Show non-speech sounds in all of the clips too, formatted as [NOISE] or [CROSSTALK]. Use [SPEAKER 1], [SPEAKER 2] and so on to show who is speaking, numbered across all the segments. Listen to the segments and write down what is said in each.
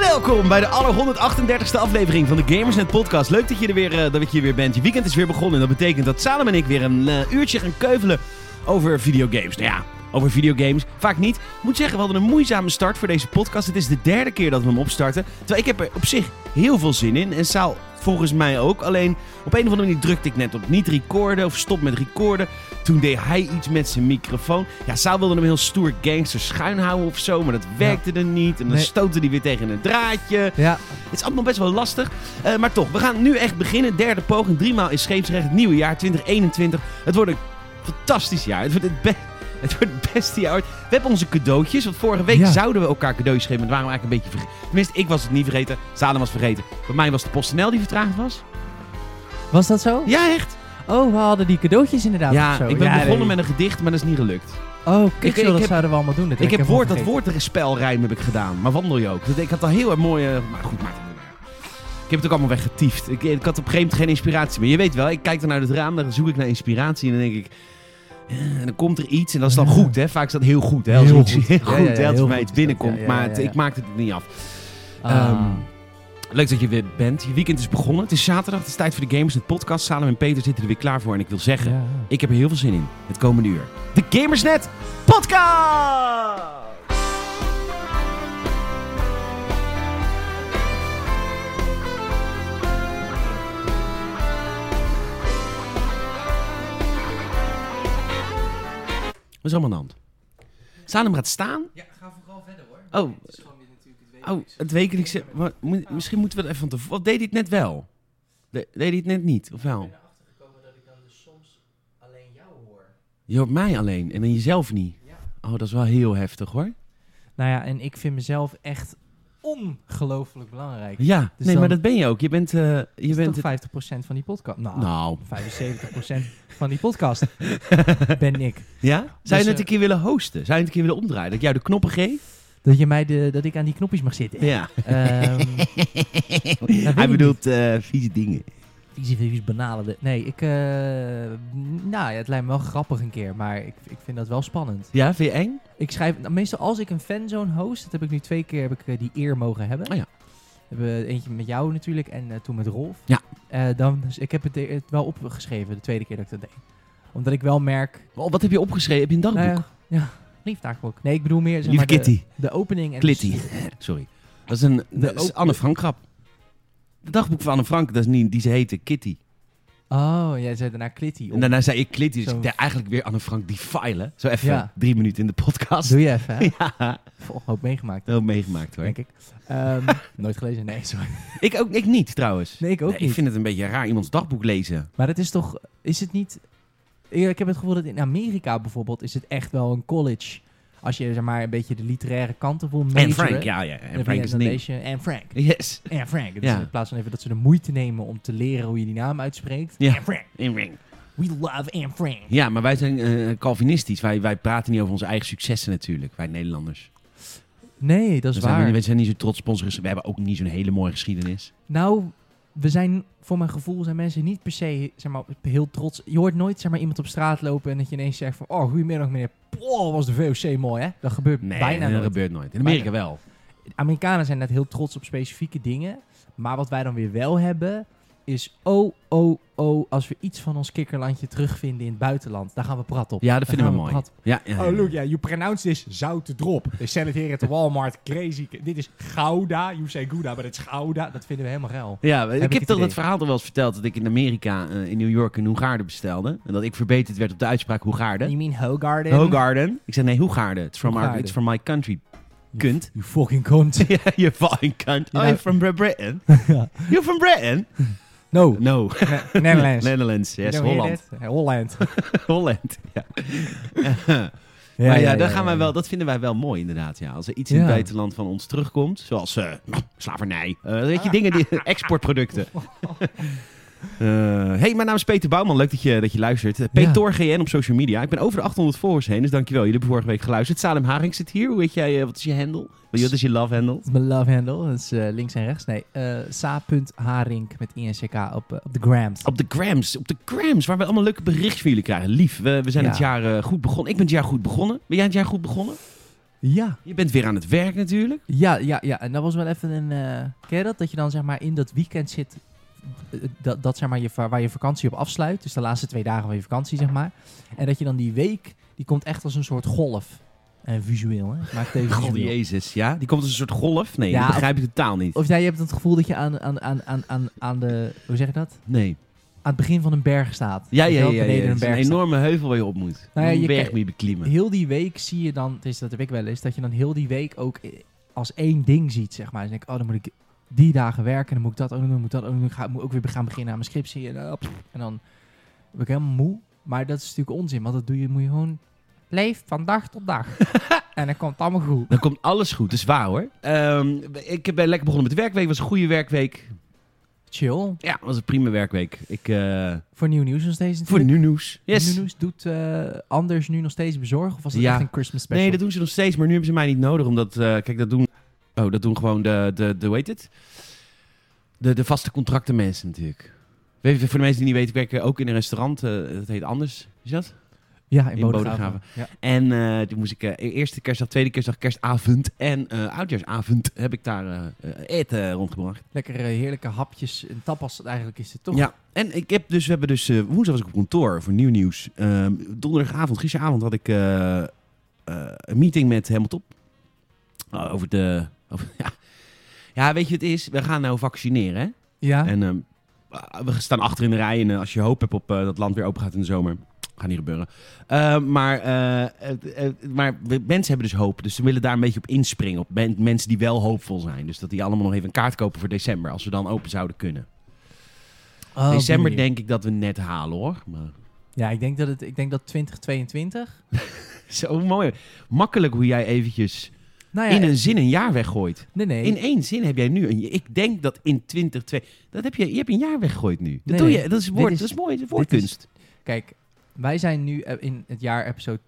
[SPEAKER 1] Welkom bij de aller 138 e aflevering van de Gamersnet Podcast. Leuk dat je er weer, eh, dat ik hier weer bent. Je weekend is weer begonnen en dat betekent dat Salem en ik weer een eh, uurtje gaan keuvelen over videogames. Nou ja, over videogames. Vaak niet. Ik moet zeggen, we hadden een moeizame start voor deze podcast. Het is de derde keer dat we hem opstarten. Terwijl ik heb er op zich heel veel zin in en Saal volgens mij ook. Alleen op een of andere manier drukte ik net op niet recorden of stop met recorden. Toen deed hij iets met zijn microfoon. Ja, Saal wilde hem heel stoer gangster schuin houden of zo, maar dat werkte er niet. En dan
[SPEAKER 2] Nee.
[SPEAKER 1] stootte hij weer tegen een draadje.
[SPEAKER 2] Ja,
[SPEAKER 1] Het is allemaal best wel lastig. Eh, maar toch, we gaan nu echt beginnen. Derde poging, driemaal is scheepsrecht. Het nieuwe jaar 2021. Het wordt een fantastisch jaar. Het wordt het, be- [LAUGHS] het, wordt het beste jaar ooit. We hebben onze cadeautjes. Want vorige week
[SPEAKER 2] Ja.
[SPEAKER 1] zouden we elkaar cadeautjes geven. Maar dat waren we eigenlijk een beetje vergeten. Tenminste, ik was het niet vergeten. Salem was vergeten. Bij mij was de PostNL die vertraagd was.
[SPEAKER 2] was dat zo?
[SPEAKER 1] Ja, echt.
[SPEAKER 2] Oh, we hadden die cadeautjes inderdaad.
[SPEAKER 1] Ja,
[SPEAKER 2] of zo.
[SPEAKER 1] ik ben
[SPEAKER 2] Ja,
[SPEAKER 1] begonnen
[SPEAKER 2] nee.
[SPEAKER 1] met een gedicht, maar dat is niet gelukt.
[SPEAKER 2] Oh, kijk,
[SPEAKER 1] Ik- ik
[SPEAKER 2] dat
[SPEAKER 1] heb-
[SPEAKER 2] zouden we allemaal doen. Dat
[SPEAKER 1] Ik heb
[SPEAKER 2] helemaal
[SPEAKER 1] woord, dat
[SPEAKER 2] vergeten.
[SPEAKER 1] woordenspelrijm heb ik gedaan. Maar wandel je ook. Dat- Ik had al heel erg mooie... Maar goed, maakt het niet uit. Ik heb het ook allemaal weggetiefd. Ik, ik had op een gegeven moment geen inspiratie meer. Je weet wel, ik kijk dan uit het raam, dan zoek ik naar inspiratie. En dan denk ik... eh, En dan komt er iets en dat is dan
[SPEAKER 2] Ja.
[SPEAKER 1] goed, hè? Vaak is dat heel goed, hè? Als
[SPEAKER 2] Heel
[SPEAKER 1] iets [LAUGHS]
[SPEAKER 2] goed.
[SPEAKER 1] heel
[SPEAKER 2] Ja,
[SPEAKER 1] goed,
[SPEAKER 2] ja, ja,
[SPEAKER 1] hè? Als
[SPEAKER 2] heel
[SPEAKER 1] er mij
[SPEAKER 2] goed
[SPEAKER 1] iets
[SPEAKER 2] is dat,
[SPEAKER 1] binnenkomt.
[SPEAKER 2] ja, ja,
[SPEAKER 1] maar
[SPEAKER 2] ja,
[SPEAKER 1] het-
[SPEAKER 2] ja.
[SPEAKER 1] ik maakte het niet af.
[SPEAKER 2] Ah.
[SPEAKER 1] Ehm, Leuk dat je weer bent. Je weekend is begonnen. Het is zaterdag. Het is tijd voor de Gamers Net podcast. Salem en Peter zitten er weer klaar voor. En ik wil zeggen,
[SPEAKER 2] Ja.
[SPEAKER 1] ik heb er heel veel zin in. Het komende uur. De Gamersnet Podcast! Wat is allemaal aan de hand? Salem gaat staan? Ja, ga vooral verder hoor. Oh, Oh, het wekelijkse. Maar, mo- misschien moeten we het even van tevoren. Of deed hij het net wel? De- deed hij het net niet, of wel? dus Je hoort mij alleen en dan jezelf niet. Oh, dat is wel heel heftig hoor.
[SPEAKER 2] Nou ja, en ik vind mezelf echt ongelooflijk belangrijk. Dat
[SPEAKER 1] Ja,
[SPEAKER 2] Dus
[SPEAKER 1] nee, maar
[SPEAKER 2] dan-
[SPEAKER 1] dat ben je ook. Je bent, eh, je
[SPEAKER 2] is
[SPEAKER 1] bent
[SPEAKER 2] toch 50% van die podcast? Nou,
[SPEAKER 1] Nou,
[SPEAKER 2] 75% van
[SPEAKER 1] [LAUGHS]
[SPEAKER 2] die podcast ben ik.
[SPEAKER 1] ja? Zou je het
[SPEAKER 2] eh,
[SPEAKER 1] een keer willen hosten? Zou je het een keer willen omdraaien? Dat ik jou de knoppen geef?
[SPEAKER 2] Dat, je mij de, dat ik aan die knopjes mag
[SPEAKER 1] [LAUGHS]
[SPEAKER 2] zitten.
[SPEAKER 1] Ja.
[SPEAKER 2] Ehm, [LAUGHS]
[SPEAKER 1] Hij bedoelt eh, vieze dingen.
[SPEAKER 2] vieze, vieze, banale... de- Nee, ik... eh, nou ja, het lijkt me wel grappig een keer, maar ik, ik vind dat wel spannend.
[SPEAKER 1] Ja, vind je eng?
[SPEAKER 2] Ik schrijf, nou, meestal als ik een fanzone host, dat heb ik nu twee keer heb ik, eh, die eer mogen hebben.
[SPEAKER 1] Oh ja.
[SPEAKER 2] We hebben eh, eentje met jou natuurlijk en eh, toen met Rolf.
[SPEAKER 1] Ja.
[SPEAKER 2] Eh, dan, dus ik heb het, eh, het wel opgeschreven de tweede keer dat ik dat deed. Omdat ik wel merk...
[SPEAKER 1] Oh, wat heb je opgeschreven? Heb je een dagboek?
[SPEAKER 2] nou ja, ja, [LAUGHS] lief dagboek. Nee, ik bedoel meer zeg
[SPEAKER 1] Lieve
[SPEAKER 2] maar, de,
[SPEAKER 1] Kitty.
[SPEAKER 2] de opening en...
[SPEAKER 1] Klitty. Sorry. Dat is een
[SPEAKER 2] De
[SPEAKER 1] dat is
[SPEAKER 2] ook-
[SPEAKER 1] Anne Frank grap. Het dagboek van Anne Frank, dat is niet, die ze heette Kitty.
[SPEAKER 2] Oh, jij zei daarna Klitty.
[SPEAKER 1] En daarna zei ik Klitty, dus
[SPEAKER 2] Zo.
[SPEAKER 1] ik deed eigenlijk weer Anne Frank die file. Zo even
[SPEAKER 2] Ja.
[SPEAKER 1] drie minuten in de podcast.
[SPEAKER 2] Doe je even, hè?
[SPEAKER 1] [LAUGHS] Ja,
[SPEAKER 2] Vol- hoop meegemaakt,
[SPEAKER 1] wel meegemaakt hoor.
[SPEAKER 2] denk ik. Ehm, [LAUGHS] nooit gelezen, nee, sorry.
[SPEAKER 1] Ik ook ik niet trouwens.
[SPEAKER 2] Nee, ik ook
[SPEAKER 1] Nee,
[SPEAKER 2] niet.
[SPEAKER 1] ik vind het een beetje raar, iemands dagboek lezen.
[SPEAKER 2] Maar dat is toch, is het niet. Ja, Ik heb het gevoel dat in Amerika bijvoorbeeld is het echt wel een college. Als je zeg maar een beetje de literaire kanten wil majoren.
[SPEAKER 1] En Frank, ja, ja. En Frank
[SPEAKER 2] dan ben
[SPEAKER 1] is
[SPEAKER 2] je- dan
[SPEAKER 1] niet.
[SPEAKER 2] lees je En Frank.
[SPEAKER 1] Yes.
[SPEAKER 2] En Frank. Dus
[SPEAKER 1] Ja.
[SPEAKER 2] in plaats van even dat ze de moeite nemen om te leren hoe je die naam uitspreekt.
[SPEAKER 1] Ja.
[SPEAKER 2] En Frank.
[SPEAKER 1] In ring.
[SPEAKER 2] We love En Frank.
[SPEAKER 1] Ja, maar wij zijn eh, Calvinistisch. Wij, wij praten niet over onze eigen successen natuurlijk, wij Nederlanders.
[SPEAKER 2] Nee, dat is
[SPEAKER 1] we, zijn,
[SPEAKER 2] waar.
[SPEAKER 1] we zijn niet zo trots op onze ges- We hebben ook niet zo'n hele mooie geschiedenis.
[SPEAKER 2] Nou, we zijn, voor mijn gevoel, zijn mensen niet per se zeg maar, heel trots. Je hoort nooit zeg maar, iemand op straat lopen en dat je ineens zegt van... Oh, goedemiddag meneer. Oh, was de VOC mooi, hè? Dat gebeurt
[SPEAKER 1] Nee,
[SPEAKER 2] bijna
[SPEAKER 1] dat
[SPEAKER 2] nooit.
[SPEAKER 1] gebeurt nooit. In Amerika wel.
[SPEAKER 2] Amerikanen zijn net heel trots op specifieke dingen. Maar wat wij dan weer wel hebben, is oh, oh, oh, als we iets van ons kikkerlandje terugvinden in het buitenland, daar gaan we prat op.
[SPEAKER 1] Ja, dat
[SPEAKER 2] Daar
[SPEAKER 1] vinden we
[SPEAKER 2] gaan
[SPEAKER 1] mooi.
[SPEAKER 2] prat op.
[SPEAKER 1] Ja, ja, ja.
[SPEAKER 3] Oh, look, yeah, you pronounce this zoute drop. They sell it here at the Walmart. Crazy. Dit is Gouda. You say Gouda, but it's Gouda.
[SPEAKER 2] Dat vinden we helemaal geil.
[SPEAKER 1] Ja, ik heb
[SPEAKER 2] ik het
[SPEAKER 1] toch
[SPEAKER 2] idee.
[SPEAKER 1] dat verhaal toch wel eens verteld dat ik in Amerika, eh, in New York, een Hoegaarden bestelde. En dat ik verbeterd werd op de uitspraak Hoegaarden.
[SPEAKER 2] You mean Hogarden?
[SPEAKER 1] Hoegaarden. Ik zei nee, Hoegaarden. It's from, our,
[SPEAKER 2] Hoegaarden.
[SPEAKER 1] it's from my country.
[SPEAKER 2] [LAUGHS]
[SPEAKER 1] Kunt. [LAUGHS]
[SPEAKER 2] You fucking cunt.
[SPEAKER 1] Ja, je fucking kunt.
[SPEAKER 2] Ja.
[SPEAKER 1] I'm from Bre- Britain.
[SPEAKER 2] nou- [LAUGHS] Ja.
[SPEAKER 1] You're from Britain? [LAUGHS]
[SPEAKER 2] No,
[SPEAKER 1] No.
[SPEAKER 2] Ne- Netherlands.
[SPEAKER 1] Netherlands, yes.
[SPEAKER 2] You don't hear
[SPEAKER 1] Holland.
[SPEAKER 2] that? Eh, Holland.
[SPEAKER 1] [LAUGHS] Holland, ja. maar ja, daar gaan wij wel, dat vinden wij wel mooi inderdaad. Ja. Als er iets in het
[SPEAKER 2] Ja.
[SPEAKER 1] buitenland van ons terugkomt, zoals eh, [CLEARS THROAT] slavernij, eh, weet je, dingen, die, [LAUGHS] exportproducten. Eh, hey, mijn naam is Peter Bouwman. Leuk dat je, dat je luistert. Eh,
[SPEAKER 2] Ja.
[SPEAKER 1] Peter GN op social media. Ik ben over de 800 volgers heen, dus dankjewel. Jullie hebben vorige week geluisterd. Salem Haring zit hier. Hoe heet jij? eh, wat is je handle? Wat is je love handle?
[SPEAKER 2] Dat is mijn love handle. Dat is eh, links en rechts. Nee, eh sa.harink met INCK op, eh, op de grams.
[SPEAKER 1] Op de Grams. Op de Grams, waar we allemaal leuke berichtjes van jullie krijgen. Lief, we, we zijn
[SPEAKER 2] Ja.
[SPEAKER 1] het jaar eh, goed begonnen. Ik ben het jaar goed begonnen. Ben jij het jaar goed begonnen?
[SPEAKER 2] Ja.
[SPEAKER 1] Je bent weer aan het werk natuurlijk.
[SPEAKER 2] Ja, ja, ja. En dat was wel even een... eh ken je dat? Dat je dan zeg maar in dat weekend zit... eh, Dat, dat zeg maar je, va- waar je vakantie op afsluit. Dus de laatste twee dagen van je vakantie, zeg maar. En dat je dan die week... Die komt echt als een soort golf. En visueel, hè? Ik
[SPEAKER 1] [LAUGHS]
[SPEAKER 2] Maak het even
[SPEAKER 1] God
[SPEAKER 2] visueel.
[SPEAKER 1] jezus, ja. Die komt als een soort golf. Nee,
[SPEAKER 2] Ja,
[SPEAKER 1] dat
[SPEAKER 2] of-
[SPEAKER 1] begrijp ik totaal niet.
[SPEAKER 2] Of jij hebt het gevoel dat je aan, aan, aan, aan, aan, aan de... Hoe zeg je dat?
[SPEAKER 1] nee.
[SPEAKER 2] Aan het begin van een berg staat.
[SPEAKER 1] Ja,
[SPEAKER 2] Weet je
[SPEAKER 1] ja,
[SPEAKER 2] wel,
[SPEAKER 1] ja. ja,
[SPEAKER 2] beneden
[SPEAKER 1] Het
[SPEAKER 2] een
[SPEAKER 1] is een
[SPEAKER 2] berg staat.
[SPEAKER 1] enorme heuvel waar je op moet.
[SPEAKER 2] Nou ja,
[SPEAKER 1] Om
[SPEAKER 2] je
[SPEAKER 1] berg
[SPEAKER 2] kan-
[SPEAKER 1] mee beklimmen.
[SPEAKER 2] Heel die week zie je dan... Dus dat heb ik wel eens. Dat je dan heel die week ook eh, als één ding ziet, zeg maar. Dus denk ik, oh, dan moet ik die dagen werken. Dan moet ik dat ook doen. Moet dat ook doen. Ga, moet ook weer gaan beginnen aan mijn scriptie. En, eh, pff, en dan ben ik helemaal moe. Maar dat is natuurlijk onzin. Want dat doe je, moet je gewoon... Leef van dag tot dag. [LAUGHS] en dan komt het allemaal goed.
[SPEAKER 1] Dan komt alles goed, dat is waar hoor. Ehm, ik ben lekker begonnen met de werkweek. was een goede werkweek.
[SPEAKER 2] Chill.
[SPEAKER 1] Ja, was een prima werkweek. Ik, eh,
[SPEAKER 2] Voor nieuw nieuws nog steeds
[SPEAKER 1] voor
[SPEAKER 2] natuurlijk.
[SPEAKER 1] de nu nieuws. Yes.
[SPEAKER 2] Nieuws doet eh, Anders nu nog steeds bezorgen? Of was het
[SPEAKER 1] Ja.
[SPEAKER 2] echt een Christmas special?
[SPEAKER 1] Nee, dat doen ze nog steeds, maar nu hebben ze mij niet nodig. Omdat, eh, kijk, dat doen, oh, dat doen gewoon de, de, de hoe heet het? De, de vaste contractenmensen natuurlijk. Weet je, voor de mensen die niet weten, ik werk ook in een restaurant. eh, dat heet anders, is dat?
[SPEAKER 2] Ja, in,
[SPEAKER 1] in
[SPEAKER 2] Bodegraven.
[SPEAKER 1] Bodegraven.
[SPEAKER 2] Ja.
[SPEAKER 1] En eh, toen moest ik eh, eerste kerstdag, tweede kerstdag, kerstavond en eh oudjaarsavond heb ik daar eh, eh, eten rondgebracht.
[SPEAKER 2] Lekker eh, heerlijke hapjes en tapas. Eigenlijk is het toch...
[SPEAKER 1] Ja, en ik heb dus, we hebben dus, eh, woensdag was ik op kantoor voor nieuw nieuws. Ehm, donderdagavond, gisteravond had ik eh, eh, een meeting met Helmut Top. Oh, over de, [LAUGHS] over- ja. ja, weet je wat het is? We gaan nou vaccineren, hè?
[SPEAKER 2] Ja.
[SPEAKER 1] En ehm, ah, we staan achter in de rij. En eh, als je hoop hebt op eh, dat land weer open gaat in de zomer. Gaat niet gebeuren. Eh, maar, eh, het- het- maar we- mensen hebben dus hoop. Dus ze willen daar een beetje op inspringen. Op men- mensen die wel hoopvol zijn. Dus dat die allemaal nog even een kaart kopen voor december. Als we dan open zouden kunnen.
[SPEAKER 2] Oh, op die
[SPEAKER 1] december
[SPEAKER 2] manier.
[SPEAKER 1] denk ik dat we net halen hoor. Maar, [LAUGHS]
[SPEAKER 2] Ja, ik denk dat, het, ik denk dat 2022...
[SPEAKER 1] zo mooi. Makkelijk hoe jij eventjes
[SPEAKER 2] Nou ja,
[SPEAKER 1] in een zin een jaar weggooit.
[SPEAKER 2] nee, nee.
[SPEAKER 1] In één zin heb jij nu een... Ik denk dat in 2022... Dat heb je, je hebt een jaar weggegooid nu. Dat
[SPEAKER 2] Nee,
[SPEAKER 1] doe
[SPEAKER 2] nee.
[SPEAKER 1] je. Dat is,
[SPEAKER 2] Dit
[SPEAKER 1] woord,
[SPEAKER 2] is-
[SPEAKER 1] dat is mooi. Dat is woordkunst.
[SPEAKER 2] Kijk, wij zijn nu eh, in het jaar episode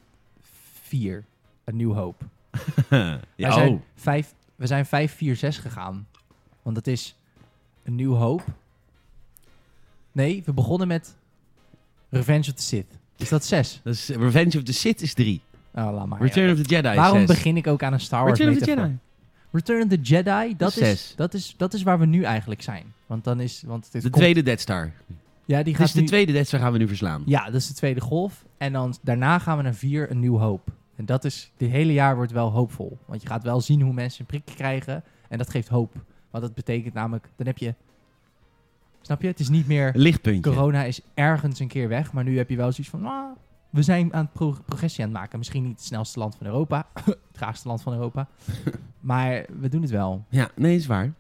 [SPEAKER 2] 4. Een nieuw hoop.
[SPEAKER 1] ja,
[SPEAKER 2] wij zijn
[SPEAKER 1] oh.
[SPEAKER 2] vijf- we zijn 5, 4, 6 gegaan. Want dat is een nieuw hoop. Nee, we begonnen met Revenge of the Sith. Is dat 6?
[SPEAKER 1] Dat is Revenge of the Sith is 3.
[SPEAKER 2] Oh, laat maar. ja.
[SPEAKER 1] Return of the Jedi is
[SPEAKER 2] Waarom
[SPEAKER 1] zes.
[SPEAKER 2] begin ik ook aan een Star Wars
[SPEAKER 1] Return of the
[SPEAKER 2] metafoor?
[SPEAKER 1] Jedi.
[SPEAKER 2] Return of the Jedi, dat
[SPEAKER 1] Zes.
[SPEAKER 2] is, dat, is, dat is waar we nu eigenlijk zijn. Want dan is... Want dit
[SPEAKER 1] De
[SPEAKER 2] komt-
[SPEAKER 1] tweede Death Star.
[SPEAKER 2] Ja, die gaat
[SPEAKER 1] Dus de
[SPEAKER 2] nu-
[SPEAKER 1] tweede Death Star gaan we nu verslaan.
[SPEAKER 2] Ja, dat is de tweede golf. En dan daarna gaan we naar vier, een nieuw hoop. En dat is, dit hele jaar wordt wel hoopvol. Want je gaat wel zien hoe mensen een prikje krijgen. En dat geeft hoop. Want dat betekent namelijk, dan heb je... Snap je? Het is niet meer,
[SPEAKER 1] Lichtpuntje.
[SPEAKER 2] corona is ergens een keer weg. Maar nu heb je wel zoiets van, ah, we zijn aan het pro- progressie aan het maken. Misschien niet het snelste land van Europa. [LAUGHS] het traagste land van Europa. maar we doen het wel.
[SPEAKER 1] Ja, nee, is waar.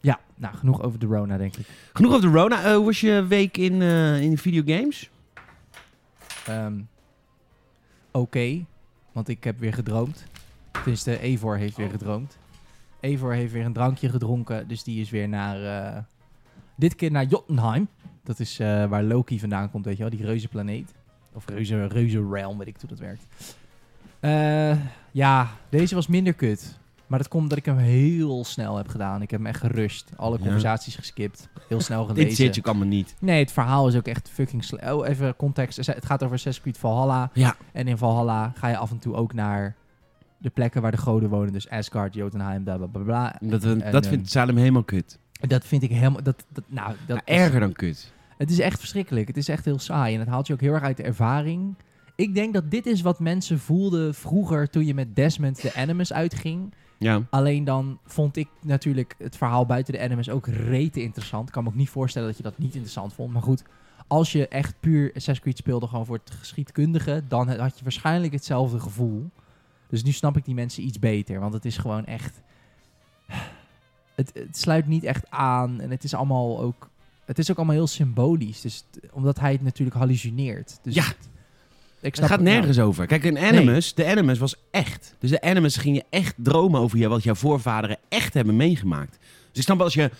[SPEAKER 2] Ja, nou, genoeg over de Rona, denk ik.
[SPEAKER 1] Genoeg over de Rona. Eh, hoe was je week in, eh in videogames?
[SPEAKER 2] Ehm, Oké, want ik heb weer gedroomd. Tenminste, Evor heeft
[SPEAKER 1] Oh.
[SPEAKER 2] weer gedroomd. Evor heeft weer een drankje gedronken, dus die is weer naar... eh, dit keer naar Jotunheim. Dat is eh, waar Loki vandaan komt, weet je wel, die reuzenplaneet. Of reuze, reuze realm, weet ik hoe dat werkt. Eh, ja, deze was minder kut. Maar dat komt omdat ik hem heel snel heb gedaan. Ik heb hem echt gerust. Alle
[SPEAKER 1] Ja.
[SPEAKER 2] conversaties geskipt. Heel snel
[SPEAKER 1] [LAUGHS]
[SPEAKER 2] gelezen.
[SPEAKER 1] Dit zit je allemaal niet.
[SPEAKER 2] Nee, het verhaal is ook echt fucking sle- Oh, even context. Het gaat over Assassin's Creed Valhalla.
[SPEAKER 1] Ja.
[SPEAKER 2] En in Valhalla ga je af en toe ook naar de plekken waar de goden wonen. Dus Asgard, Jotunheim, bla bla bla. bla.
[SPEAKER 1] Dat,
[SPEAKER 2] En,
[SPEAKER 1] dat
[SPEAKER 2] ehm,
[SPEAKER 1] vindt Salem helemaal kut.
[SPEAKER 2] En Dat vind ik helemaal... Dat, dat, nou, dat
[SPEAKER 1] Ja,
[SPEAKER 2] is-
[SPEAKER 1] erger dan kut.
[SPEAKER 2] Het is echt verschrikkelijk. Het is echt heel saai. En het haalt je ook heel erg uit de ervaring. Ik denk dat dit is wat mensen voelden vroeger toen je met Desmond de Animus uitging.
[SPEAKER 1] Ja.
[SPEAKER 2] Alleen dan vond ik natuurlijk het verhaal buiten de animes ook rete interessant. Ik kan me ook niet voorstellen dat je dat niet interessant vond. Maar goed, als je echt puur Assassin's Creed speelde, gewoon voor het geschiedkundige, dan had je waarschijnlijk hetzelfde gevoel. Dus nu snap ik die mensen iets beter, want het is gewoon echt... Het, het sluit niet echt aan en het is allemaal ook... Het is ook allemaal heel symbolisch, dus het- omdat hij het natuurlijk hallucineert. Dus
[SPEAKER 1] Ja.
[SPEAKER 2] het- ik
[SPEAKER 1] Het gaat
[SPEAKER 2] nou,
[SPEAKER 1] nergens over. Kijk, een Animus, de Animus was echt. Dus de Animus ging je echt dromen over je, wat jouw voorvaderen echt hebben meegemaakt. Dus ik snap wel als je,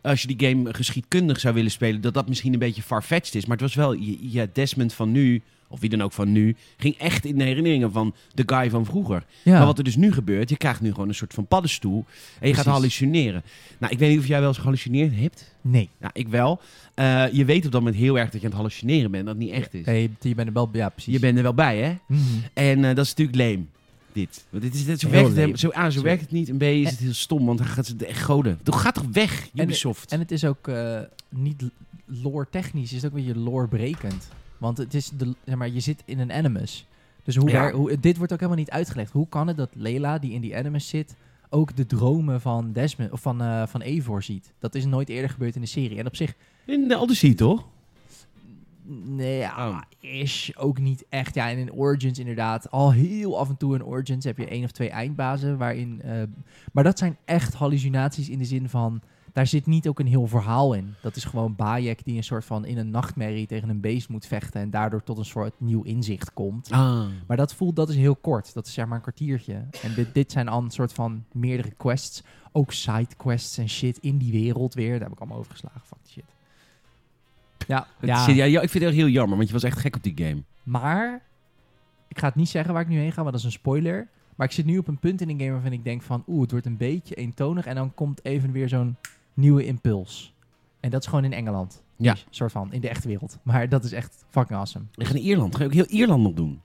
[SPEAKER 1] als je die game geschiedkundig zou willen spelen, dat dat misschien een beetje farfetched is. Maar het was wel, je, je Desmond van nu, of wie dan ook van nu, ging echt in de herinneringen van de guy van vroeger.
[SPEAKER 2] Ja.
[SPEAKER 1] Maar wat er dus nu gebeurt, je krijgt nu gewoon een soort van paddenstoel en je gaat
[SPEAKER 2] Precies.
[SPEAKER 1] hallucineren. Nou, ik weet niet of jij wel eens gehallucineerd hebt.
[SPEAKER 2] Nee.
[SPEAKER 1] Ja, ik wel. Eh, je weet op dat moment heel erg dat je aan het hallucineren bent, dat het niet echt is.
[SPEAKER 2] Nee, je bent er wel... Ja, precies.
[SPEAKER 1] Je bent er wel bij, hè?
[SPEAKER 2] Mhm.
[SPEAKER 1] En eh, dat is natuurlijk leem. dit. Want dit is, dit, zo,
[SPEAKER 2] Heel
[SPEAKER 1] werkt het,
[SPEAKER 2] leuk.
[SPEAKER 1] helemaal- zo, A, zo
[SPEAKER 2] Zo.
[SPEAKER 1] werkt het niet. En B, is het heel stom, want dan gaat ze de echt goden. Dat gaat toch weg, Ubisoft?
[SPEAKER 2] En het is ook eh, niet l- lore-technisch, is het ook een beetje lore-brekend. Want het is de, zeg maar, je zit in een animus. Dus hoe
[SPEAKER 1] Ja.
[SPEAKER 2] waar- hoe, dit wordt ook helemaal niet uitgelegd. Hoe kan het dat Lela, die in die animus zit, ook de dromen van, Desmond, of van, eh van Eivor ziet? Dat is nooit eerder gebeurd in de serie. En op zich,
[SPEAKER 1] In de Odyssey, toch?
[SPEAKER 2] nee, ja,
[SPEAKER 1] Oh.
[SPEAKER 2] is ook niet echt. Ja, en in Origins inderdaad, al heel af en toe in Origins heb je één of twee eindbazen waarin... eh, maar dat zijn echt hallucinaties in de zin van, daar zit niet ook een heel verhaal in. Dat is gewoon Bayek die een soort van in een nachtmerrie tegen een beest moet vechten en daardoor tot een soort nieuw inzicht komt.
[SPEAKER 1] Ah.
[SPEAKER 2] Maar dat voelt, dat is heel kort. Dat is zeg maar een kwartiertje. En dit, dit zijn al een soort van meerdere quests. Ook sidequests en shit in die wereld weer. Daar heb ik allemaal overgeslagen. Fuck die shit. Ja,
[SPEAKER 1] Ja.
[SPEAKER 2] ja.
[SPEAKER 1] ja, ja, ik vind het echt heel jammer, want je was echt gek op die game.
[SPEAKER 2] Maar, ik ga het niet zeggen waar ik nu heen ga, want dat is een spoiler. Maar ik zit nu op een punt in de game waarvan ik denk van... Oeh, het wordt een beetje eentonig. En dan komt even weer zo'n nieuwe impuls. En dat is gewoon in Engeland.
[SPEAKER 1] Ja.
[SPEAKER 2] Dus, soort van, in de echte wereld. Maar dat is echt fucking awesome.
[SPEAKER 1] We gaan naar Ierland. Ga je ook heel Ierland nog doen?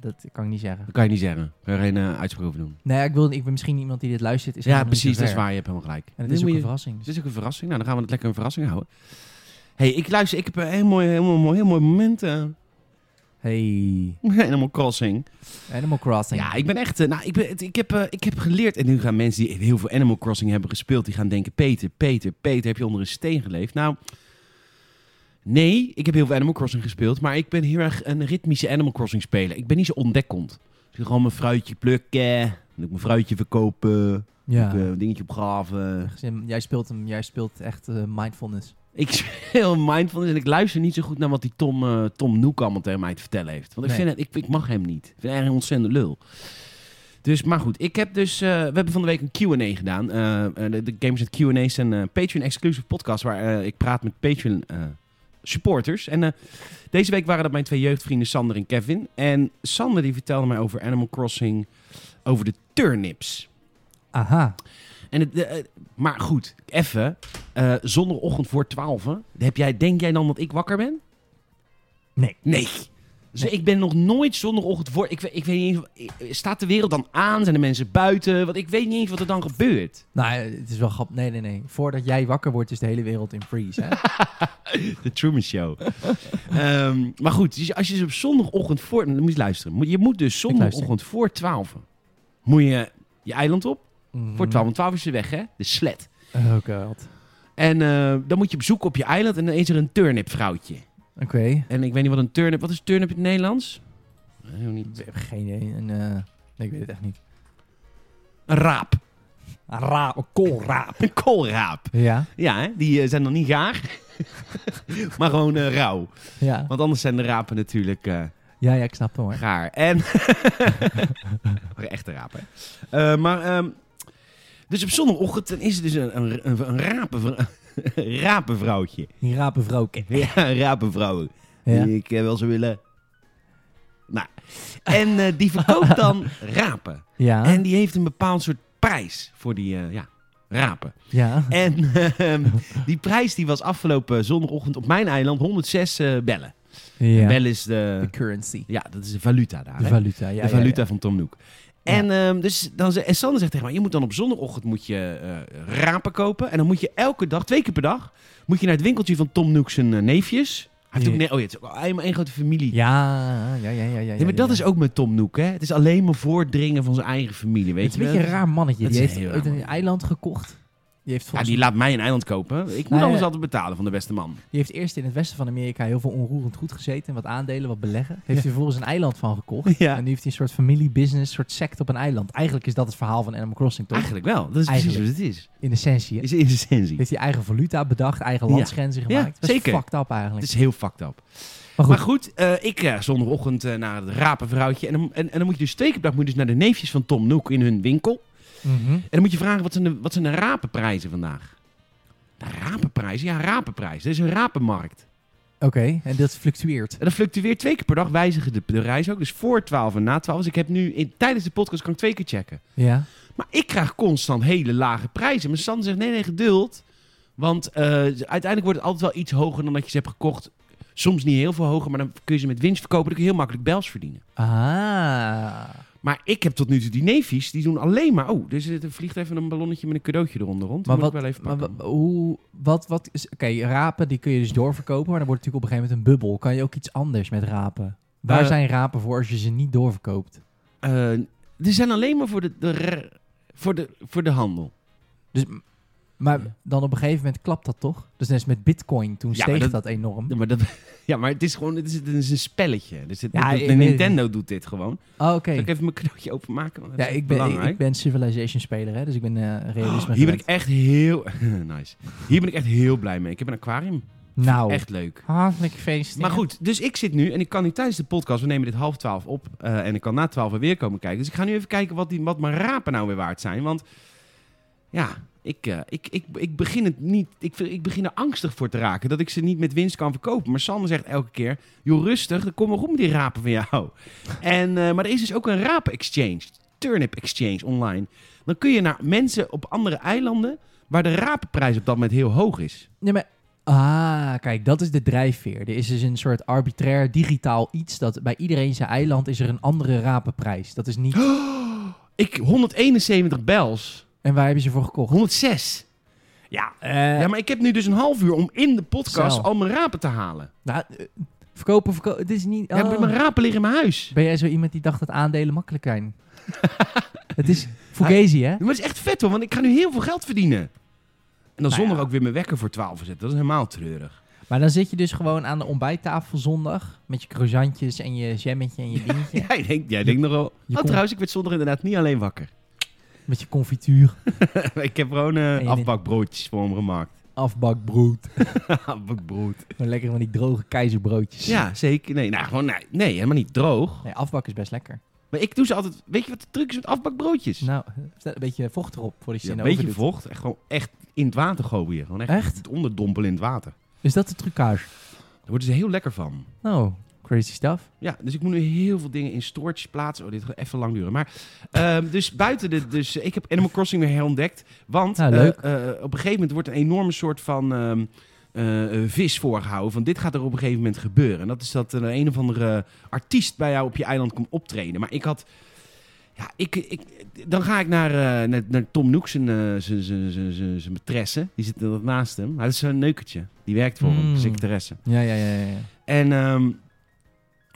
[SPEAKER 2] Dat kan ik niet zeggen.
[SPEAKER 1] Dat kan je niet zeggen. Kan je geen eh, uitspraak over doen.
[SPEAKER 2] Nee, ik wil, ik ben misschien iemand die dit luistert. Is
[SPEAKER 1] Ja,
[SPEAKER 2] helemaal niet
[SPEAKER 1] precies.
[SPEAKER 2] zo
[SPEAKER 1] Dat is
[SPEAKER 2] ver.
[SPEAKER 1] waar. Je hebt helemaal gelijk.
[SPEAKER 2] En het
[SPEAKER 1] Dan
[SPEAKER 2] is
[SPEAKER 1] moet
[SPEAKER 2] ook een
[SPEAKER 1] je-
[SPEAKER 2] verrassing.
[SPEAKER 1] Het is ook een verrassing. Nou, dan gaan we het lekker een verrassing houden. hey, ik luister. Ik heb een heel mooi, heel mooi, heel mooi moment. eh, [LAUGHS]
[SPEAKER 2] Hey,
[SPEAKER 1] Animal Crossing.
[SPEAKER 2] Animal Crossing.
[SPEAKER 1] Ja, ik ben echt... eh, nou, ik, ben, het- ik, heb, eh, ik heb geleerd... En nu gaan mensen die heel veel Animal Crossing hebben gespeeld... die gaan denken... Peter, Peter, Peter, heb je onder een steen geleefd? Nou... Nee, ik heb heel veel Animal Crossing gespeeld... maar ik ben heel erg een ritmische Animal Crossing speler. Ik ben niet zo ontdekkend. Dus ik ga gewoon mijn fruitje plukken... Dan doe ik mijn fruitje verkopen...
[SPEAKER 2] Ja.
[SPEAKER 1] doe ik, eh, een dingetje opgraven...
[SPEAKER 2] Jij speelt hem, jij speelt echt eh, mindfulness.
[SPEAKER 1] Ik speel mindfulness en ik luister niet zo goed naar wat die Tom, eh Tom Noek allemaal tegen mij te vertellen heeft. Want ik,
[SPEAKER 2] Nee.
[SPEAKER 1] vind het, ik, ik mag hem niet. Ik vind hij een ontzettend lul. Dus, maar goed, ik heb dus, eh, we hebben van de week een Q&A gedaan. Eh, eh, de, de Games at Q&A's zijn een Patreon-exclusive podcast waar eh, ik praat met Patreon eh, supporters. En eh, deze week waren dat mijn twee jeugdvrienden Sander en Kevin. En Sander die vertelde mij over Animal Crossing, over de turnips.
[SPEAKER 2] Aha.
[SPEAKER 1] En het, eh, eh, maar goed, even. eh zondagochtend voor 12. Heb jij, denk jij dan dat ik wakker ben?
[SPEAKER 2] Nee.
[SPEAKER 1] Nee. Dus
[SPEAKER 2] Nee.
[SPEAKER 1] ik ben nog nooit zondagochtend voor. Ik, we- ik weet niet eens. eh, Staat de wereld dan aan? Zijn de mensen buiten? Want ik weet niet eens wat er dan gebeurt.
[SPEAKER 2] Nou, eh, het is wel grappig. Nee, nee, nee. Voordat jij wakker wordt, is de hele wereld in freeze. Hè?
[SPEAKER 1] De Truman Show. [LAUGHS] Ehm, maar goed, dus als je dus op zondagochtend voor. Dan moet je luisteren. Moet- Je moet dus
[SPEAKER 2] luister.
[SPEAKER 1] zondagochtend voor 12. Moet je je eiland op. Voor
[SPEAKER 2] Mhm.
[SPEAKER 1] 12. Want 12 is de weg, hè? De slet.
[SPEAKER 2] Oh god.
[SPEAKER 1] En eh, dan moet je op zoek op je eiland en dan is er een turnipvrouwtje.
[SPEAKER 2] Oké.
[SPEAKER 1] En ik weet niet wat een turnip... Wat is turnip in het Nederlands? Nee, ook niet.
[SPEAKER 2] Geen idee. En, eh, nee, ik weet het echt niet.
[SPEAKER 1] Een raap.
[SPEAKER 3] Raap, een koolraap.
[SPEAKER 1] Een koolraap.
[SPEAKER 2] Ja?
[SPEAKER 1] Ja, hè? die eh, zijn nog niet [LAUGHS] gaar. maar gewoon eh, rauw.
[SPEAKER 2] Ja.
[SPEAKER 1] Want anders zijn de rapen natuurlijk eh,
[SPEAKER 2] Ja, ja, ik snap hem hoor.
[SPEAKER 1] gaar. En... [LAUGHS] Maar Echte rapen. hè? Eh, maar... ehm, dus op zondagochtend dan is er dus een, een, een, een rapenvrou- [LAUGHS] rapenvrouwtje.
[SPEAKER 2] Die rapen vrouwke.
[SPEAKER 1] Ja, een rapenvrouw.
[SPEAKER 2] Ja.
[SPEAKER 1] Die ik eh, wel zou willen. Nou, en eh, die verkoopt [LAUGHS] dan rapen.
[SPEAKER 2] Ja.
[SPEAKER 1] En die heeft een bepaald soort prijs voor die eh, ja, rapen.
[SPEAKER 2] ja.
[SPEAKER 1] En
[SPEAKER 2] [LAUGHS]
[SPEAKER 1] ehm, die prijs die was afgelopen zondagochtend op mijn eiland 106 eh, bellen.
[SPEAKER 2] ja.
[SPEAKER 1] Bellen is de,
[SPEAKER 2] De currency.
[SPEAKER 1] ja, dat is de valuta daar.
[SPEAKER 2] De
[SPEAKER 1] hè?
[SPEAKER 2] valuta. Ja,
[SPEAKER 1] de
[SPEAKER 2] ja, ja.
[SPEAKER 1] valuta van Tom Noek. En, ehm, dus dan, ze- en Sander zegt tegen mij, je moet dan op zondagochtend moet je, eh, rapen kopen. En dan moet je elke dag, twee keer per dag, moet je naar het winkeltje van Tom Noek zijn eh, neefjes. Hij heeft ook,
[SPEAKER 2] Ja.
[SPEAKER 1] ne- oh ja, het is ook één één grote familie.
[SPEAKER 2] Ja, ja, ja, ja. ja,
[SPEAKER 1] nee, maar
[SPEAKER 2] ja,
[SPEAKER 1] dat
[SPEAKER 2] ja.
[SPEAKER 1] is ook met Tom Noek, hè. Het is alleen maar voordringen van zijn eigen familie, weet
[SPEAKER 2] Het is
[SPEAKER 1] je
[SPEAKER 2] een beetje
[SPEAKER 1] wel?
[SPEAKER 2] een raar mannetje.
[SPEAKER 1] Dat
[SPEAKER 2] Die
[SPEAKER 1] is
[SPEAKER 2] heeft
[SPEAKER 1] heel
[SPEAKER 2] ooit
[SPEAKER 1] raar
[SPEAKER 2] een eiland gekocht. Die heeft,
[SPEAKER 1] Ja,
[SPEAKER 2] volgens
[SPEAKER 1] die laat mij een eiland kopen. Ik moet
[SPEAKER 2] Nou,
[SPEAKER 1] alles
[SPEAKER 2] ja.
[SPEAKER 1] altijd betalen van de beste man.
[SPEAKER 2] die heeft eerst in het westen van Amerika heel veel onroerend goed gezeten. Wat aandelen, wat beleggen. Heeft hij vervolgens een eiland van gekocht.
[SPEAKER 1] Ja.
[SPEAKER 2] En nu heeft hij een soort familiebusiness, een soort sect op een eiland. Eigenlijk is dat het verhaal van Animal Crossing, toch?
[SPEAKER 1] Eigenlijk wel. Dat is
[SPEAKER 2] Eigenlijk.
[SPEAKER 1] precies wat het is.
[SPEAKER 2] In essentie. hè?
[SPEAKER 1] Is in essentie.
[SPEAKER 2] Heeft hij eigen valuta bedacht, eigen
[SPEAKER 1] Ja.
[SPEAKER 2] landsgrenzen
[SPEAKER 1] Ja,
[SPEAKER 2] gemaakt. Dat is
[SPEAKER 1] zeker.
[SPEAKER 2] fucked up
[SPEAKER 1] Het
[SPEAKER 2] eigenlijk.
[SPEAKER 1] is heel fucked up.
[SPEAKER 2] maar goed,
[SPEAKER 1] Maar goed, eh, ik eh zondagochtend eh, naar het rapenvrouwtje. En dan, en, en dan moet je dus twee keer per dag moet je dus naar de neefjes van Tom Noek in hun winkel.
[SPEAKER 2] Mhm.
[SPEAKER 1] En dan moet je vragen, wat zijn de, wat zijn de rapenprijzen vandaag? De rapenprijzen? Ja, rapenprijzen. Er is een rapenmarkt.
[SPEAKER 2] oké. En dat fluctueert.
[SPEAKER 1] En dat fluctueert twee keer per dag, wijzigen de prijzen ook. Dus voor 12 en na 12. Dus ik heb nu, in, tijdens de podcast kan ik twee keer checken.
[SPEAKER 2] Ja.
[SPEAKER 1] Maar ik krijg constant hele lage prijzen. Maar San zegt, nee, nee, geduld. Want eh, uiteindelijk wordt het altijd wel iets hoger dan dat je ze hebt gekocht. Soms niet heel veel hoger, maar dan kun je ze met winst verkopen. Dan kun je heel makkelijk bels verdienen.
[SPEAKER 2] Ah.
[SPEAKER 1] Maar ik heb tot nu toe die neefjes, die doen alleen maar... Oh, er, zit, er vliegt even een ballonnetje met een cadeautje eronder rond. Die
[SPEAKER 2] Maar
[SPEAKER 1] moet
[SPEAKER 2] wat,
[SPEAKER 1] ik wel even
[SPEAKER 2] maar
[SPEAKER 1] pakken.
[SPEAKER 2] wa- hoe, wat, wat is, oké, rapen die kun je dus doorverkopen, maar dan wordt het natuurlijk op een gegeven moment een bubbel. Kan je ook iets anders met rapen? Waar
[SPEAKER 1] Eh,
[SPEAKER 2] zijn rapen voor als je ze niet doorverkoopt?
[SPEAKER 1] Eh, die zijn alleen maar voor de, de, re- voor de, voor de handel.
[SPEAKER 2] Dus, m- maar
[SPEAKER 1] Ja.
[SPEAKER 2] dan op een gegeven moment klapt dat toch? Dus net als met bitcoin, toen
[SPEAKER 1] Ja,
[SPEAKER 2] steeg
[SPEAKER 1] maar
[SPEAKER 2] dat,
[SPEAKER 1] dat-
[SPEAKER 2] enorm.
[SPEAKER 1] Ja, maar, dat, [LAUGHS] ja, maar het is gewoon het is, het is een spelletje. Dus het,
[SPEAKER 2] Ja,
[SPEAKER 1] dat- de
[SPEAKER 2] ik weet het
[SPEAKER 1] Nintendo doet dit gewoon.
[SPEAKER 2] Oh, oké.
[SPEAKER 1] Zal ik even mijn cadeautje openmaken? Want dat
[SPEAKER 2] Ja,
[SPEAKER 1] is
[SPEAKER 2] ik ben, ik,
[SPEAKER 1] belangrijk. Oh,
[SPEAKER 2] ik ben Civilization speler, hè, dus ik ben eh realisme.
[SPEAKER 1] hier ben ik
[SPEAKER 2] gewend.
[SPEAKER 1] echt heel... [LAUGHS] nice. Hier ben ik echt heel blij mee. Ik heb een aquarium.
[SPEAKER 2] Nou,
[SPEAKER 1] Echt leuk.
[SPEAKER 2] hartelijk feest.
[SPEAKER 1] Maar goed, dus ik zit nu en ik kan nu tijdens de podcast, we nemen dit half twaalf op eh, en ik kan na twaalf weer komen kijken. Dus ik ga nu even kijken wat, die, wat mijn rapen nou weer waard zijn. Want ja, ik, eh, ik, ik, ik begin het niet, ik, ik begin er angstig voor te raken dat ik ze niet met winst kan verkopen. Maar Sander zegt elke keer, joh rustig, dan kom maar om die rapen van jou. [LAUGHS] En, eh, maar er is dus ook een rapen exchange, turnip exchange online. Dan kun je naar mensen op andere eilanden waar de rapenprijs op dat moment heel hoog is.
[SPEAKER 2] Nee, maar, ah, kijk, dat is de drijfveer. Er is dus een soort arbitrair digitaal iets dat bij iedereen zijn eiland is er een andere rapenprijs. Dat is niet...
[SPEAKER 1] Ik, 171 bels.
[SPEAKER 2] En waar hebben ze voor gekocht?
[SPEAKER 1] 106. Ja. ja, maar ik heb nu dus een half uur om in de podcast
[SPEAKER 2] Zo.
[SPEAKER 1] al mijn rapen te halen.
[SPEAKER 2] Nou, eh, verkopen, verkopen. Het is niet.
[SPEAKER 1] Ja, maar
[SPEAKER 2] oh.
[SPEAKER 1] mijn rapen liggen in mijn huis.
[SPEAKER 2] Ben jij zo iemand die dacht dat aandelen makkelijk zijn?
[SPEAKER 1] [LAUGHS]
[SPEAKER 2] het is Fugazi, hè?
[SPEAKER 1] Maar dat is echt vet hoor, want ik ga nu heel veel geld verdienen. En dan
[SPEAKER 2] Nou
[SPEAKER 1] zonder
[SPEAKER 2] ja.
[SPEAKER 1] ook weer mijn wekker voor 12 zetten. Dat is helemaal treurig.
[SPEAKER 2] Maar dan zit je dus gewoon aan de ontbijttafel zondag. Met je croissantjes en je
[SPEAKER 1] [LAUGHS]
[SPEAKER 2] jammetje en je dingetje.
[SPEAKER 1] Jij denkt, jij denkt nog wel... Oh,
[SPEAKER 2] komt-
[SPEAKER 1] trouwens, ik werd zondag inderdaad niet alleen
[SPEAKER 2] [LAUGHS]
[SPEAKER 1] wakker.
[SPEAKER 2] Met je confituur.
[SPEAKER 1] ik heb gewoon eh,
[SPEAKER 2] je bent-
[SPEAKER 1] afbakbroodjes voor hem gemaakt.
[SPEAKER 2] [LAUGHS] Afbakbrood.
[SPEAKER 1] Afbakbrood.
[SPEAKER 2] Gewoon lekker van die droge keizerbroodjes.
[SPEAKER 1] Ja, zeker. Nee, nou, gewoon, nee, nee, helemaal niet droog.
[SPEAKER 2] Nee, afbak is best lekker.
[SPEAKER 1] Maar ik doe ze altijd... Weet je wat de truc is met afbakbroodjes?
[SPEAKER 2] Nou, [LAUGHS] stel een beetje vocht erop voordat je
[SPEAKER 1] Ja,
[SPEAKER 2] ze
[SPEAKER 1] een
[SPEAKER 2] in de
[SPEAKER 1] beetje
[SPEAKER 2] oven doet.
[SPEAKER 1] vocht. Echt, gewoon echt in het water gooien. Gewoon echt,
[SPEAKER 2] Echt?
[SPEAKER 1] het onderdompelen in het water.
[SPEAKER 2] Is dat de trucage?
[SPEAKER 1] Daar worden ze heel lekker van.
[SPEAKER 2] Nou, crazy stuff.
[SPEAKER 1] Ja, dus ik moet nu heel veel dingen in storage plaatsen. Oh, dit gaat even lang duren. Maar ehm, dus buiten de... Dus ik heb Animal Crossing weer herontdekt. Want
[SPEAKER 2] Nou,
[SPEAKER 1] eh,
[SPEAKER 2] leuk.
[SPEAKER 1] eh, op een gegeven moment wordt een enorme soort van ehm, eh, eh, vis voorgehouden. Van dit gaat er op een gegeven moment gebeuren. En dat is dat er een, een of andere artiest bij jou op je eiland komt optreden. Maar ik had... Ja, ik, ik, dan ga ik naar, eh, naar, naar Tom Nook, zijn, eh, zijn, zijn, zijn, zijn, zijn maîtresse. Die zit er naast hem. Hij is zo'n neukertje. Die werkt voor hem,
[SPEAKER 2] Mm.
[SPEAKER 1] secretaresse.
[SPEAKER 2] Ja, ja, ja, ja. ja.
[SPEAKER 1] En, ehm, [LAUGHS]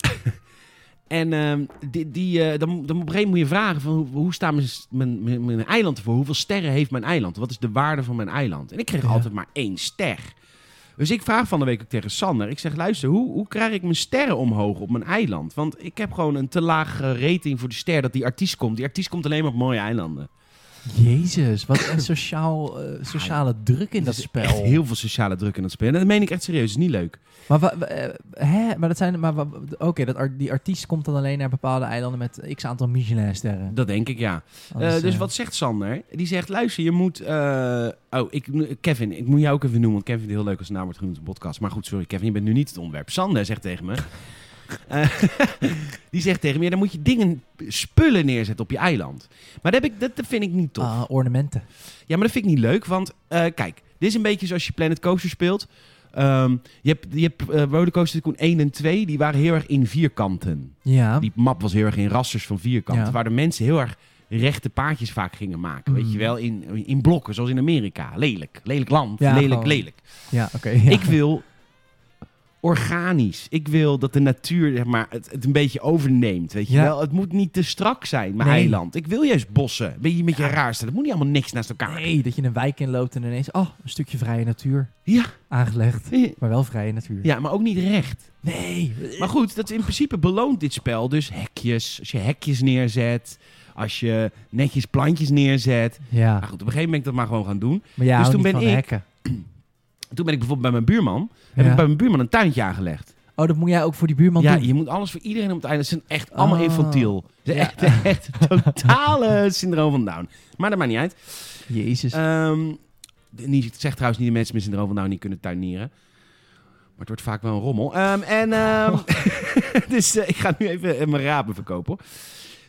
[SPEAKER 1] en ehm, die, die, eh, dan, dan op een gegeven moment moet je vragen van hoe, hoe staan mijn, mijn, mijn, mijn eiland ervoor? Hoeveel sterren heeft mijn eiland? Wat is de waarde van mijn eiland? En ik kreeg
[SPEAKER 2] Ja.
[SPEAKER 1] altijd maar één ster. Dus ik vraag van de week ook tegen Sander. Ik zeg, luister, hoe, hoe krijg ik mijn sterren omhoog op mijn eiland? Want ik heb gewoon een te lage rating voor de ster dat die artiest komt. Die artiest komt alleen maar op mooie eilanden.
[SPEAKER 2] Jezus, wat
[SPEAKER 1] [COUGHS]
[SPEAKER 2] een sociaal, eh, sociale druk in dat
[SPEAKER 1] Er is
[SPEAKER 2] spel.
[SPEAKER 1] Echt heel veel sociale druk in dat spel. En dat meen ik echt serieus. Het is niet leuk.
[SPEAKER 2] Maar, wa- wa- eh, hè? maar dat zijn. Maar, wa- oké, dat ar- die artiest komt dan alleen naar bepaalde eilanden met x aantal Michelin-sterren.
[SPEAKER 1] Dat denk ik, ja.
[SPEAKER 2] Anders,
[SPEAKER 1] Eh, dus
[SPEAKER 2] eh,
[SPEAKER 1] wat zegt Sander? Die zegt, luister, je moet... eh, Oh, ik, Kevin, ik moet jou ook even noemen, want Kevin vindt het heel leuk als de naam wordt genoemd in de podcast. Maar goed, sorry Kevin, je bent nu niet het onderwerp. Sander zegt tegen
[SPEAKER 2] [LAUGHS]
[SPEAKER 1] me... eh, [LAUGHS] die zegt tegen me, ja, dan moet je dingen, spullen neerzetten op je eiland. Maar dat, heb ik, dat, dat vind ik niet tof.
[SPEAKER 2] ah, ornamenten.
[SPEAKER 1] Ja, maar dat vind ik niet leuk, want eh, kijk, dit is een beetje zoals je Planet Coaster speelt. Ehm, je hebt, je hebt eh, Roller Coaster Tycoon 1 en 2, die waren heel erg in vierkanten.
[SPEAKER 2] Ja.
[SPEAKER 1] Die map was heel erg in rasters van vierkant.
[SPEAKER 2] Oh. Ja.
[SPEAKER 1] Waar de mensen heel erg rechte paadjes vaak gingen maken. Weet
[SPEAKER 2] Mm.
[SPEAKER 1] je wel, in, in blokken, zoals in Amerika. Lelijk. Lelijk land.
[SPEAKER 2] Ja,
[SPEAKER 1] lelijk,
[SPEAKER 2] gewoon.
[SPEAKER 1] lelijk.
[SPEAKER 2] Ja, oké. ja.
[SPEAKER 1] Ik wil organisch. Ik wil dat de natuur zeg maar, het, het een beetje overneemt. Weet je
[SPEAKER 2] Ja.
[SPEAKER 1] wel, het moet niet te strak zijn, mijn
[SPEAKER 2] Nee.
[SPEAKER 1] eiland. Ik wil juist bossen. Ben je met je raarste? Dat moet niet allemaal niks naast elkaar.
[SPEAKER 2] Nee, dat je een wijk inloopt en ineens. Oh, een stukje vrije natuur.
[SPEAKER 1] Ja.
[SPEAKER 2] Aangelegd. Maar wel vrije natuur.
[SPEAKER 1] [LAUGHS] Ja, maar ook niet recht.
[SPEAKER 2] Nee.
[SPEAKER 1] Maar goed, dat in principe beloont dit spel dus hekjes. Als je hekjes neerzet, als je netjes plantjes neerzet.
[SPEAKER 2] Ja.
[SPEAKER 1] Maar Nou, goed, op een gegeven moment ben ik dat maar gewoon gaan doen.
[SPEAKER 2] Maar ja,
[SPEAKER 1] Dus
[SPEAKER 2] houdt
[SPEAKER 1] toen
[SPEAKER 2] niet
[SPEAKER 1] ben
[SPEAKER 2] van
[SPEAKER 1] ik-
[SPEAKER 2] hekken.
[SPEAKER 1] Toen ben ik bijvoorbeeld bij mijn buurman. Heb
[SPEAKER 2] Ja.
[SPEAKER 1] ik bij mijn buurman een tuintje aangelegd.
[SPEAKER 2] Oh, dat moet jij ook voor die buurman
[SPEAKER 1] ja,
[SPEAKER 2] doen.
[SPEAKER 1] je moet alles voor iedereen op het eiland. Ze zijn echt allemaal
[SPEAKER 2] Oh.
[SPEAKER 1] infantiel. Ze zijn
[SPEAKER 2] Ja.
[SPEAKER 1] echt, echt totale [LAUGHS] syndroom van Down. Maar dat maakt niet uit.
[SPEAKER 2] Jezus.
[SPEAKER 1] Ehm, de- niet, ik zeg trouwens niet de mensen met syndroom van Down niet kunnen tuinieren. Maar het wordt vaak wel een rommel. Ehm, en, ehm, [LAUGHS] dus eh, ik ga nu even eh, mijn rapen verkopen. hoor.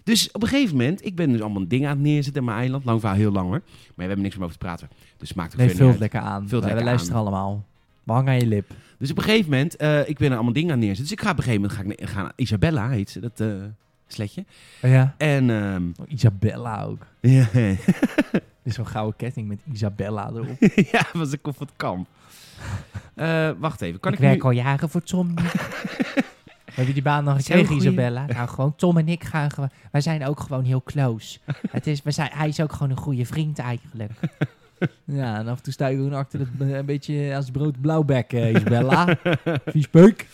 [SPEAKER 1] Dus op een gegeven moment, ik ben dus allemaal dingen aan het neerzetten in mijn eiland. Lang verhaal, heel lang hoor. Maar we hebben niks meer over te praten. Dus het maakt ook
[SPEAKER 2] nee,
[SPEAKER 1] verder
[SPEAKER 2] vult
[SPEAKER 1] niet uit.
[SPEAKER 2] lekker aan.
[SPEAKER 1] Vult
[SPEAKER 2] we
[SPEAKER 1] lekker
[SPEAKER 2] luisteren allemaal. Maar hang aan je lip.
[SPEAKER 1] Dus op een gegeven moment, eh, ik ben er allemaal dingen aan neerzetten. Dus ik ga op een gegeven moment, ga ik, ne- ga, Isabella heet ze, dat eh, Sletje.
[SPEAKER 2] Oh, Ja.
[SPEAKER 1] En, ehm, [LAUGHS]
[SPEAKER 2] Oh, Isabella ook.
[SPEAKER 1] ja,
[SPEAKER 2] Dit is zo'n gouden ketting met Isabella erop.
[SPEAKER 1] ja, was ik op het kamp. Eh, wacht even, kan ik, nu...
[SPEAKER 2] al jaren voor Tom.
[SPEAKER 1] [LAUGHS]
[SPEAKER 2] Heb je die baan nog
[SPEAKER 1] Dat is een
[SPEAKER 2] gekregen,
[SPEAKER 1] goeie.
[SPEAKER 2] Isabella? Nou, gewoon Tom en ik gaan gewoon... Wij zijn ook gewoon heel
[SPEAKER 1] [LAUGHS]
[SPEAKER 2] close. Het is, we zijn, hij is ook gewoon een goede vriend eigenlijk. Ja, en af en toe sta ik ook achter het eh, een beetje als brood
[SPEAKER 1] [LAUGHS]
[SPEAKER 2] blauwbek, eh, Isabella. Vies peuk.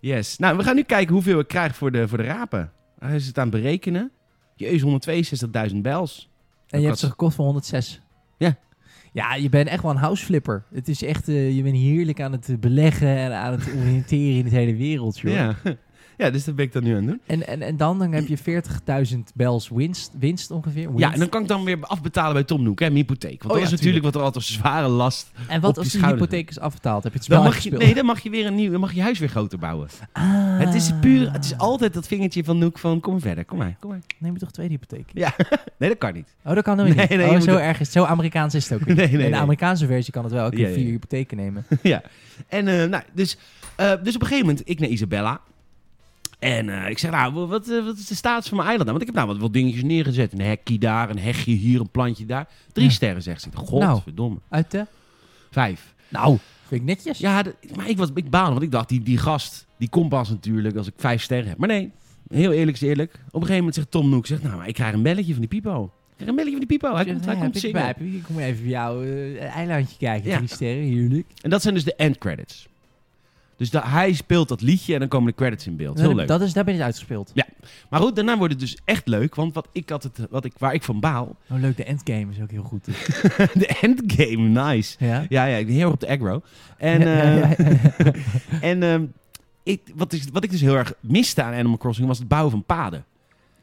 [SPEAKER 1] Yes. Nou, we gaan nu kijken hoeveel ik krijg voor de, voor de rapen. Hij is het aan het berekenen. Jezus, 162.000 bels.
[SPEAKER 2] En je
[SPEAKER 1] Ik
[SPEAKER 2] hebt ze
[SPEAKER 1] had-
[SPEAKER 2] gekocht voor 106.
[SPEAKER 1] Oh, Ja.
[SPEAKER 2] Ja, je bent echt wel een houseflipper. Het is echt, eh, je bent heerlijk aan het eh, beleggen en aan het oriënteren in het hele wereld, joh.
[SPEAKER 1] Ja. [LAUGHS] ja, dus dat ben ik dan nu aan het doen.
[SPEAKER 2] En, en, en dan, dan heb je 40.000 bels winst, winst ongeveer. Winst.
[SPEAKER 1] Ja, en dan kan ik dan weer afbetalen bij Tom Noek, hè, mijn hypotheek. Want
[SPEAKER 2] Oh
[SPEAKER 1] dat
[SPEAKER 2] ja,
[SPEAKER 1] is natuurlijk wat er altijd een zware last.
[SPEAKER 2] En
[SPEAKER 1] op
[SPEAKER 2] wat
[SPEAKER 1] je
[SPEAKER 2] als die
[SPEAKER 1] schouder.
[SPEAKER 2] hypotheek is afbetaald? Heb je het spel
[SPEAKER 1] Dan mag je,
[SPEAKER 2] gespeeld?
[SPEAKER 1] nee, dan mag je weer een nieuw, dan mag je huis weer groter bouwen.
[SPEAKER 2] Ah.
[SPEAKER 1] Het is puur, het is altijd dat vingertje van Noek van kom maar verder, kom maar, kom maar.
[SPEAKER 2] Neem je toch tweede hypotheek?
[SPEAKER 1] Ja, nee, dat kan niet. [LAUGHS]
[SPEAKER 2] Oh, dat kan nooit
[SPEAKER 1] Nee,
[SPEAKER 2] niet.
[SPEAKER 1] nee,
[SPEAKER 2] oh,
[SPEAKER 1] je
[SPEAKER 2] zo
[SPEAKER 1] moet-
[SPEAKER 2] erg is het. Zo Amerikaans
[SPEAKER 1] [LAUGHS]
[SPEAKER 2] is het ook
[SPEAKER 1] Nee,
[SPEAKER 2] niet.
[SPEAKER 1] nee,
[SPEAKER 2] In de
[SPEAKER 1] nee.
[SPEAKER 2] Amerikaanse versie kan het wel. Elke
[SPEAKER 1] Ja,
[SPEAKER 2] keer
[SPEAKER 1] ja,
[SPEAKER 2] vier
[SPEAKER 1] ja.
[SPEAKER 2] hypotheken
[SPEAKER 1] [LAUGHS]
[SPEAKER 2] nemen.
[SPEAKER 1] ja. En eh, nou, dus, eh, dus op een gegeven moment, ik naar Isabella. En eh, ik zeg, nou, wa- wat, eh, wat is de status van mijn eiland nou? Want ik heb nou wat, wat dingetjes neergezet. Een hekje daar, een hegje hier, een plantje daar. Drie
[SPEAKER 2] Ja. Nou.
[SPEAKER 1] sterren, zegt ze. Godverdomme.
[SPEAKER 2] Uit de...
[SPEAKER 1] Vijf.
[SPEAKER 2] Nou, vind ik netjes.
[SPEAKER 1] Ja, dat- maar ik was ik baan, want ik dacht, die, die gast, die komt pas natuurlijk als ik vijf sterren heb. Maar nee, heel eerlijk is eerlijk. Op een gegeven moment zegt Tom Noek, zegt, nou, maar ik krijg een belletje van die Pipo. Ik krijg een belletje van die Pipo, hij komt, hij
[SPEAKER 2] Ja,
[SPEAKER 1] komt
[SPEAKER 2] pik
[SPEAKER 1] zingen.
[SPEAKER 2] bij, pik, Ik kom even bij jou eh, eilandje kijken.
[SPEAKER 1] Ja.
[SPEAKER 2] Drie sterren, heerlijk.
[SPEAKER 1] En dat zijn dus de end credits. Dus dat, hij speelt dat liedje en dan komen de credits in beeld. Heel
[SPEAKER 2] Nou,
[SPEAKER 1] leuk.
[SPEAKER 2] Dat is, daar ben je uitgespeeld.
[SPEAKER 1] Maar goed, daarna wordt het dus echt leuk, want wat ik had het, wat ik, waar ik van
[SPEAKER 2] [LAUGHS]
[SPEAKER 1] baal,
[SPEAKER 2] Oh, leuk. De endgame is ook heel goed.
[SPEAKER 1] de endgame, nice. [LAUGHS]
[SPEAKER 2] Ja?
[SPEAKER 1] Ja, ja, ik ben heel erg op de aggro. En,
[SPEAKER 2] Ja,
[SPEAKER 1] eh,
[SPEAKER 2] ja, ja, ja.
[SPEAKER 1] en ehm, ik, wat, is, wat ik dus heel erg miste aan Animal Crossing was het bouwen van paden.
[SPEAKER 2] [LAUGHS]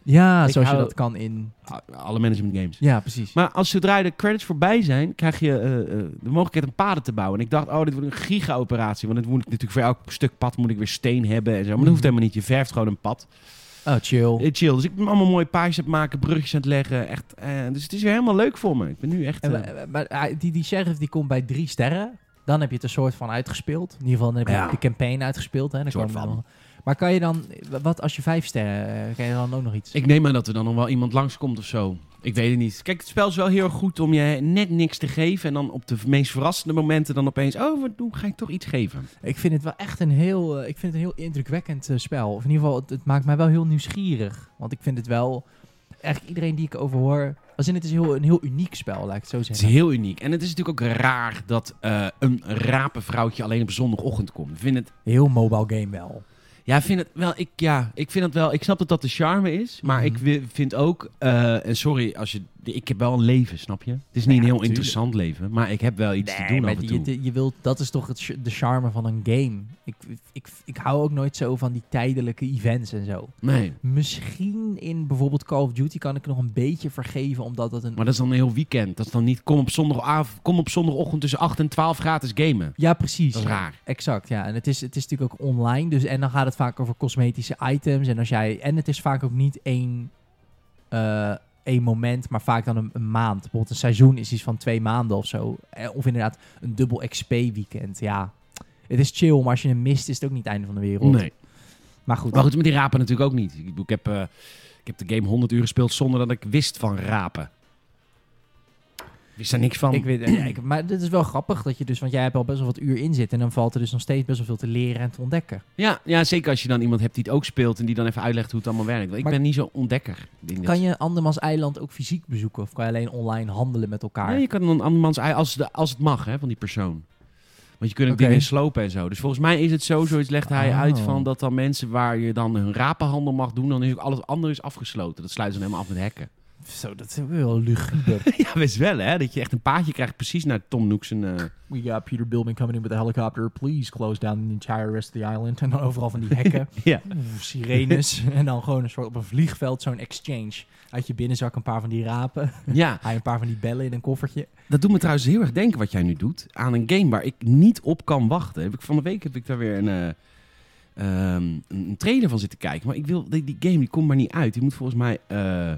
[SPEAKER 2] Ja,
[SPEAKER 1] [LAUGHS] Ik
[SPEAKER 2] zoals je
[SPEAKER 1] hou-
[SPEAKER 2] dat kan in...
[SPEAKER 1] Alle management games.
[SPEAKER 2] Ja, precies.
[SPEAKER 1] Maar als zodra de credits voorbij zijn, krijg je eh, eh, de mogelijkheid om paden te bouwen. En ik dacht, oh, dit wordt een giga-operatie. Want dan moet ik natuurlijk voor elk stuk pad moet ik weer steen hebben en zo. Maar dat hoeft
[SPEAKER 2] Mhm.
[SPEAKER 1] helemaal niet. Je verft gewoon een pad.
[SPEAKER 2] Oh, chill.
[SPEAKER 1] Eh, chill. Dus ik ben allemaal mooie paadjes aan het maken, brugjes aan het leggen. Echt, eh, dus het is weer helemaal leuk voor me. Ik ben nu echt...
[SPEAKER 2] En,
[SPEAKER 1] eh,
[SPEAKER 2] wa- wa- maar hij- die, die sheriff die komt bij drie sterren. Dan heb je het een soort van uitgespeeld. In ieder geval dan heb je
[SPEAKER 1] Ja.
[SPEAKER 2] de campaign uitgespeeld. Hè. Dan
[SPEAKER 1] Soort
[SPEAKER 2] komen
[SPEAKER 1] van.
[SPEAKER 2] er nog- Maar kan je dan, wat als je vijf sterren, eh, kan je dan ook nog iets?
[SPEAKER 1] ik neem aan dat er dan nog wel iemand langskomt of zo. Ik weet het niet. Kijk, het spel is wel heel erg goed om je net niks te geven. En dan op de meest verrassende momenten dan opeens... Oh, wat doe, ga ik toch iets geven.
[SPEAKER 2] Ik vind het wel echt een heel, eh, ik vind het een heel indrukwekkend eh, spel. Of in ieder geval, het, het maakt mij wel heel nieuwsgierig. Want ik vind het wel, eigenlijk iedereen die ik over hoor, als in het is heel, een heel uniek spel, laat ik het zo
[SPEAKER 1] Het
[SPEAKER 2] zeggen.
[SPEAKER 1] is heel uniek. En het is natuurlijk ook raar dat eh, een rapenvrouwtje alleen op zondagochtend komt. Ik vind het,
[SPEAKER 2] Heel mobile game wel.
[SPEAKER 1] ja, ik vind het wel, ik, ja, ik vind het wel, ik snap dat dat de charme is. Maar
[SPEAKER 2] Mhm.
[SPEAKER 1] ik wi- vind ook, eh, en sorry als je, ik heb wel een leven, snap je? Het is niet een heel
[SPEAKER 2] tuurlijk.
[SPEAKER 1] interessant leven, maar ik heb wel iets te doen
[SPEAKER 2] maar
[SPEAKER 1] af en
[SPEAKER 2] die-
[SPEAKER 1] toe.
[SPEAKER 2] Je, je wilt, dat is toch het, ch- de charme van een game. Ik, ik, ik hou ook nooit zo van die tijdelijke events en zo.
[SPEAKER 1] Nee,
[SPEAKER 2] Misschien in bijvoorbeeld Call of Duty kan ik nog een beetje vergeven, omdat dat een...
[SPEAKER 1] maar dat is dan een heel weekend. Dat is dan niet, kom op, zondagavond, kom op zondagochtend tussen 8 en 12 gratis gamen.
[SPEAKER 2] Ja, precies.
[SPEAKER 1] Dat is raar.
[SPEAKER 2] Exact, ja. En het is, het is natuurlijk ook online, dus en dan gaat het vaak over cosmetische items. En, als jij, en het is vaak ook niet één, eh, één moment, maar vaak dan een, een maand. Bijvoorbeeld een seizoen is iets van twee maanden of zo. Eh, Of inderdaad een dubbel XP weekend, ja. Het is chill, maar als je hem mist is het ook niet het einde van de wereld.
[SPEAKER 1] Nee.
[SPEAKER 2] Maar goed,
[SPEAKER 1] Maar goed, met die rapen natuurlijk ook niet. Ik, bedoel, ik heb, eh, ik heb de game 100 uur gespeeld zonder dat ik wist van rapen. Ik wist daar niks van.
[SPEAKER 2] Ik weet, ja, ik- maar dit is wel grappig dat je dus, want jij hebt al best wel wat uur in zitten en dan valt er dus nog steeds best wel veel te leren en te ontdekken.
[SPEAKER 1] Ja, ja, zeker als je dan iemand hebt die het ook speelt en die dan even uitlegt hoe het allemaal werkt. Want Ik
[SPEAKER 2] Maar-
[SPEAKER 1] ben niet zo ontdekker. in
[SPEAKER 2] Kan
[SPEAKER 1] dit.
[SPEAKER 2] je Andermans Eiland ook fysiek bezoeken of kan je alleen online handelen met elkaar?
[SPEAKER 1] Nee, je kan dan andermans ei als, de, als het mag hè, van die persoon. Want je kunt ook
[SPEAKER 2] Oké.
[SPEAKER 1] dingen slopen en zo. Dus volgens mij is het zo, zoiets legt hij
[SPEAKER 2] Oh.
[SPEAKER 1] uit van dat dan mensen waar je dan hun rapenhandel mag doen, dan is ook alles andere is afgesloten. Dat sluiten ze dan helemaal af met hekken.
[SPEAKER 2] Zo, dat is ook wel luguber.
[SPEAKER 1] [LAUGHS] ja, best wel hè. Dat je echt een paadje krijgt precies naar Tom Nook zijn... eh,
[SPEAKER 2] [LAUGHS] We got Peter Bilbin coming in with a helicopter. Please close down the entire rest of the island. En dan overal van die hekken,
[SPEAKER 1] [LAUGHS] Ja.
[SPEAKER 2] [LAUGHS] oeh, sirenes [LAUGHS] en dan gewoon een soort op een vliegveld zo'n exchange. Uit je binnenzak een paar van die rapen, [LAUGHS]
[SPEAKER 1] ja,
[SPEAKER 2] hij een paar van die bellen in een koffertje.
[SPEAKER 1] dat doet me trouwens heel erg denken wat jij nu doet aan een game waar ik niet op kan wachten. Heb ik, van de week heb ik daar weer een, eh, ehm, een- een trailer van zitten kijken. Maar ik wil, die, die game die komt maar niet uit. Die moet volgens mij eh,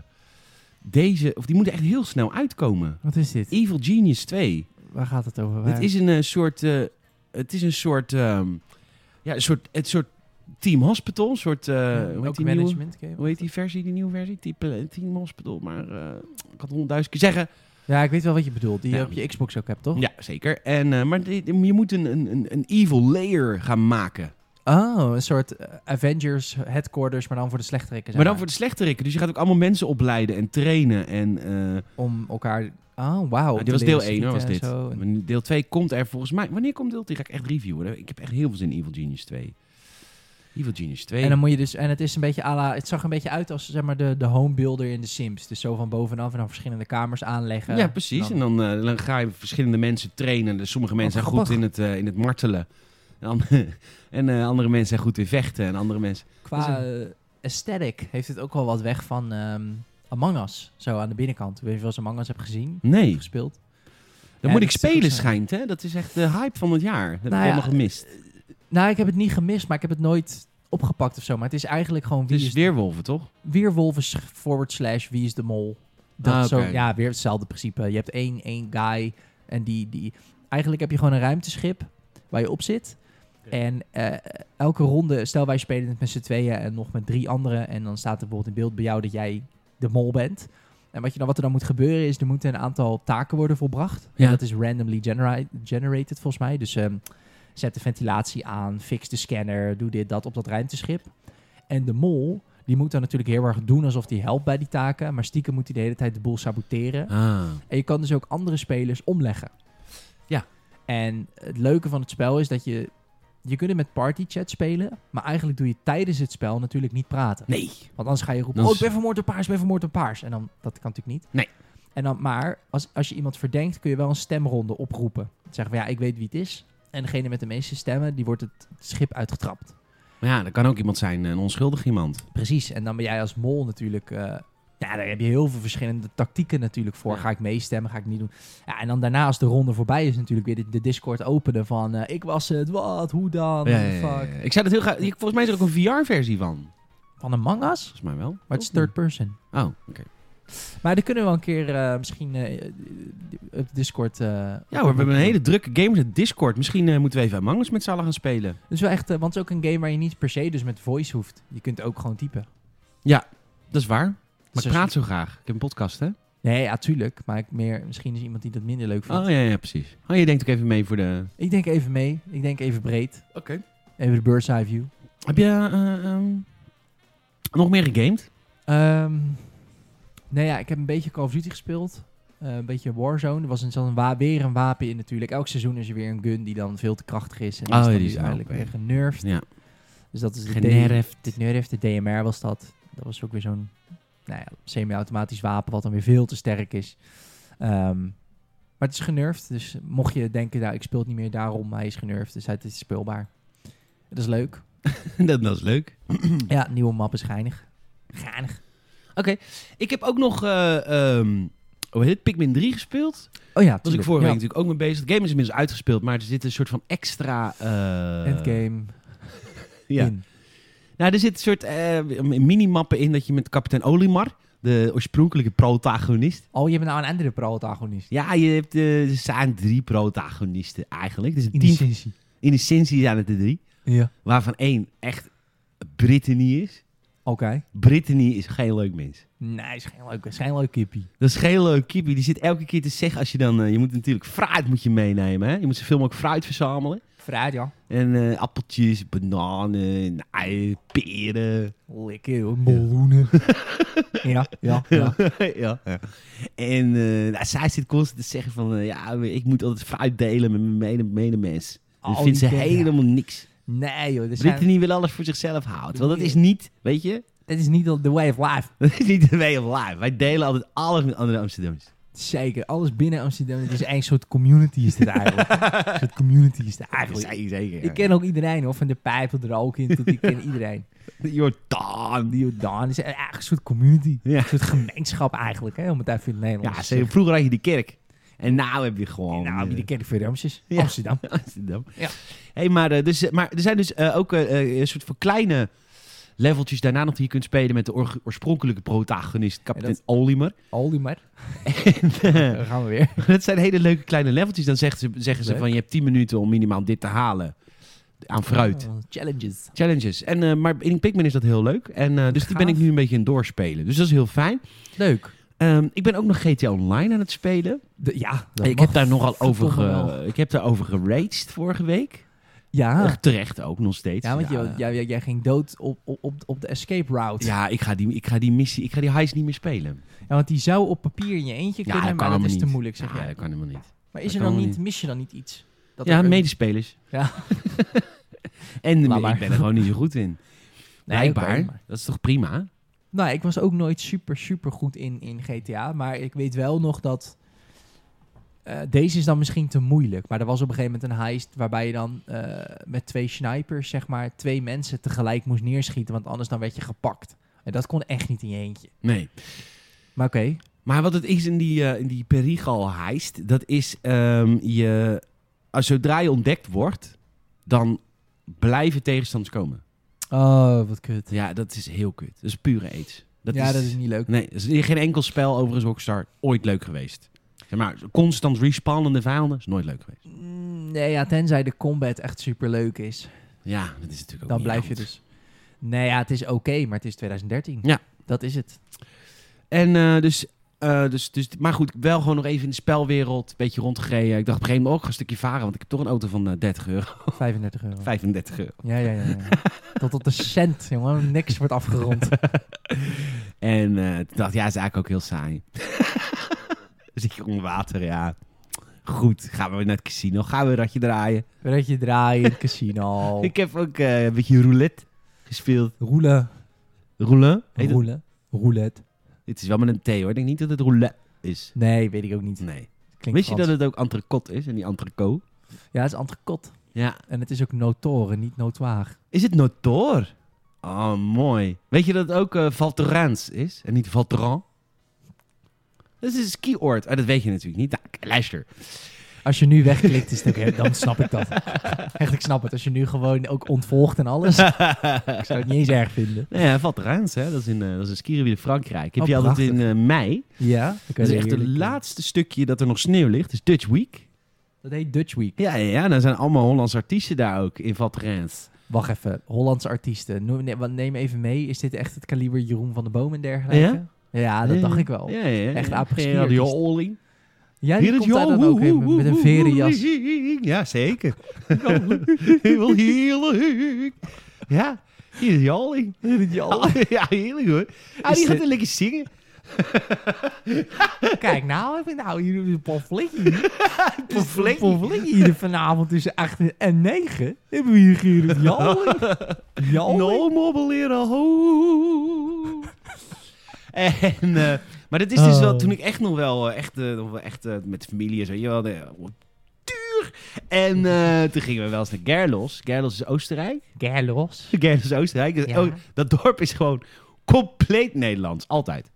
[SPEAKER 1] deze, of die moet echt heel snel uitkomen.
[SPEAKER 2] Wat is dit?
[SPEAKER 1] Evil Genius 2.
[SPEAKER 2] Waar gaat het over?
[SPEAKER 1] Het is een eh, soort, eh, het is een soort, ehm, ja, een soort, het soort Team Hospital, een soort... eh, hoe, heet
[SPEAKER 2] ook
[SPEAKER 1] die nieuwe,
[SPEAKER 2] management game.
[SPEAKER 1] hoe heet die versie, die nieuwe versie? Type- eh, Team Hospital, maar eh, ik had honderdduizend keer zeggen.
[SPEAKER 2] Ja, ik weet wel wat je bedoelt. Die
[SPEAKER 1] Ja.
[SPEAKER 2] je op je Xbox ook hebt, toch?
[SPEAKER 1] Ja, zeker. En, eh, maar die- die- je moet een, een, een- een evil layer gaan maken.
[SPEAKER 2] Oh, een soort eh, Avengers headquarters, maar dan voor de slechterikken.
[SPEAKER 1] Maar dan voor de slechterikken. Dus je gaat ook allemaal mensen opleiden en trainen. En eh,
[SPEAKER 2] Om elkaar... Oh, wauw.
[SPEAKER 1] nou,
[SPEAKER 2] te
[SPEAKER 1] dit was
[SPEAKER 2] leren
[SPEAKER 1] deel 1, was
[SPEAKER 2] schieten en
[SPEAKER 1] dit.
[SPEAKER 2] zo. En-
[SPEAKER 1] Deel 2 komt er volgens mij... Wanneer komt deel 2? Ga ik echt reviewen. hè? Ik heb echt heel veel zin in Evil Genius 2. Evil Genius 2.
[SPEAKER 2] En dan moet je dus, en het is een beetje à la, het zag een beetje uit als zeg maar de, de home builder in de Sims. Dus zo van bovenaf en dan verschillende kamers aanleggen.
[SPEAKER 1] ja, precies. En
[SPEAKER 2] En dan-
[SPEAKER 1] dan, eh, dan ga je verschillende mensen trainen. Dus sommige mensen
[SPEAKER 2] Wat
[SPEAKER 1] zijn goed in het, eh, in het martelen. En, an- [LAUGHS] en eh, andere mensen zijn goed in vechten. En andere mensen...
[SPEAKER 2] qua eh, aesthetic heeft het ook wel wat weg van ehm, Among Us. Zo aan de binnenkant. Weet je wel eens Among Us heb gezien?
[SPEAKER 1] Nee,
[SPEAKER 2] Gespeeld?
[SPEAKER 1] dan
[SPEAKER 2] Ja,
[SPEAKER 1] moet ik
[SPEAKER 2] dat is ook
[SPEAKER 1] spelen
[SPEAKER 2] zo.
[SPEAKER 1] schijnt. Hè? Dat is echt de hype van het jaar. Dat heb ik
[SPEAKER 2] ja,
[SPEAKER 1] helemaal gemist.
[SPEAKER 2] Nou, ik heb het niet gemist, maar ik heb het nooit opgepakt of zo. Maar het is eigenlijk gewoon
[SPEAKER 1] Het
[SPEAKER 2] wie
[SPEAKER 1] is
[SPEAKER 2] is
[SPEAKER 1] weerwolven, toch?
[SPEAKER 2] Weerwolven sch- forward slash wie is de mol. Dat
[SPEAKER 1] Ah,
[SPEAKER 2] zo,
[SPEAKER 1] oké.
[SPEAKER 2] ja, weer hetzelfde principe. Je hebt één, één guy en die, die... Eigenlijk heb je gewoon een ruimteschip waar je op zit. En eh, elke ronde, stel wij spelen het met z'n tweeën en nog met drie anderen. En dan staat er bijvoorbeeld in beeld bij jou dat jij de mol bent. En wat, je dan, wat er dan moet gebeuren is, er moeten een aantal taken worden volbracht.
[SPEAKER 1] Ja.
[SPEAKER 2] En dat is randomly genera- generated volgens mij. Dus ehm, zet de ventilatie aan, fix de scanner, doe dit, dat op dat ruimteschip. En de mol, die moet dan natuurlijk heel erg doen alsof hij helpt bij die taken. Maar stiekem moet hij de hele tijd de boel saboteren.
[SPEAKER 1] Ah.
[SPEAKER 2] En je kan dus ook andere spelers omleggen.
[SPEAKER 1] Ja.
[SPEAKER 2] En het leuke van het spel is dat je... Je kunt het met partychat spelen, maar eigenlijk doe je tijdens het spel natuurlijk niet praten.
[SPEAKER 1] Nee.
[SPEAKER 2] Want anders ga je roepen,
[SPEAKER 1] Dan
[SPEAKER 2] oh,
[SPEAKER 1] is-
[SPEAKER 2] ik ben vermoord door paars, ik ben vermoord door paars. En dan, dat kan natuurlijk niet.
[SPEAKER 1] Nee.
[SPEAKER 2] En dan, maar als, als je iemand verdenkt, kun je wel een stemronde oproepen. Zeggen van, ja, ik weet wie het is. En degene met de meeste stemmen, die wordt het schip uitgetrapt.
[SPEAKER 1] Maar ja, dat kan ook iemand zijn, eh, een onschuldig iemand.
[SPEAKER 2] Precies, en dan ben jij als mol natuurlijk... eh, ja, daar heb je heel veel verschillende tactieken natuurlijk voor.
[SPEAKER 1] Ja.
[SPEAKER 2] Ga ik meestemmen, ga ik niet doen. Ja, en dan daarna als de ronde voorbij is natuurlijk weer de, de Discord openen van... eh, ik was het, wat, hoe dan,
[SPEAKER 1] Ja,
[SPEAKER 2] what the
[SPEAKER 1] ja, ja,
[SPEAKER 2] fuck.
[SPEAKER 1] ja. Ik zei dat heel graag. ik- Volgens mij is er ook een VR-versie van.
[SPEAKER 2] Van een mangas?
[SPEAKER 1] Volgens mij wel.
[SPEAKER 2] Maar het is third person.
[SPEAKER 1] Oh, oké.
[SPEAKER 2] Maar daar kunnen we wel een keer eh, misschien eh, op Discord... eh,
[SPEAKER 1] Ja hoor, we hebben een hele drukke gamers en Discord. Misschien eh, moeten we even Among Us met z'n allen gaan spelen.
[SPEAKER 2] Het is wel echt, eh, want het is ook een game waar je niet per se dus met voice hoeft. Je kunt ook gewoon typen.
[SPEAKER 1] Dat is waar. Maar
[SPEAKER 2] Dus
[SPEAKER 1] ik
[SPEAKER 2] als
[SPEAKER 1] praat zo graag. Ik heb een podcast, hè?
[SPEAKER 2] je- Nee, ja, tuurlijk. Maar ik meer, misschien is iemand die dat minder leuk vindt.
[SPEAKER 1] Oh, ja, ja, precies. Oh, je denkt ook even mee voor de...
[SPEAKER 2] Ik denk even mee. Ik denk even breed.
[SPEAKER 1] Oké.
[SPEAKER 2] Even de bird's eye view.
[SPEAKER 1] Heb je eh, ehm, nog meer gegamed? [LAUGHS]
[SPEAKER 2] Ehm nou ja, ik heb een beetje Call of Duty gespeeld. Eh, een beetje Warzone. Er was een, zat een wa- weer een wapen in natuurlijk. Elk seizoen is er weer een gun die dan veel te krachtig is. En
[SPEAKER 1] Oh,
[SPEAKER 2] is dan
[SPEAKER 1] die
[SPEAKER 2] nu
[SPEAKER 1] is ook
[SPEAKER 2] eigenlijk
[SPEAKER 1] weer.
[SPEAKER 2] weer genurfd.
[SPEAKER 1] Ja.
[SPEAKER 2] Dus dat is de
[SPEAKER 1] Generft.
[SPEAKER 2] D- De nerf, de DMR was dat. Dat was ook weer zo'n nou ja, semi-automatisch wapen wat dan weer veel te sterk is. Ehm, maar het is genurfd. Dus mocht je denken, nou, ik speel het niet meer daarom. Hij is genurfd, dus het is speelbaar. Dat is leuk.
[SPEAKER 1] dat, dat is leuk.
[SPEAKER 2] Ja, nieuwe map is geinig. Geinig.
[SPEAKER 1] Oké. Ik heb ook nog... eh, ehm, hoe heet het? Pikmin 3 gespeeld.
[SPEAKER 2] Oh ja,
[SPEAKER 1] Daar was ik
[SPEAKER 2] tuurlijk.
[SPEAKER 1] vorige
[SPEAKER 2] Ja.
[SPEAKER 1] week natuurlijk ook mee bezig. Het game is inmiddels uitgespeeld, maar er zit een soort van extra... eh,
[SPEAKER 2] Endgame
[SPEAKER 1] Ja.
[SPEAKER 2] in.
[SPEAKER 1] Nou, er zit een soort eh, minimappen in dat je met kapitein Olimar, de oorspronkelijke protagonist.
[SPEAKER 2] Oh, je bent nou een andere protagonist.
[SPEAKER 1] Ja, je hebt, eh, er zijn drie protagonisten eigenlijk. Dus een team, in essentie zijn het er drie.
[SPEAKER 2] Ja.
[SPEAKER 1] Waarvan één echt Brittany is.
[SPEAKER 2] Oké.
[SPEAKER 1] Brittany is geen leuk mens.
[SPEAKER 2] Nee, is geen leuk, is geen leuk kippie.
[SPEAKER 1] Dat is geen leuk kippie. Die zit elke keer te zeggen als je dan... eh, je moet natuurlijk fruit moet je meenemen. Hè? Je moet zoveel mogelijk fruit verzamelen.
[SPEAKER 2] Fruit, ja.
[SPEAKER 1] En eh, appeltjes, bananen, ei, peren. [LAUGHS]
[SPEAKER 2] Lekker hoor, meloenen. ja, ja, ja.
[SPEAKER 1] ja. En eh, nou, zij zit constant te zeggen van... eh, ja, ik moet altijd fruit delen met mijn mede- medemens. Dat
[SPEAKER 2] Oh,
[SPEAKER 1] vindt ze
[SPEAKER 2] die ken-
[SPEAKER 1] helemaal niks.
[SPEAKER 2] Nee joh, dat, zijn,
[SPEAKER 1] Brittany wil alles voor zichzelf houden. Want dat is niet, weet je... [LAUGHS]
[SPEAKER 2] dat is niet de way of life.
[SPEAKER 1] Dat is niet de way of life. Wij delen altijd alles met andere Amsterdammers.
[SPEAKER 2] Zeker, alles binnen Amsterdam. Het is eigenlijk een soort community is
[SPEAKER 1] [LAUGHS]
[SPEAKER 2] dit eigenlijk. een soort community is dit eigenlijk.
[SPEAKER 1] Zij- zeker.
[SPEAKER 2] Ik ken ook iedereen hoor, van de pijp tot er ook in, tot ik ken
[SPEAKER 1] [LAUGHS]
[SPEAKER 2] iedereen.
[SPEAKER 1] Jordaan.
[SPEAKER 2] Die Jordaan, het is eigenlijk een soort community.
[SPEAKER 1] Ja.
[SPEAKER 2] Een soort gemeenschap eigenlijk, hè, om het even in het Nederlands
[SPEAKER 1] Ja,
[SPEAKER 2] te
[SPEAKER 1] ze-
[SPEAKER 2] zeggen.
[SPEAKER 1] vroeger had je de kerk. En nou heb je gewoon...
[SPEAKER 2] Nou, heb je de kerk voor de Amsterdams.
[SPEAKER 1] Ja.
[SPEAKER 2] Amsterdam.
[SPEAKER 1] Amsterdam.
[SPEAKER 2] Ja.
[SPEAKER 1] Hey, maar, eh, dus, eh, maar er zijn dus eh, ook eh, eh, een soort van kleine leveltjes daarna nog die je kunt spelen met de oor- oorspronkelijke protagonist, kapitein
[SPEAKER 2] Ja, [LAUGHS]
[SPEAKER 1] Olimer.
[SPEAKER 2] Aldi maar.
[SPEAKER 1] En, eh,
[SPEAKER 2] Daar gaan we weer.
[SPEAKER 1] dat zijn hele leuke kleine leveltjes. Dan zeggen ze, zeggen ze
[SPEAKER 2] Leuk.
[SPEAKER 1] van je hebt 10 minuten om minimaal dit te halen. aan vooruit.
[SPEAKER 2] Oh, [LAUGHS] challenges.
[SPEAKER 1] Challenges. En, eh, maar in Pikmin is dat heel leuk. En, eh, dus die ben ik
[SPEAKER 2] Gaaf.
[SPEAKER 1] nu een beetje in doorspelen. Dus dat is heel fijn.
[SPEAKER 2] Leuk.
[SPEAKER 1] Ehm, ik ben ook nog GTA Online aan het spelen.
[SPEAKER 2] De- ja, dat
[SPEAKER 1] ik
[SPEAKER 2] mag
[SPEAKER 1] heb daar nogal over, eh, ge-
[SPEAKER 2] verdomme wel.
[SPEAKER 1] ik heb daarover geraged vorige week.
[SPEAKER 2] Ja,
[SPEAKER 1] Echt terecht ook nog steeds.
[SPEAKER 2] ja want
[SPEAKER 1] ja,
[SPEAKER 2] jij- jij, jij ging dood op, op- op, op de escape route.
[SPEAKER 1] ja, ik ga die, ik ga die missie, ik ga die heist niet meer spelen.
[SPEAKER 2] Ja, want die zou op papier in je eentje
[SPEAKER 1] Ja,
[SPEAKER 2] kunnen,
[SPEAKER 1] dat kan
[SPEAKER 2] maar dat
[SPEAKER 1] helemaal
[SPEAKER 2] is te
[SPEAKER 1] niet.
[SPEAKER 2] moeilijk, zeg
[SPEAKER 1] ja,
[SPEAKER 2] jij.
[SPEAKER 1] dat kan helemaal niet.
[SPEAKER 2] Maar is
[SPEAKER 1] dat kan
[SPEAKER 2] er dan
[SPEAKER 1] wel
[SPEAKER 2] niet, mis je dan niet iets? Dat
[SPEAKER 1] ja,
[SPEAKER 2] er een-
[SPEAKER 1] medespelers.
[SPEAKER 2] Ja.
[SPEAKER 1] [LAUGHS] en
[SPEAKER 2] Laat maar.
[SPEAKER 1] ik ben er gewoon niet zo goed in.
[SPEAKER 2] Nee,
[SPEAKER 1] Blijkbaar.
[SPEAKER 2] oké, maar-
[SPEAKER 1] Dat is toch prima?
[SPEAKER 2] Nou, ik was ook nooit super, super goed in, in GTA. Maar ik weet wel nog dat... eh, deze is dan misschien te moeilijk. Maar er was op een gegeven moment een heist waarbij je dan eh, met twee snipers, zeg maar, twee mensen tegelijk moest neerschieten. Want anders dan werd je gepakt. En dat kon echt niet in je eentje.
[SPEAKER 1] Nee.
[SPEAKER 2] Maar oké,
[SPEAKER 1] Maar wat het is in die, eh, in die Perigal heist, dat is ehm, je, als zodra je ontdekt wordt, dan blijven tegenstanders komen.
[SPEAKER 2] Oh, wat kut.
[SPEAKER 1] Ja, dat is heel kut. Dat is pure aids. Dat
[SPEAKER 2] ja,
[SPEAKER 1] is,
[SPEAKER 2] dat is niet leuk.
[SPEAKER 1] Nee, dat is in geen enkel spel overigens Rockstar ooit leuk geweest. Zeg maar, constant respawnende vijanden is nooit leuk geweest.
[SPEAKER 2] Mm, Nee, ja, tenzij de combat echt super leuk is.
[SPEAKER 1] Ja, dat is natuurlijk ook
[SPEAKER 2] Dan
[SPEAKER 1] niet
[SPEAKER 2] blijf je
[SPEAKER 1] anders.
[SPEAKER 2] dus. Nee, ja, het is oké, maar het is 2013.
[SPEAKER 1] Ja.
[SPEAKER 2] Dat is het.
[SPEAKER 1] En eh, dus, eh, dus, dus, maar goed, wel gewoon nog even in de spelwereld een beetje rondgereden. Ik dacht op een gegeven moment ook ga een stukje varen, want ik heb toch een auto van eh, 30 euro, [LAUGHS]
[SPEAKER 2] 35 euro.
[SPEAKER 1] 35 euro.
[SPEAKER 2] Ja, ja, ja. ja. Tot op de cent, jongen. Niks wordt
[SPEAKER 1] [LAUGHS]
[SPEAKER 2] afgerond.
[SPEAKER 1] En eh, toen dacht ik, ja, is eigenlijk ook heel saai. [LAUGHS] dus ik onder water, ja. Goed, gaan we naar het casino, gaan we een ratje draaien.
[SPEAKER 2] Dat je draaien in het casino.
[SPEAKER 1] Ik heb ook eh, een beetje roulette gespeeld.
[SPEAKER 2] Roelen.
[SPEAKER 1] Roulin? Heet het?
[SPEAKER 2] Roelen. Roulette.
[SPEAKER 1] het is wel met een T hoor, ik denk niet dat het roulette is.
[SPEAKER 2] Nee, weet ik ook niet.
[SPEAKER 1] Nee.
[SPEAKER 2] Klinkt
[SPEAKER 1] Hm. Wist je dat
[SPEAKER 2] Frans.
[SPEAKER 1] het ook entrecot is en die entrecot?
[SPEAKER 2] Ja, het is antrikot.
[SPEAKER 1] Ja.
[SPEAKER 2] En het is ook notoren, niet notoir.
[SPEAKER 1] Is het notor? Oh, mooi. Weet je dat het ook eh Valterraans is en niet Valteran? Dat is een skioord. Ah, dat weet je natuurlijk niet. Nou, k- [LAUGHS] luister.
[SPEAKER 2] Als je nu wegklikt, is het ook, dan snap
[SPEAKER 1] [LAUGHS]
[SPEAKER 2] ik dat. Echt, ik snap het. Als je nu gewoon ook ontvolgt en
[SPEAKER 1] [LAUGHS]
[SPEAKER 2] alles. Ik zou het niet eens erg vinden.
[SPEAKER 1] Nee, ja, Valterraans, hè. Dat is, in, eh, dat is een skigebied in Frankrijk. Heb
[SPEAKER 2] Oh,
[SPEAKER 1] je altijd in
[SPEAKER 2] prachtig.
[SPEAKER 1] eh, mei.
[SPEAKER 2] Ja.
[SPEAKER 1] Dat eh, is echt het laatste stukje dat er nog sneeuw ligt. is Dutch Week.
[SPEAKER 2] Dat heet Dutch Week.
[SPEAKER 1] Ja, ja, ja. En dan zijn allemaal Hollandse artiesten daar ook in Valterraans.
[SPEAKER 2] Wacht even, Hollandse artiesten. Noem, ne- wat- neem even mee, is dit echt het kaliber Jeroen van de Boom en dergelijke? Ja, dat dacht ik wel. Ja,
[SPEAKER 1] Ja, ja. ja.
[SPEAKER 2] Echt apres-ski
[SPEAKER 1] Ja, die
[SPEAKER 2] artiest.
[SPEAKER 1] Olling.
[SPEAKER 2] die
[SPEAKER 1] Hier het
[SPEAKER 2] komt daar dan ook in, met een verenjas.
[SPEAKER 1] Ja, zeker. [LAUGHS] Heel heerlijk. Ja, hier is Joling. [LAUGHS] Ja, heerlijk hoor. Oh. Ah,
[SPEAKER 2] Is
[SPEAKER 1] die gaat
[SPEAKER 2] de-
[SPEAKER 1] er lekker zingen.
[SPEAKER 2] Kijk, nou heb ik nou hier een
[SPEAKER 1] [LAUGHS]
[SPEAKER 2] pamfletje.
[SPEAKER 1] Pamfletje.
[SPEAKER 2] pamfletje hier vanavond tussen 8 en 9. Hebben we hier Gerrit
[SPEAKER 1] [LAUGHS]
[SPEAKER 2] Jalling.
[SPEAKER 1] Oh, No more leren ho. [LAUGHS] En, eh, maar dat is dus
[SPEAKER 2] Oh.
[SPEAKER 1] wel toen ik echt nog wel eh, echt, eh, nog wel echt eh, met familie en zo, je wel, de, duur. En eh, toen gingen we wel eens naar Gerlos. Gerlos is Oostenrijk.
[SPEAKER 2] Gerlos.
[SPEAKER 1] Gerlos is Oostenrijk. Dus
[SPEAKER 2] Ja.
[SPEAKER 1] ook- dat dorp is gewoon compleet Nederlands. Altijd.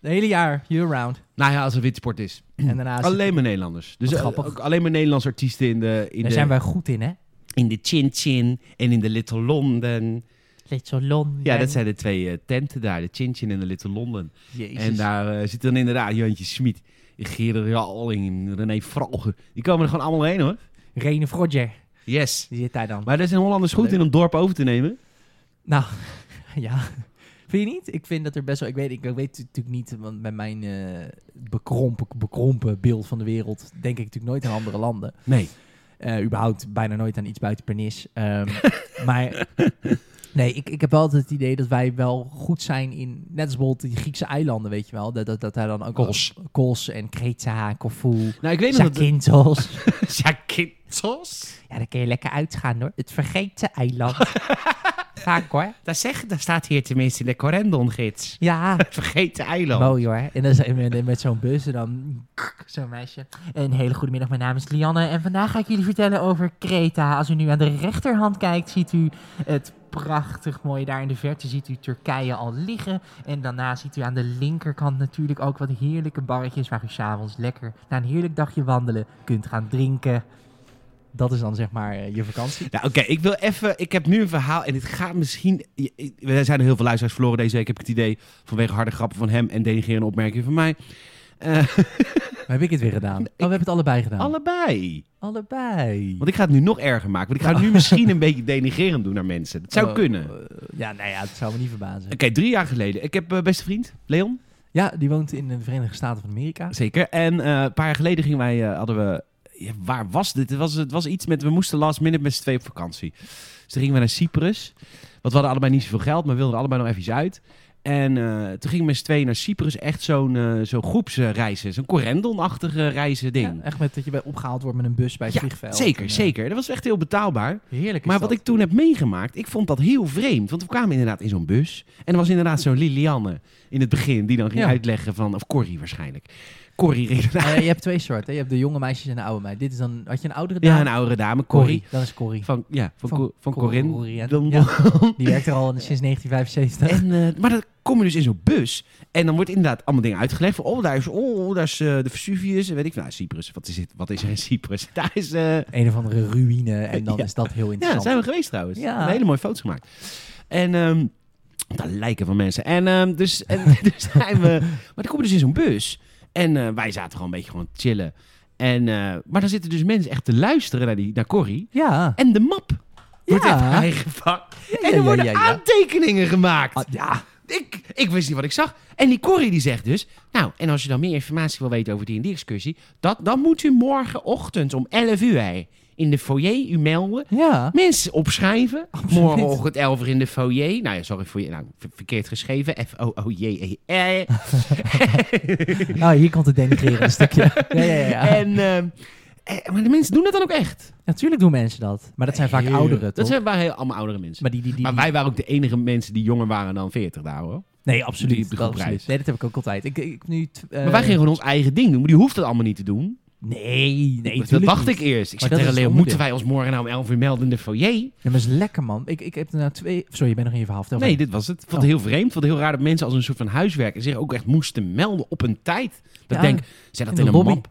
[SPEAKER 2] Het hele jaar, year round.
[SPEAKER 1] Nou ja, als er witsport is.
[SPEAKER 2] En daarnaast
[SPEAKER 1] Mm. Alleen maar Nederlanders. Dus
[SPEAKER 2] Wat
[SPEAKER 1] eh,
[SPEAKER 2] grappig.
[SPEAKER 1] ook alleen maar Nederlandse artiesten in de, in
[SPEAKER 2] daar
[SPEAKER 1] de,
[SPEAKER 2] zijn wij goed in, hè?
[SPEAKER 1] in de Chin Chin en in de Little London.
[SPEAKER 2] Little London.
[SPEAKER 1] Ja, dat zijn de twee eh, tenten daar. De Chin Chin en de Little London.
[SPEAKER 2] Jezus.
[SPEAKER 1] En daar eh, zit dan inderdaad Jantje Smit, Gerard Jalling en René Vralge. Die komen er gewoon allemaal heen hoor.
[SPEAKER 2] Rene Frodger,
[SPEAKER 1] Yes.
[SPEAKER 2] die zit daar dan.
[SPEAKER 1] Maar daar zijn Hollanders goed in om dorp over te nemen.
[SPEAKER 2] Nou, [LAUGHS] ja. Vind je niet? Ik vind dat er best wel... Ik weet, ik, ik weet natuurlijk niet, want bij mijn eh, bekrompen, bekrompen beeld van de wereld... denk ik natuurlijk nooit aan andere landen.
[SPEAKER 1] Nee.
[SPEAKER 2] Eh, überhaupt bijna nooit aan iets buiten Pernis. Ehm, [LAUGHS] maar nee, ik, ik heb wel altijd het idee dat wij wel goed zijn in... Net als bijvoorbeeld die Griekse eilanden, weet je wel. Dat, dat, dat daar dan ook...
[SPEAKER 1] Kos.
[SPEAKER 2] Kos en Kreta, Corfu,
[SPEAKER 1] Nou, ik weet nog dat... [LAUGHS]
[SPEAKER 2] Zakynthos.
[SPEAKER 1] Zakynthos?
[SPEAKER 2] [LAUGHS] Ja, daar kun je lekker uitgaan hoor. Het vergeten eiland.
[SPEAKER 1] [LAUGHS]
[SPEAKER 2] Vaak hoor.
[SPEAKER 1] Dat, zeg, dat staat hier tenminste in de Corendon-gids. [LAUGHS]
[SPEAKER 2] Ja,
[SPEAKER 1] Vergeten eiland.
[SPEAKER 2] Mooi hoor. En dan zijn we met- met zo'n bus en dan zo'n meisje. Een hele goede middag, mijn naam is Lianne en vandaag ga ik jullie vertellen over Kreta. Als u nu aan de rechterhand kijkt, ziet u het prachtig mooie daar in de verte. Ziet u Turkije al liggen. En daarna ziet u aan de linkerkant natuurlijk ook wat heerlijke barretjes waar u s'avonds lekker na een heerlijk dagje wandelen kunt gaan drinken. Dat is dan zeg maar eh, je vakantie.
[SPEAKER 1] Nou, oké, ik wil even. Ik heb nu een verhaal en dit gaat misschien. je- ik- Er zijn heel veel luisteraars verloren deze week, heb ik het idee. Vanwege harde grappen van hem en denigrerende opmerkingen van mij. Eh, Eh,
[SPEAKER 2] heb ik het weer gedaan? Oh, we hebben het allebei gedaan.
[SPEAKER 1] allebei.
[SPEAKER 2] allebei.
[SPEAKER 1] Want ik ga het nu nog erger maken. Want ik ga het nu misschien een beetje denigrerend doen naar mensen. Dat zou
[SPEAKER 2] Oh,
[SPEAKER 1] kunnen. Oké,
[SPEAKER 2] eh, ja, nou ja, het zou me niet verbazen.
[SPEAKER 1] drie jaar geleden. Ik heb eh, beste vriend, Leon.
[SPEAKER 2] Ja, die woont in de Verenigde Staten van Amerika.
[SPEAKER 1] Zeker. En eh, een paar jaar geleden gingen wij, eh, hadden we... ja, waar was dit? Het was, het was iets met... We moesten last minute met z'n tweeën op vakantie. Dus toen gingen we naar Cyprus. Want we hadden allebei niet zoveel geld, maar we wilden allebei nog even iets uit. En eh, toen gingen we met z'n tweeën naar Cyprus. Echt zo'n eh, zo'n groepsreizen. Zo'n Corendon-achtige reizen ding.
[SPEAKER 2] Ja, echt met dat je bij, opgehaald wordt met een bus bij het
[SPEAKER 1] Ja,
[SPEAKER 2] vliegveld.
[SPEAKER 1] zeker,
[SPEAKER 2] En, eh,
[SPEAKER 1] zeker. Dat was echt heel betaalbaar.
[SPEAKER 2] Heerlijk is
[SPEAKER 1] Maar wat
[SPEAKER 2] dat.
[SPEAKER 1] ik toen heb meegemaakt, ik vond dat heel vreemd. Want we kwamen inderdaad in zo'n bus. En er was inderdaad zo'n Lilianne in het begin. Die dan ging
[SPEAKER 2] Ja.
[SPEAKER 1] uitleggen van... Of Corrie waarschijnlijk. Corrie reed ernaar.
[SPEAKER 2] Eh, je hebt twee soorten. hè. Je hebt de jonge meisjes en de oude meid. Dit is dan... Had je een oudere dame?
[SPEAKER 1] Ja, een oudere dame, Corrie.
[SPEAKER 2] Dat is Corrie.
[SPEAKER 1] Van, ja, van,
[SPEAKER 2] Van
[SPEAKER 1] Co- van
[SPEAKER 2] Cor-
[SPEAKER 1] Corinne.
[SPEAKER 2] Corrie,
[SPEAKER 1] Dan-
[SPEAKER 2] ja. Die werkt er al
[SPEAKER 1] [LAUGHS]
[SPEAKER 2] sinds 1975.
[SPEAKER 1] En, eh, maar dan kom je dus in zo'n bus. En dan wordt inderdaad allemaal dingen uitgelegd. Van, oh, daar is, oh, daar is eh, de Vesuvius. En weet ik veel. Nou, Cyprus. Wat is, dit? wat is er in Cyprus? [LAUGHS] Daar is... eh,
[SPEAKER 2] Een of andere ruïne. En dan
[SPEAKER 1] Ja.
[SPEAKER 2] is dat heel
[SPEAKER 1] Ja, daar
[SPEAKER 2] interessant.
[SPEAKER 1] zijn we geweest trouwens.
[SPEAKER 2] Ja.
[SPEAKER 1] Een hele mooie foto's gemaakt. En ehm daar lijken van mensen. En ehm, dus, en, [LAUGHS] dus zijn we... Maar dan kom je dus in zo'n bus. En eh, wij zaten gewoon een beetje gewoon chillen. En, eh, maar dan zitten dus mensen echt te luisteren naar, die, naar Corrie.
[SPEAKER 2] Ja.
[SPEAKER 1] En de map wordt
[SPEAKER 2] Ja.
[SPEAKER 1] echt [LAUGHS] aangepakt.
[SPEAKER 2] ja,
[SPEAKER 1] en er
[SPEAKER 2] ja,
[SPEAKER 1] worden
[SPEAKER 2] ja, ja.
[SPEAKER 1] aantekeningen gemaakt.
[SPEAKER 2] Ah, ja.
[SPEAKER 1] Ik, ik wist niet wat ik zag. En die Corrie die zegt dus... Nou, en als je dan meer informatie wil weten over die en die excursie... Dat, dan moet u morgenochtend om 11 uur in de foyer u melden...
[SPEAKER 2] Ja.
[SPEAKER 1] Mensen opschrijven.
[SPEAKER 2] Absoluut.
[SPEAKER 1] Morgenochtend 11 uur in de foyer. Nou ja, sorry voor je. Nou, ver- verkeerd geschreven. F-O-O-J-E-R.
[SPEAKER 2] Oh, hier komt
[SPEAKER 1] [LAUGHS]
[SPEAKER 2] het denigrerende stukje. Ja, ja, ja.
[SPEAKER 1] En, ehm, eh, maar de mensen doen dat dan ook echt.
[SPEAKER 2] Natuurlijk doen mensen dat. Maar dat zijn vaak
[SPEAKER 1] Heel-
[SPEAKER 2] ouderen, toch?
[SPEAKER 1] Dat zijn, waren heel, allemaal oudere mensen. Maar,
[SPEAKER 2] Maar, die, die, die,
[SPEAKER 1] wij waren ook de enige mensen die jonger waren dan 40 daar hoor.
[SPEAKER 2] Nee,
[SPEAKER 1] die op
[SPEAKER 2] absoluut.
[SPEAKER 1] de
[SPEAKER 2] dat
[SPEAKER 1] groep
[SPEAKER 2] absoluut.
[SPEAKER 1] reis.
[SPEAKER 2] Nee, dat heb ik ook altijd. Ik, ik, nu, t- eh,
[SPEAKER 1] Maar wij gingen gewoon ons eigen ding doen. Maar die hoeft dat allemaal niet te doen.
[SPEAKER 2] Nee, nee,
[SPEAKER 1] dat
[SPEAKER 2] tuurlijk
[SPEAKER 1] dacht
[SPEAKER 2] niet.
[SPEAKER 1] ik eerst. Ik
[SPEAKER 2] Maar
[SPEAKER 1] zei tegen
[SPEAKER 2] dat is
[SPEAKER 1] Leo,
[SPEAKER 2] onzin.
[SPEAKER 1] moeten wij ons morgen nou om 11 uur melden in de foyer?
[SPEAKER 2] Ja, maar is lekker, man. Ik, ik heb er nou twee... Sorry, je bent nog in je verhaal. Vertel
[SPEAKER 1] Nee,
[SPEAKER 2] maar.
[SPEAKER 1] dit was het. Ik
[SPEAKER 2] Oh.
[SPEAKER 1] vond het heel vreemd. Ik vond het heel raar dat mensen als een soort van huiswerk... zich ook echt moesten melden op een tijd. Dat
[SPEAKER 2] Ja,
[SPEAKER 1] ik denk, zet dat
[SPEAKER 2] in
[SPEAKER 1] in
[SPEAKER 2] de
[SPEAKER 1] een
[SPEAKER 2] lobby.
[SPEAKER 1] map.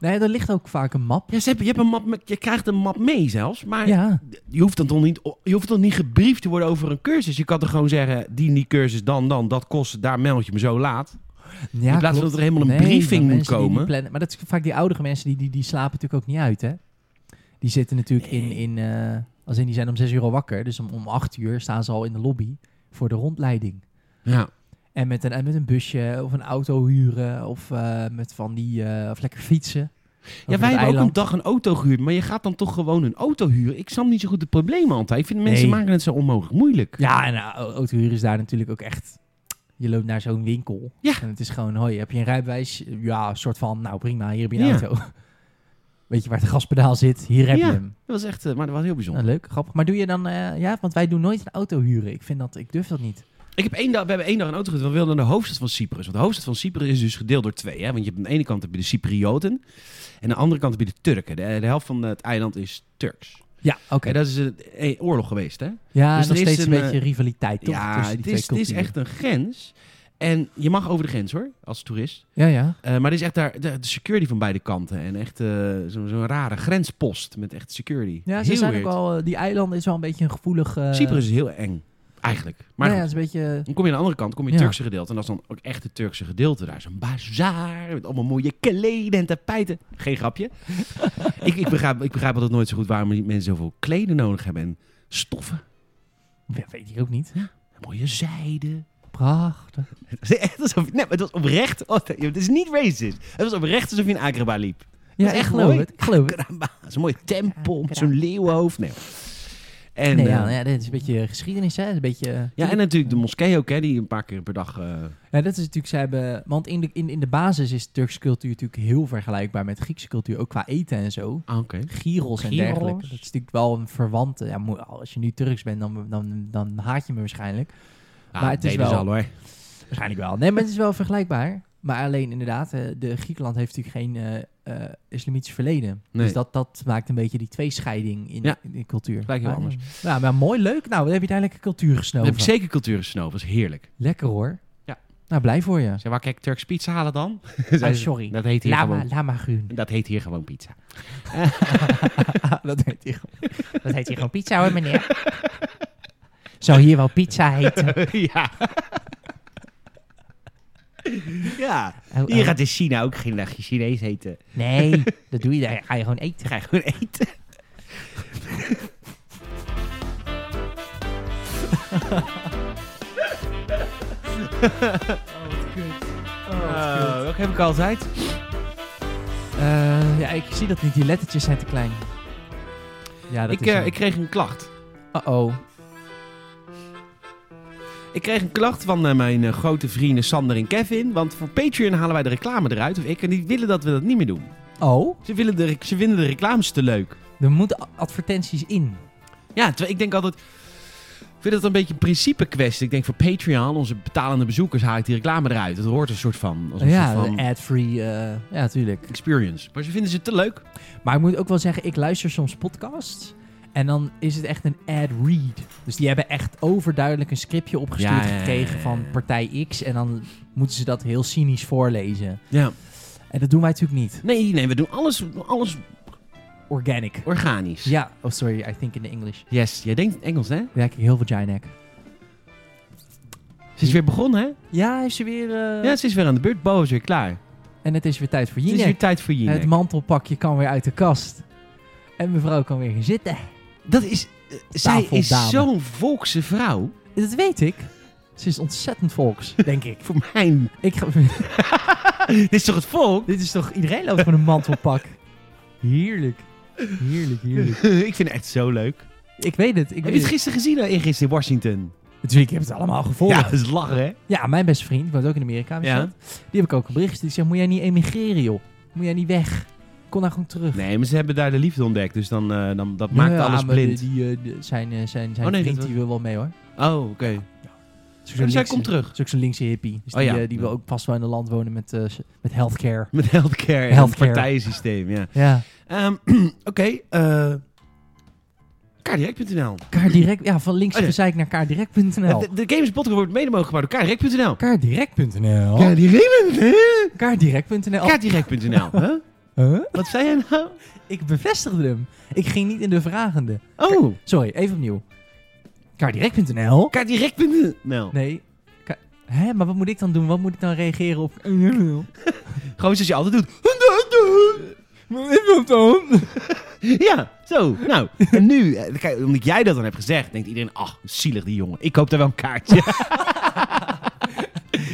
[SPEAKER 2] Nee, er ligt ook vaak een map.
[SPEAKER 1] Ja, ze hebben, je, hebt een map, met- je krijgt een map mee zelfs, maar
[SPEAKER 2] Ja.
[SPEAKER 1] je hoeft dan toch niet, je hoeft dan niet gebriefd te worden over een cursus. Je kan toch gewoon zeggen, die en die cursus, dan, dan, dat kost, daar meld je me zo laat.
[SPEAKER 2] Ja,
[SPEAKER 1] in plaats van
[SPEAKER 2] klopt.
[SPEAKER 1] dat er helemaal een
[SPEAKER 2] Nee, maar
[SPEAKER 1] briefing moet
[SPEAKER 2] mensen die die
[SPEAKER 1] komen.
[SPEAKER 2] plannen- maar dat is vaak die oudere mensen, die, die, die slapen natuurlijk ook niet uit, hè? Die zitten natuurlijk in... in eh, als in, die zijn om zes uur al wakker. Dus om, om acht uur staan ze al in de lobby voor de rondleiding.
[SPEAKER 1] Ja,
[SPEAKER 2] En met een, en met een busje of een auto huren of eh, met van die... eh, of lekker fietsen.
[SPEAKER 1] ja
[SPEAKER 2] Over
[SPEAKER 1] wij
[SPEAKER 2] het
[SPEAKER 1] hebben ook
[SPEAKER 2] eiland.
[SPEAKER 1] een dag een auto gehuurd, maar je gaat dan toch gewoon een auto huren. Ik snap niet zo goed de problemen altijd. Ik vind mensen
[SPEAKER 2] Nee.
[SPEAKER 1] maken het zo onmogelijk moeilijk.
[SPEAKER 2] Ja, en eh, au- autohuur is daar natuurlijk ook echt... Je loopt naar zo'n winkel.
[SPEAKER 1] Ja.
[SPEAKER 2] En het is gewoon, hoi, heb je een rijbewijs? Ja, een soort van, nou prima, hier heb je een
[SPEAKER 1] Ja.
[SPEAKER 2] auto. [LAUGHS] Weet je waar het gaspedaal zit? Hier heb
[SPEAKER 1] Ja.
[SPEAKER 2] je hem.
[SPEAKER 1] Dat was echt, eh, maar dat was heel bijzonder.
[SPEAKER 2] Nou, leuk, grappig. Maar doe je dan... eh, ja, want wij doen nooit een auto huren. Ik vind dat... Ik durf dat niet.
[SPEAKER 1] Ik heb één dag, we hebben één dag een auto gehuurd. want We wilden naar de hoofdstad van Cyprus. Want de hoofdstad van Cyprus is dus gedeeld door twee. Hè? Want je hebt aan de ene kant heb je de Cyprioten. En aan de andere kant heb je de Turken. De, de helft van het eiland is Turks.
[SPEAKER 2] Ja, oké.
[SPEAKER 1] En dat is een, een oorlog geweest, hè?
[SPEAKER 2] Ja,
[SPEAKER 1] dus
[SPEAKER 2] nog
[SPEAKER 1] er is
[SPEAKER 2] steeds een,
[SPEAKER 1] een,
[SPEAKER 2] beetje rivaliteit, toch?
[SPEAKER 1] ja,
[SPEAKER 2] tussen die
[SPEAKER 1] het is,
[SPEAKER 2] twee
[SPEAKER 1] het is
[SPEAKER 2] culturen.
[SPEAKER 1] echt een grens. En je mag over de grens, hoor, als toerist.
[SPEAKER 2] Ja, ja.
[SPEAKER 1] Eh, maar er is echt daar de, de security van beide kanten. En echt eh, zo- zo'n rare grenspost met echt security.
[SPEAKER 2] Ja, ze
[SPEAKER 1] Heel
[SPEAKER 2] zijn
[SPEAKER 1] weird.
[SPEAKER 2] ook al... eh, die eilanden is wel een beetje een gevoelig... eh,
[SPEAKER 1] Cyprus is heel eng, eigenlijk. Maar
[SPEAKER 2] nou ja,
[SPEAKER 1] goed.
[SPEAKER 2] het is een beetje...
[SPEAKER 1] Dan kom je aan de andere kant, kom je het
[SPEAKER 2] Ja.
[SPEAKER 1] Turkse gedeelte. En dat is dan ook echt het Turkse gedeelte. Daar is een bazaar met allemaal mooie kleden en tapijten. Geen
[SPEAKER 2] [LAUGHS]
[SPEAKER 1] grapje. ik, ik, begrijp, ik begrijp altijd nooit zo goed waarom die mensen zoveel kleden nodig hebben. En stoffen,
[SPEAKER 2] Ja, weet ik ook niet.
[SPEAKER 1] mooie zijde. [LAUGHS]
[SPEAKER 2] Prachtig.
[SPEAKER 1] Het is echt alsof, nee, maar het was oprecht. oh, Het is niet racist. Het was oprecht alsof je in Agrabah liep.
[SPEAKER 2] Ja,
[SPEAKER 1] echt
[SPEAKER 2] ik geloof
[SPEAKER 1] mooi.
[SPEAKER 2] het. Ik geloof het.
[SPEAKER 1] Agrabah, dat is een mooie tempel met
[SPEAKER 2] Agrabah.
[SPEAKER 1] zo'n leeuwenhoofd. Nee. En,
[SPEAKER 2] nee,
[SPEAKER 1] eh,
[SPEAKER 2] ja,
[SPEAKER 1] ja,
[SPEAKER 2] nou ja, dit is een beetje geschiedenis, hè? Een beetje... eh,
[SPEAKER 1] en natuurlijk de moskee ook, hè, die een paar keer per dag... eh,
[SPEAKER 2] Ja, dat is natuurlijk, ze hebben... Want in de, in, in de basis is Turkse cultuur natuurlijk heel vergelijkbaar met Griekse cultuur. Ook qua eten en zo.
[SPEAKER 1] ah, oké.
[SPEAKER 2] Gyros en
[SPEAKER 1] Gyros.
[SPEAKER 2] dergelijke. Dat is natuurlijk wel een verwante... Ja, moe- als je nu Turks bent, dan, dan, dan haat je me waarschijnlijk.
[SPEAKER 1] Ah,
[SPEAKER 2] Maar het is
[SPEAKER 1] deden ze
[SPEAKER 2] wel-
[SPEAKER 1] al, hoor.
[SPEAKER 2] Waarschijnlijk wel. Nee, maar het is wel vergelijkbaar. Maar alleen inderdaad, eh, de Griekenland heeft natuurlijk geen eh, eh, islamitisch verleden.
[SPEAKER 1] Nee.
[SPEAKER 2] Dus dat, dat maakt een beetje die tweescheiding in,
[SPEAKER 1] Ja.
[SPEAKER 2] in de cultuur.
[SPEAKER 1] Gelijk heel
[SPEAKER 2] Maar,
[SPEAKER 1] anders.
[SPEAKER 2] eh, Nou, maar mooi, leuk. Nou, dan heb je daar lekker cultuur
[SPEAKER 1] Dan
[SPEAKER 2] gesnoven.
[SPEAKER 1] heb ik zeker cultuur gesnoven. Dat is heerlijk.
[SPEAKER 2] Lekker hoor.
[SPEAKER 1] Ja.
[SPEAKER 2] Nou, blij voor je.
[SPEAKER 1] Zeg, waar kijk Turks pizza halen dan?
[SPEAKER 2] Ah,
[SPEAKER 4] Oh,
[SPEAKER 2] sorry.
[SPEAKER 1] [LAUGHS] Dat heet hier
[SPEAKER 2] Lama,
[SPEAKER 1] gewoon.
[SPEAKER 2] lama
[SPEAKER 1] [LAUGHS]
[SPEAKER 2] groen.
[SPEAKER 1] Dat heet hier gewoon [LAUGHS] pizza.
[SPEAKER 2] dat heet hij gewoon.
[SPEAKER 4] Dat heet hier gewoon pizza hoor, meneer.
[SPEAKER 1] [LAUGHS]
[SPEAKER 2] Zou hier wel pizza heten?
[SPEAKER 1] ja. Ja.
[SPEAKER 4] Oh, oh.
[SPEAKER 1] Je gaat in China ook geen dagje Chinees eten.
[SPEAKER 4] Nee, dat doe je daar. Ga je gewoon
[SPEAKER 1] Dan
[SPEAKER 4] eten.
[SPEAKER 1] ga je gewoon eten.
[SPEAKER 2] Eh,
[SPEAKER 1] welke heb ik altijd?
[SPEAKER 2] eh, ja, ik zie dat niet. Die lettertjes zijn te klein. Ja, dat
[SPEAKER 1] Ik,
[SPEAKER 2] is
[SPEAKER 1] eh,
[SPEAKER 2] hem.
[SPEAKER 1] ik kreeg een klacht.
[SPEAKER 2] Uh-oh.
[SPEAKER 1] Ik kreeg een klacht van eh, mijn eh, grote vrienden Sander en Kevin. Want voor Patreon halen wij de reclame eruit. Of ik. En die willen dat we dat niet meer doen.
[SPEAKER 2] Oh?
[SPEAKER 1] Ze, willen de, ze vinden de reclames te leuk.
[SPEAKER 2] Er moeten a- advertenties in.
[SPEAKER 1] Ja, terwijl ik denk altijd... Ik vind dat een beetje een principe kwestie. Ik denk voor Patreon, onze betalende bezoekers, haal ik die reclame eruit. Dat hoort een soort van, als een
[SPEAKER 2] ja,
[SPEAKER 1] soort van
[SPEAKER 2] de ad-free. eh, ja, tuurlijk.
[SPEAKER 1] experience. Maar ze vinden ze te leuk.
[SPEAKER 2] Maar ik moet ook wel zeggen, ik luister soms podcasts. En dan is het echt een ad-read. Dus die hebben echt overduidelijk een scriptje opgestuurd
[SPEAKER 1] Ja, ja, ja, ja,
[SPEAKER 2] gekregen
[SPEAKER 1] ja.
[SPEAKER 2] van partij X. En dan moeten ze dat heel cynisch voorlezen.
[SPEAKER 1] Ja.
[SPEAKER 2] En dat doen wij natuurlijk niet.
[SPEAKER 1] Nee, nee, we doen alles, alles
[SPEAKER 2] Organic.
[SPEAKER 1] organisch.
[SPEAKER 2] Ja, oh sorry, I think in the English.
[SPEAKER 1] Yes, jij denkt Engels, hè?
[SPEAKER 2] Ja, ik kijk heel veel Jinek.
[SPEAKER 1] Ze is weer begonnen, hè?
[SPEAKER 2] Ja, is ze weer... eh,
[SPEAKER 1] Ja, ze is weer aan de beurt. Bo is weer klaar.
[SPEAKER 2] En het is weer tijd voor
[SPEAKER 1] Het is
[SPEAKER 2] Jinek.
[SPEAKER 1] weer tijd voor Jinek.
[SPEAKER 2] Het mantelpakje kan weer uit de kast. En mevrouw kan weer gaan zitten.
[SPEAKER 1] Dat is... eh, zij is
[SPEAKER 2] Tafeldame.
[SPEAKER 1] zo'n volkse vrouw.
[SPEAKER 2] Dat weet ik. Ze is ontzettend volks, denk ik.
[SPEAKER 1] Voor mijn...
[SPEAKER 2] ik ga,
[SPEAKER 1] Dit is toch het volk?
[SPEAKER 2] dit is toch... Iedereen loopt
[SPEAKER 1] [LAUGHS]
[SPEAKER 2] gewoon een mantelpak. Heerlijk. Heerlijk, heerlijk.
[SPEAKER 1] [LAUGHS] ik vind het echt zo leuk.
[SPEAKER 2] Ik weet het. Ik
[SPEAKER 1] heb
[SPEAKER 2] weet
[SPEAKER 1] je het
[SPEAKER 2] het.
[SPEAKER 1] gisteren gezien eh, in gisteren in Washington?
[SPEAKER 2] Natuurlijk, ik heb het allemaal gevolgd.
[SPEAKER 1] Ja,
[SPEAKER 2] Ja,
[SPEAKER 1] dat is lachen, hè?
[SPEAKER 2] mijn beste vriend, die woont ook in Amerika.
[SPEAKER 1] Ja.
[SPEAKER 2] Ja. Die heb ik ook een bericht gestuurd. Die zegt, moet jij niet emigreren, joh. Moet jij niet weg. Kom daar gewoon terug.
[SPEAKER 1] Nee, maar ze hebben daar de liefde ontdekt. Dus dan, eh, dan, dat
[SPEAKER 2] Ja,
[SPEAKER 1] maakt
[SPEAKER 2] ja,
[SPEAKER 1] alles
[SPEAKER 2] maar de-
[SPEAKER 1] blind.
[SPEAKER 2] Die, eh, de- zijn eh, zijn, zijn
[SPEAKER 1] Oh, nee,
[SPEAKER 2] vriend,
[SPEAKER 1] dat-
[SPEAKER 2] die wil wel mee, hoor.
[SPEAKER 1] Oh, oké.
[SPEAKER 2] Is
[SPEAKER 1] Dus
[SPEAKER 2] ook zo'n
[SPEAKER 1] hij
[SPEAKER 2] linkse-
[SPEAKER 1] komt terug.
[SPEAKER 2] is ook zo'n linkse hippie. Dus
[SPEAKER 1] Oh,
[SPEAKER 2] die,
[SPEAKER 1] ja.
[SPEAKER 2] eh, die wil ook vast wel in een land wonen met, eh, met healthcare.
[SPEAKER 1] Met healthcare en het
[SPEAKER 2] Healthcare.
[SPEAKER 1] partijensysteem, ja.
[SPEAKER 2] Ja.
[SPEAKER 1] Ehm, [CLEARS THROAT] oké, eh kaardirect.nl.
[SPEAKER 2] Kaardirect, ja, van links
[SPEAKER 1] Oh, ja.
[SPEAKER 2] gezeik naar kaardirect.nl.
[SPEAKER 1] De, de Games Podcast wordt mede mogelijk gemaakt door kaardirect.nl.
[SPEAKER 2] Kaardirect.nl.
[SPEAKER 1] Kaardirect.nl?
[SPEAKER 2] Kaardirect.nl.
[SPEAKER 1] Kaardirect.nl, hè?
[SPEAKER 2] Huh?
[SPEAKER 1] Wat zei jij nou?
[SPEAKER 2] Ik bevestigde hem. Ik ging niet in de vragende.
[SPEAKER 1] Oh,
[SPEAKER 2] Sorry, even opnieuw. Kaardirect.nl.
[SPEAKER 1] kaardirect.nl.
[SPEAKER 2] Nee. Ka- Hè, maar wat moet ik dan doen? Wat moet ik dan reageren op?
[SPEAKER 1] Gewoon zoals je altijd doet.
[SPEAKER 2] dan?
[SPEAKER 1] Ja, zo. Nou, en nu, eh, kijk, omdat jij dat dan hebt gezegd, denkt iedereen, ach, zielig die jongen. Ik koop daar wel een kaartje.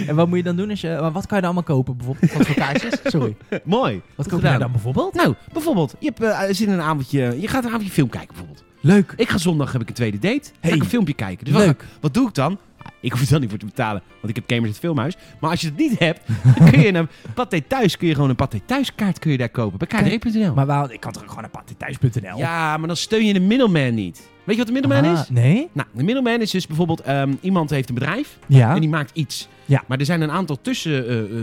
[SPEAKER 2] En wat moet je dan doen als je... Maar wat kan je dan allemaal kopen bijvoorbeeld? Wat voor [LAUGHS] kaartjes? Sorry.
[SPEAKER 1] Mooi.
[SPEAKER 2] Wat koop
[SPEAKER 1] gedaan.
[SPEAKER 2] je dan bijvoorbeeld?
[SPEAKER 1] Nou, bijvoorbeeld, je hebt eh, zin in een avondje, je gaat een avondje film kijken bijvoorbeeld.
[SPEAKER 2] Leuk.
[SPEAKER 1] Ik ga zondag, heb ik een tweede date, ga
[SPEAKER 2] Hey.
[SPEAKER 1] ik een filmpje kijken. Dus wat,
[SPEAKER 2] Leuk.
[SPEAKER 1] wat doe ik dan? Ah, Ik hoef er dan niet voor te betalen, want ik heb Gamers het Filmhuis. Maar als je het niet hebt, [LAUGHS] dan kun je een paté thuis, kun je gewoon een paté thuiskaart kun je daar kopen. Bij E kaartdirect.nl.
[SPEAKER 2] Maar waarom? Ik kan toch ook gewoon naar pattenthuis.nl?
[SPEAKER 1] Ja, maar dan steun je de middleman niet. Weet je wat de middleman
[SPEAKER 2] Ah,
[SPEAKER 1] is?
[SPEAKER 2] Nee?
[SPEAKER 1] Nou, de middleman is dus bijvoorbeeld ehm, iemand heeft een bedrijf
[SPEAKER 2] Ja.
[SPEAKER 1] en die maakt iets.
[SPEAKER 2] Ja.
[SPEAKER 1] Maar er zijn een aantal eh,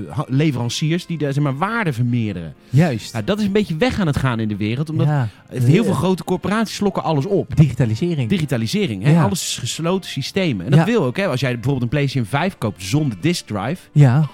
[SPEAKER 1] tussenleveranciers die daar zeg maar waarde vermeerderen.
[SPEAKER 2] Juist.
[SPEAKER 1] Nou, dat is een beetje weg aan het gaan in de wereld, omdat
[SPEAKER 2] Ja.
[SPEAKER 1] heel veel grote corporaties slokken alles op.
[SPEAKER 2] Digitalisering.
[SPEAKER 1] Digitalisering, hè?
[SPEAKER 2] Ja.
[SPEAKER 1] alles is gesloten systemen. En dat
[SPEAKER 2] Ja.
[SPEAKER 1] wil ook, hè? als jij bijvoorbeeld een PlayStation 5 koopt zonder disk drive.
[SPEAKER 2] ja.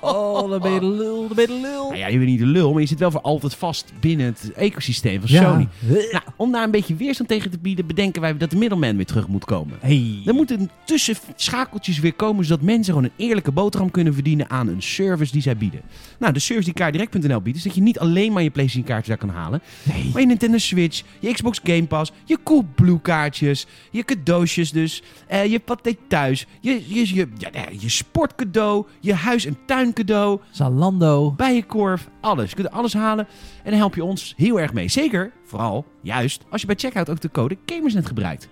[SPEAKER 2] Oh, dan ben je de lul, dan ben je de lul.
[SPEAKER 1] Nou ja, je bent niet de lul, maar je zit wel voor altijd vast binnen het ecosysteem van Sony. Nou, om daar een beetje weerstand tegen te bieden, bedenken wij dat de middelman weer terug moet komen.
[SPEAKER 2] Hey.
[SPEAKER 1] Er moeten tussenschakeltjes weer komen, zodat mensen gewoon een eerlijke boterham kunnen verdienen aan een service die zij bieden. Nou, de service die kaartdirect.nl biedt, is dat je niet alleen maar je PlayStation kaartjes daar kan halen,
[SPEAKER 2] Nee.
[SPEAKER 1] maar je Nintendo Switch, je Xbox Game Pass, je Coolblue kaartjes, je cadeautjes dus, eh, je paté thuis, je, je, je, ja, nee, je sportcadeau, je huis- en tuincadeau,
[SPEAKER 2] Zalando.
[SPEAKER 1] bijenkorf, alles. Je kunt alles halen en dan help je ons heel erg mee. Zeker, vooral, juist, als je bij checkout ook de code Gamersnet gebruikt.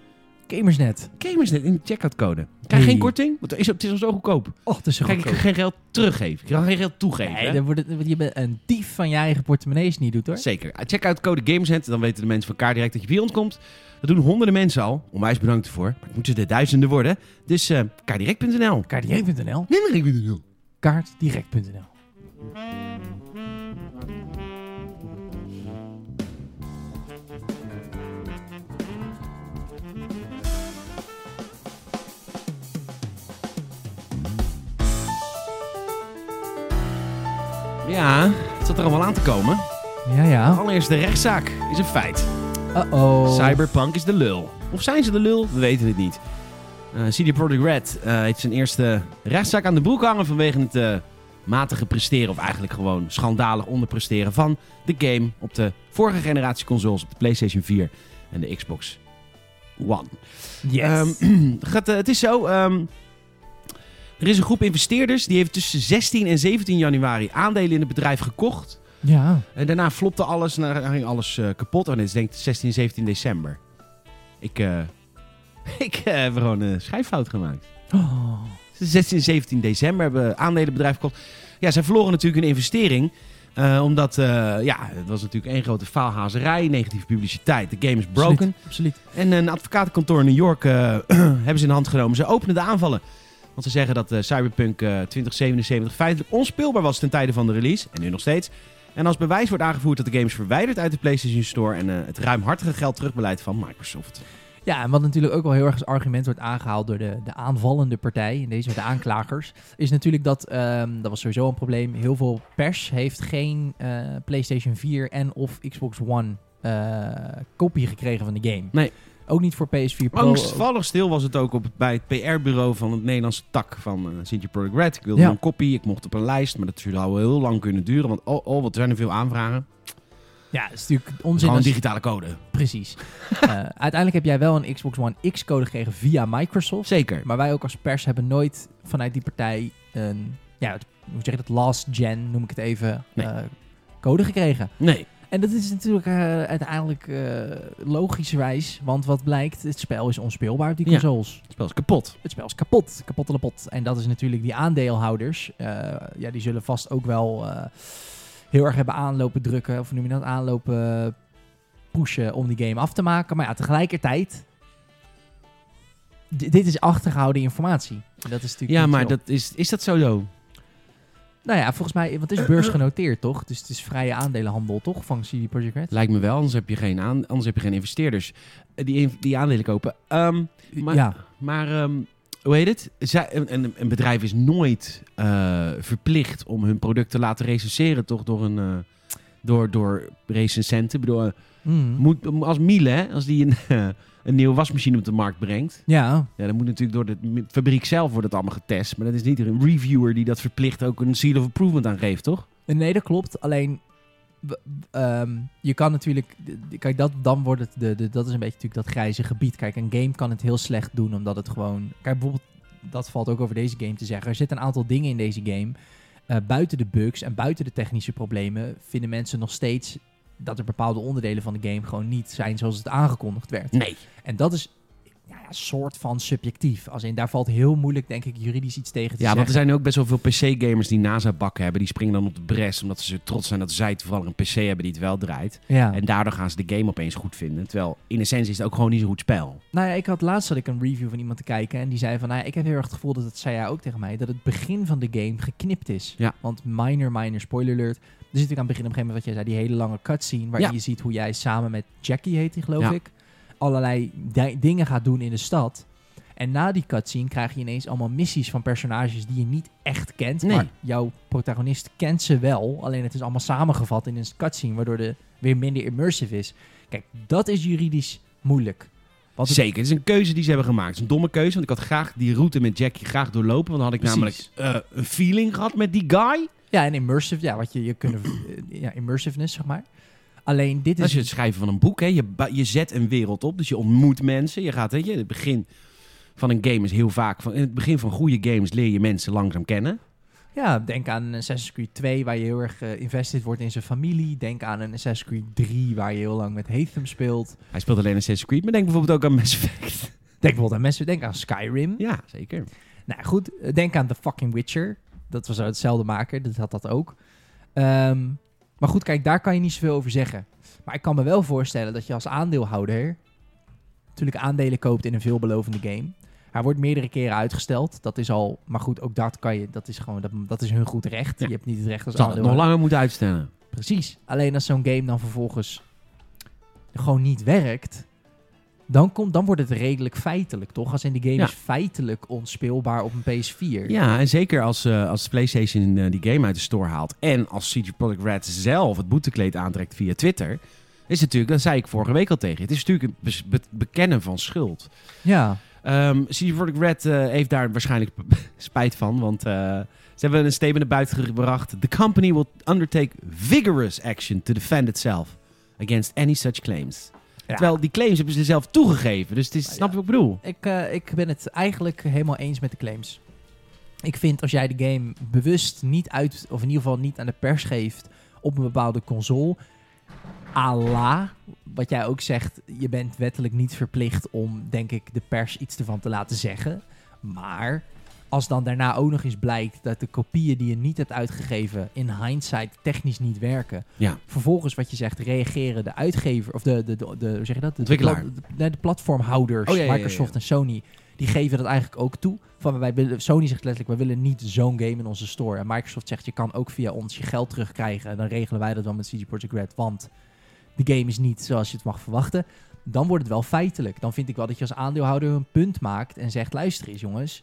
[SPEAKER 2] Gamersnet.
[SPEAKER 1] Gamersnet in de checkout code. Krijg je
[SPEAKER 2] Hey.
[SPEAKER 1] geen korting, want het is, het is al zo goedkoop.
[SPEAKER 2] Och, dat is een
[SPEAKER 1] Dan kan je geen geld teruggeven. Je kan geen geld toegeven.
[SPEAKER 2] Nee,
[SPEAKER 1] hè?
[SPEAKER 2] dan wordt het, want je bent een dief van je eigen portemonnee als je het niet doet hoor.
[SPEAKER 1] Zeker. Check out code Gamersnet. Dan weten de mensen van Kaart direct dat je bij ons komt. Dat doen honderden mensen al. Onwijs bedankt ervoor. Maar het moeten er duizenden worden. Dus eh kaardirect.nl.
[SPEAKER 2] Kaartdirect.nl.
[SPEAKER 1] Kaardirect.nl.
[SPEAKER 2] Kaartdirect.nl.
[SPEAKER 1] Ja, het zat er allemaal aan te komen.
[SPEAKER 2] Ja, ja.
[SPEAKER 1] Allereerst de rechtszaak is een feit.
[SPEAKER 2] Uh-oh.
[SPEAKER 1] Cyberpunk is de lul. Of zijn ze de lul? We weten het niet. Eh CD Projekt Red eh, heeft zijn eerste rechtszaak aan de broek hangen vanwege het eh, matige presteren, of eigenlijk gewoon schandalig onderpresteren van de game op de vorige generatie consoles, op de PlayStation 4 en de Xbox One. Ehm, gaat, eh, het is zo. ehm, er is een groep investeerders die heeft tussen 16 en 17 januari aandelen in het bedrijf gekocht.
[SPEAKER 2] Ja.
[SPEAKER 1] En Eh, daarna flopte alles en daarna ging alles eh, kapot. En dit is denk ik 16 en 17 december. Ik, eh, [LAUGHS] ik eh, heb gewoon een schrijffout gemaakt.
[SPEAKER 2] Oh.
[SPEAKER 1] Dus 16 en 17 december hebben aandelenbedrijf gekocht. Ja, zij verloren natuurlijk hun investering. eh, omdat, eh, ja, het was natuurlijk één grote faalhazerij, negatieve publiciteit. De game is broken.
[SPEAKER 2] Absoluut.
[SPEAKER 1] En een advocatenkantoor in New York eh, [CLEARS THROAT] hebben ze in de hand genomen. Ze openen de aanvallen. Want ze zeggen dat eh, Cyberpunk eh, 2077 feitelijk onspeelbaar was ten tijde van de release. En nu nog steeds. En als bewijs wordt aangevoerd dat de game is verwijderd uit de PlayStation Store. En eh, het ruimhartige geld terugbeleid van Microsoft.
[SPEAKER 2] Ja, en wat natuurlijk ook wel heel erg als argument wordt aangehaald door de, de aanvallende partij, in deze de aanklagers, is natuurlijk dat, ehm, dat was sowieso een probleem, heel veel pers heeft geen eh, PlayStation 4 en of Xbox One eh, kopie gekregen van de game.
[SPEAKER 1] Nee.
[SPEAKER 2] Ook niet voor PS4 Pro.
[SPEAKER 1] Angstvallig eh, stil was het ook op, bij het PR-bureau van het Nederlandse tak van eh Sintje Product Red. Ik wilde
[SPEAKER 2] Ja.
[SPEAKER 1] een kopie, ik mocht op een lijst. Maar dat zou wel heel lang kunnen duren. Want oh, oh wat zijn er veel aanvragen.
[SPEAKER 2] Ja, dat is natuurlijk onzin.
[SPEAKER 1] Gewoon
[SPEAKER 2] als-
[SPEAKER 1] digitale code.
[SPEAKER 2] Precies. [LAUGHS] Eh, uiteindelijk heb jij wel een Xbox One X-code gekregen via Microsoft.
[SPEAKER 1] Zeker.
[SPEAKER 2] Maar wij ook als pers hebben nooit vanuit die partij een, ja, het- hoe zeg je dat, last gen, noem ik het even,
[SPEAKER 1] Nee.
[SPEAKER 2] eh, code gekregen.
[SPEAKER 1] Nee.
[SPEAKER 2] En dat is natuurlijk eh, uiteindelijk eh logischwijs, want wat blijkt, het spel is onspeelbaar op die
[SPEAKER 1] Ja.
[SPEAKER 2] consoles.
[SPEAKER 1] Het spel is kapot.
[SPEAKER 2] Het spel is kapot, kapot en kapot. En dat is natuurlijk die aandeelhouders, eh, ja, die zullen vast ook wel eh, heel erg hebben aanlopen drukken, of hoe noem je dat, aanlopen pushen om die game af te maken. Maar ja, tegelijkertijd, d- dit is achtergehouden informatie. En dat is natuurlijk
[SPEAKER 1] Ja,
[SPEAKER 2] niet
[SPEAKER 1] maar
[SPEAKER 2] chill.
[SPEAKER 1] dat is, is dat zo, joh?
[SPEAKER 2] Nou ja, volgens mij, want het is beursgenoteerd, toch? Dus het is vrije aandelenhandel, toch? Van CD Projekt Red?
[SPEAKER 1] Lijkt me wel, anders heb je geen, aan, anders heb je geen investeerders eh, die, in- die aandelen kopen. Ehm, maar
[SPEAKER 2] ja.
[SPEAKER 1] maar ehm, hoe heet het? Zij, een- een, een bedrijf is nooit eh, verplicht om hun product te laten recenseren, toch? Door, een, eh, door, door recensenten. Ik bedoel, eh,
[SPEAKER 2] Mm.
[SPEAKER 1] moet, als Miele, hè, als die een, [LAUGHS] eh, een nieuwe wasmachine op de markt brengt.
[SPEAKER 2] Ja,
[SPEAKER 1] Ja, dan moet natuurlijk door de m- fabriek zelf wordt het allemaal getest. Maar dat is niet een reviewer die dat verplicht ook een seal of approvement aan geeft, toch?
[SPEAKER 2] nee, dat klopt. Alleen, w- w- ehm, je kan natuurlijk... d- d- Kijk, dat, dan wordt het... De, de- dat is een beetje natuurlijk dat grijze gebied. Kijk, een game kan het heel slecht doen, omdat het gewoon... Kijk, bijvoorbeeld, dat valt ook over deze game te zeggen. Er zitten een aantal dingen in deze game. eh, buiten de bugs en buiten de technische problemen... vinden mensen nog steeds dat er bepaalde onderdelen van de game... gewoon niet zijn zoals het aangekondigd werd.
[SPEAKER 1] Nee.
[SPEAKER 2] En dat is... Ja, een soort van subjectief. Als in, daar valt heel moeilijk, denk ik, juridisch iets tegen te
[SPEAKER 1] Ja, want er
[SPEAKER 2] zeggen.
[SPEAKER 1] zijn ook best wel veel PC-gamers die NASA-bakken hebben. Die springen dan op de bres omdat ze trots zijn dat zij toevallig een PC hebben die het wel draait.
[SPEAKER 2] ja.
[SPEAKER 1] En daardoor gaan ze de game opeens goed vinden. Terwijl in essentie is het ook gewoon niet zo'n goed spel.
[SPEAKER 2] Nou ja, ik had laatst had ik een review van iemand te kijken en die zei van, nou ja, ik heb heel erg het gevoel dat het zei jij ook tegen mij, dat het begin van de game geknipt is.
[SPEAKER 1] Ja.
[SPEAKER 2] Want minor, minor, spoiler alert. Er zit natuurlijk aan het begin op een gegeven moment wat jij zei, die hele lange cutscene waarin
[SPEAKER 1] Ja.
[SPEAKER 2] je ziet hoe jij samen met Jackie heet die geloof
[SPEAKER 1] Ja.
[SPEAKER 2] ik, allerlei di- dingen gaat doen in de stad. En na die cutscene krijg je ineens allemaal missies van personages die je niet echt kent.
[SPEAKER 1] Nee.
[SPEAKER 2] Maar jouw protagonist kent ze wel. Alleen het is allemaal samengevat in een cutscene, waardoor de weer minder immersive is. Kijk, dat is juridisch moeilijk. Want het-
[SPEAKER 1] Zeker, het is een keuze die ze hebben gemaakt. Het is een domme keuze, want ik had graag die route met Jackie graag doorlopen. Want dan had ik
[SPEAKER 2] Precies.
[SPEAKER 1] namelijk eh, een feeling gehad met die guy.
[SPEAKER 2] Ja, en immersive, ja, wat je, je kunnen, ja, immersiveness, zeg maar. Alleen dit
[SPEAKER 1] Dat
[SPEAKER 2] is...
[SPEAKER 1] is het schrijven van een boek. Hè. Je, ba- je zet een wereld op, dus je ontmoet mensen. Je gaat, weet je, het begin van een game is heel vaak... Van, in het begin van goede games leer je mensen langzaam kennen.
[SPEAKER 2] Ja, denk aan een Assassin's Creed 2, waar je heel erg geïnvesteerd wordt in zijn familie. Denk aan een Assassin's Creed 3, waar je heel lang met Hatham speelt.
[SPEAKER 1] Hij speelt alleen Assassin's Creed, maar denk bijvoorbeeld ook aan Mass Effect.
[SPEAKER 2] Denk bijvoorbeeld aan mensen, denk aan Skyrim.
[SPEAKER 1] Ja, zeker.
[SPEAKER 2] Nou goed, eh, denk aan The Fucking Witcher. Dat was uit hetzelfde maker, dat had dat ook. Ehm, maar goed, kijk, daar kan je niet zoveel over zeggen. Maar ik kan me wel voorstellen dat je als aandeelhouder natuurlijk aandelen koopt in een veelbelovende game. Hij wordt meerdere keren uitgesteld. Dat is al, maar goed, ook dat kan je. Dat is gewoon, dat, dat is hun goed recht.
[SPEAKER 1] Ja.
[SPEAKER 2] Je hebt niet het recht als
[SPEAKER 1] Zal het nog
[SPEAKER 2] aandeelhouder.
[SPEAKER 1] langer moeten uitstellen.
[SPEAKER 2] Precies. Alleen als zo'n game dan vervolgens gewoon niet werkt, dan, komt, dan wordt het redelijk feitelijk, toch? Als in de game
[SPEAKER 1] Ja.
[SPEAKER 2] is feitelijk onspeelbaar op een PS4.
[SPEAKER 1] Ja, en zeker als, eh, als PlayStation eh, die game uit de store haalt. En als CG Product Red zelf het boetekleed aantrekt via Twitter. Is het natuurlijk, dat zei ik vorige week al tegen. je, Het is natuurlijk het bes- be- bekennen van schuld. [LAUGHS]
[SPEAKER 2] Ja.
[SPEAKER 1] Ehm CG Product Red eh, heeft daar waarschijnlijk spijt van. Want eh, Ze hebben een statement naar buiten gebracht. The company will undertake vigorous action to defend itself against any such claims. Terwijl die claims hebben ze zelf toegegeven. Dus het is, snap je wat ik bedoel?
[SPEAKER 2] Ik, eh, ik ben het eigenlijk helemaal eens met de claims. Ik vind als jij de game bewust niet uit, of in ieder geval niet aan de pers geeft op een bepaalde console. à la, wat jij ook zegt, je bent wettelijk niet verplicht om, denk ik, de pers iets ervan te laten zeggen. Maar als dan daarna ook nog eens blijkt dat de kopieën die je niet hebt uitgegeven in hindsight technisch niet werken.
[SPEAKER 1] Ja.
[SPEAKER 2] Vervolgens, wat je zegt, reageren de uitgever, of de, de, de, de- hoe zeg je dat? De,
[SPEAKER 1] Ontwikkelaar.
[SPEAKER 2] De, pla- nee, de platformhouders,
[SPEAKER 1] Oh, ja, ja, ja, ja.
[SPEAKER 2] Microsoft en Sony, die geven dat eigenlijk ook toe. Van wij willen, Sony zegt letterlijk, wij willen niet zo'n game in onze store. En Microsoft zegt, je kan ook via ons je geld terugkrijgen. En dan regelen wij dat wel met CG Projekt Red, want de game is niet zoals je het mag verwachten. Dan wordt het wel feitelijk. Dan vind ik wel dat je als aandeelhouder een punt maakt en zegt, luister eens jongens...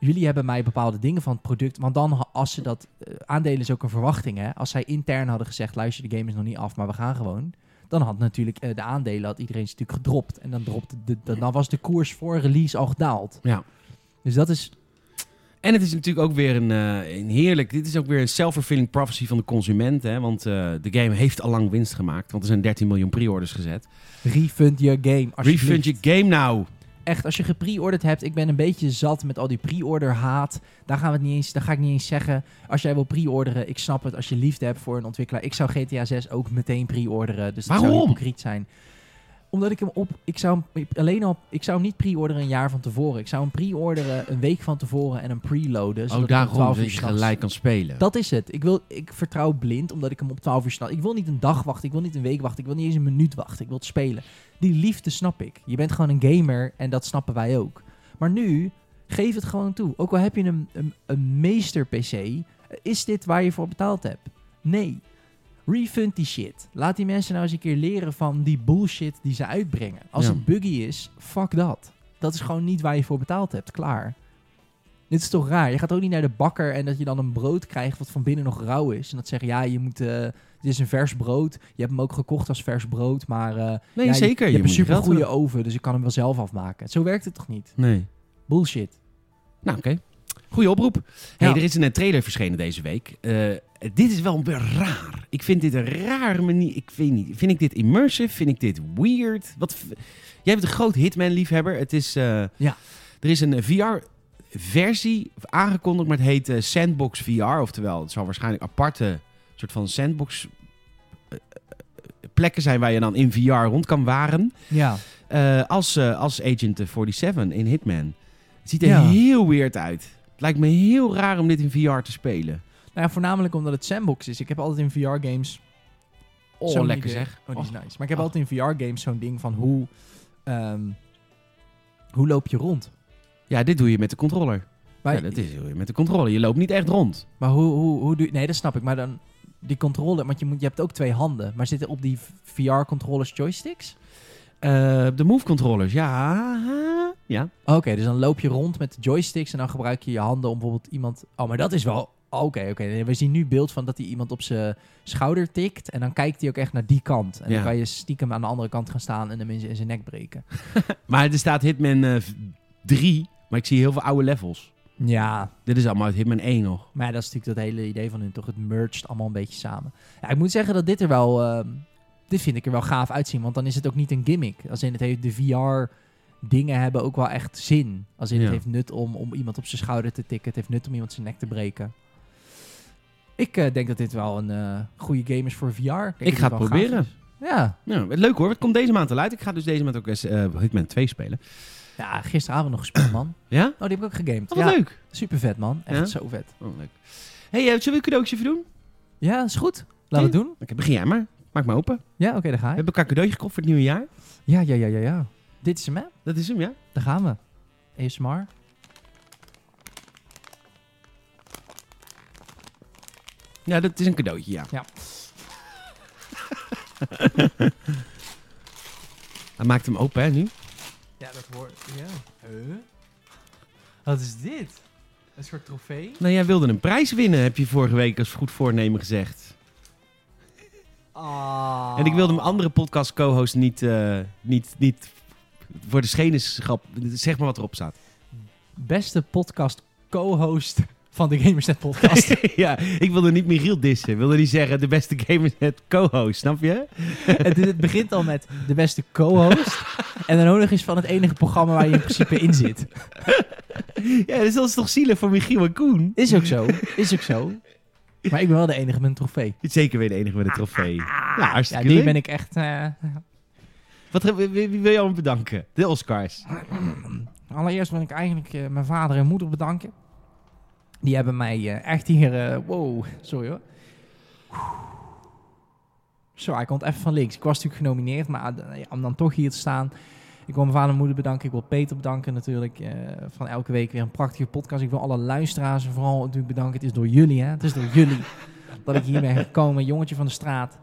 [SPEAKER 2] Jullie hebben mij bepaalde dingen van het product. Want dan, ha- als ze dat. eh, aandelen is ook een verwachting, hè? Als zij intern hadden gezegd: luister, de game is nog niet af, maar we gaan gewoon dan had natuurlijk eh, de aandelen had iedereen natuurlijk gedropt. En dan, dropte de, de- dan was de koers voor release al gedaald.
[SPEAKER 1] Ja.
[SPEAKER 2] Dus dat is...
[SPEAKER 1] En het is natuurlijk ook weer een, eh, een heerlijk... Dit is ook weer een self-fulfilling prophecy van de consument. Hè? Want eh, de game heeft al lang winst gemaakt. Want er zijn 13 miljoen pre-orders gezet.
[SPEAKER 2] Refund your game. alsjeblieft.
[SPEAKER 1] Refund je game nou.
[SPEAKER 2] Echt, als je gepre-orderd hebt, ik ben een beetje zat met al die pre-order haat. Daar, gaan we het niet eens, daar ga ik niet eens zeggen. Als jij wil pre-orderen, ik snap het. Als je liefde hebt voor een ontwikkelaar. Ik zou GTA 6 ook meteen pre-orderen. Dus dat zou
[SPEAKER 1] Waarom?
[SPEAKER 2] hypocriet zijn. Omdat ik hem op... Ik zou hem alleen al... Ik zou hem niet pre-orderen een jaar van tevoren. Ik zou hem pre-orderen een week van tevoren en hem preloaden. zodat ik
[SPEAKER 1] Ook
[SPEAKER 2] om
[SPEAKER 1] Oh, daarom
[SPEAKER 2] 12 uur
[SPEAKER 1] dat je
[SPEAKER 2] s'nachts-
[SPEAKER 1] gelijk kan spelen.
[SPEAKER 2] Dat is het. Ik, wil, ik vertrouw blind, omdat ik hem op 12 uur snap. Ik wil niet een dag wachten, ik wil niet een week wachten, ik wil niet eens een minuut wachten. Ik wil het spelen. Die liefde snap ik. Je bent gewoon een gamer en dat snappen wij ook. Maar nu, geef het gewoon toe. Ook al heb je een, een, een meester-PC, is dit waar je voor betaald hebt? Nee. Refund die shit. Laat die mensen nou eens een keer leren van die bullshit die ze uitbrengen. Als
[SPEAKER 1] Ja.
[SPEAKER 2] het buggy is, fuck dat. Dat is gewoon niet waar je voor betaald hebt. Klaar. Dit is toch raar? Je gaat ook niet naar de bakker en dat je dan een brood krijgt wat van binnen nog rauw is. En dat zeggen, ja, je moet... eh, dit is een vers brood. Je hebt hem ook gekocht als vers brood, maar... eh,
[SPEAKER 1] nee,
[SPEAKER 2] ja, je-
[SPEAKER 1] zeker.
[SPEAKER 2] Je, hebt een
[SPEAKER 1] moet
[SPEAKER 2] super
[SPEAKER 1] geld
[SPEAKER 2] goede
[SPEAKER 1] hebben.
[SPEAKER 2] oven, dus ik kan hem wel zelf afmaken. Zo werkt het toch niet?
[SPEAKER 1] Nee.
[SPEAKER 2] Bullshit.
[SPEAKER 1] Nou, oké. Goeie oproep. Hey,
[SPEAKER 2] Ja.
[SPEAKER 1] er is een eh, trailer verschenen deze week. Eh, dit is wel een be- raar. Ik vind dit een rare manier. Ik weet niet. Vind ik dit immersive? Vind ik dit weird? Wat v- Jij bent een groot Hitman-liefhebber. Het is... eh,
[SPEAKER 2] Ja.
[SPEAKER 1] Er is een VR-versie aangekondigd, maar het heet eh, Sandbox VR. Oftewel, het zal waarschijnlijk aparte soort van sandbox... eh, eh, plekken zijn waar je dan in VR rond kan waren.
[SPEAKER 2] Ja.
[SPEAKER 1] Eh, als, eh, als Agent eh, 47 in Hitman. Het ziet er
[SPEAKER 2] Ja.
[SPEAKER 1] heel weird uit. Het lijkt me heel raar om dit in VR te spelen.
[SPEAKER 2] Nou ja, voornamelijk omdat het sandbox is. Ik heb altijd in VR-games...
[SPEAKER 1] Oh, lekker zeg.
[SPEAKER 2] Oh, die is nice. Maar ik heb
[SPEAKER 1] Oh.
[SPEAKER 2] altijd in VR-games zo'n ding van hoe... ehm, hoe loop je rond?
[SPEAKER 1] Ja, dit doe je met de controller.
[SPEAKER 2] Maar,
[SPEAKER 1] ja, dat is doe je met de controller. Je loopt niet echt rond.
[SPEAKER 2] maar hoe, hoe, hoe doe je... Nee, dat snap ik. Maar dan die controller... Want je, moet, je hebt ook twee handen. Maar zitten op die VR-controllers joysticks?
[SPEAKER 1] Eh, de move controllers, ja. Ja.
[SPEAKER 2] Oké, dus dan loop je rond met joysticks en dan gebruik je je handen om bijvoorbeeld iemand... Oh, maar dat is wel... Oké, oké. We zien nu beeld van dat hij iemand op zijn schouder tikt en dan kijkt hij ook echt naar die kant. En
[SPEAKER 1] Ja.
[SPEAKER 2] dan kan je stiekem aan de andere kant gaan staan en hem in zijn- in zijn nek breken.
[SPEAKER 1] Maar er staat Hitman eh, v- 3, maar ik zie heel veel oude levels.
[SPEAKER 2] Ja,
[SPEAKER 1] Dit is allemaal uit Hitman 1 nog.
[SPEAKER 2] maar ja, dat is natuurlijk dat hele idee van hun toch. Het merged allemaal een beetje samen. Ja, ik moet zeggen dat dit er wel... ehm, dit vind ik er wel gaaf uitzien, want dan is het ook niet een gimmick. Als in het heeft de VR... Dingen hebben ook wel echt zin. Als in
[SPEAKER 1] Ja.
[SPEAKER 2] het heeft nut om, om iemand op zijn schouder te tikken. Het heeft nut om iemand zijn nek te breken. Ik eh, denk dat dit wel een eh, goede game is voor VR. denk dat
[SPEAKER 1] Ik ga het
[SPEAKER 2] wel gaaf
[SPEAKER 1] proberen.
[SPEAKER 2] is. Ja.
[SPEAKER 1] Nou, wat leuk hoor. Het komt deze maand al uit. Ik ga dus deze maand ook eens, eh, Hitman 2 spelen.
[SPEAKER 2] ja, gisteravond nog gespeeld, man.
[SPEAKER 1] Ja?
[SPEAKER 2] Oh, die heb ik ook gegamed.
[SPEAKER 1] Oh,
[SPEAKER 2] ja,
[SPEAKER 1] wat leuk.
[SPEAKER 2] Super vet, man. Echt
[SPEAKER 1] Ja?
[SPEAKER 2] zo vet.
[SPEAKER 1] Oh, leuk. hey, eh, zullen we een cadeautje even doen? Oké,
[SPEAKER 2] Ja, is goed. Laten we het doen.
[SPEAKER 1] begin jij maar. Maak maar open.
[SPEAKER 2] Ja, oké, daar ga
[SPEAKER 1] We
[SPEAKER 2] ik.
[SPEAKER 1] hebben elkaar cadeautje gekocht voor het nieuwe jaar.
[SPEAKER 2] Ja, ja, ja, ja, ja. Dit is hem, hè?
[SPEAKER 1] Dat is hem, ja?
[SPEAKER 2] Daar gaan we. ASMR.
[SPEAKER 1] Ja, dat is een cadeautje, ja.
[SPEAKER 2] Ja.
[SPEAKER 1] [LAUGHS] Hij maakt hem open, hè, nu?
[SPEAKER 2] Ja, dat hoort. Ja. Wat is dit? Een soort trofee?
[SPEAKER 1] Nou, jij wilde een prijs winnen, heb je vorige week als goed voornemen gezegd.
[SPEAKER 2] Ah.
[SPEAKER 1] En ik wilde mijn andere podcast-co-host niet, eh, niet, niet voor [LAUGHS] de schenenschap... Zeg maar wat erop staat.
[SPEAKER 2] Beste podcast co-host van de Gamersnet podcast. [LAUGHS]
[SPEAKER 1] ja, ik wilde niet Michiel dissen. Ik wilde niet zeggen de beste Gamersnet co-host, snap je?
[SPEAKER 2] het, het begint al met de beste co-host. en dan ook nog eens van het enige programma waar je in principe in zit.
[SPEAKER 1] Ja, dus dat is toch zielig voor Michiel en Koen?
[SPEAKER 2] Is ook zo. Is ook zo. Maar ik ben wel de enige met een trofee.
[SPEAKER 1] Zeker weer de enige met een [LAUGHS] trofee. Ja,
[SPEAKER 2] Ja,
[SPEAKER 1] hartstikke
[SPEAKER 2] die
[SPEAKER 1] leuk.
[SPEAKER 2] ben ik echt... eh,
[SPEAKER 1] Wat, wie, wie wie wil je allemaal bedanken? De Oscars.
[SPEAKER 2] Allereerst wil ik eigenlijk eh, mijn vader en moeder bedanken. Die hebben mij eh, echt hier... eh, wow, sorry hoor. Zo, ik komt even van links. Ik was natuurlijk genomineerd, maar eh, ja, om dan toch hier te staan... Ik wil mijn vader en moeder bedanken. Ik wil Peter bedanken natuurlijk. eh, van elke week weer een prachtige podcast. Ik wil alle luisteraars vooral natuurlijk bedanken. Het is door jullie, hè. Het is door jullie dat ik hier ben gekomen. Jongetje van de straat.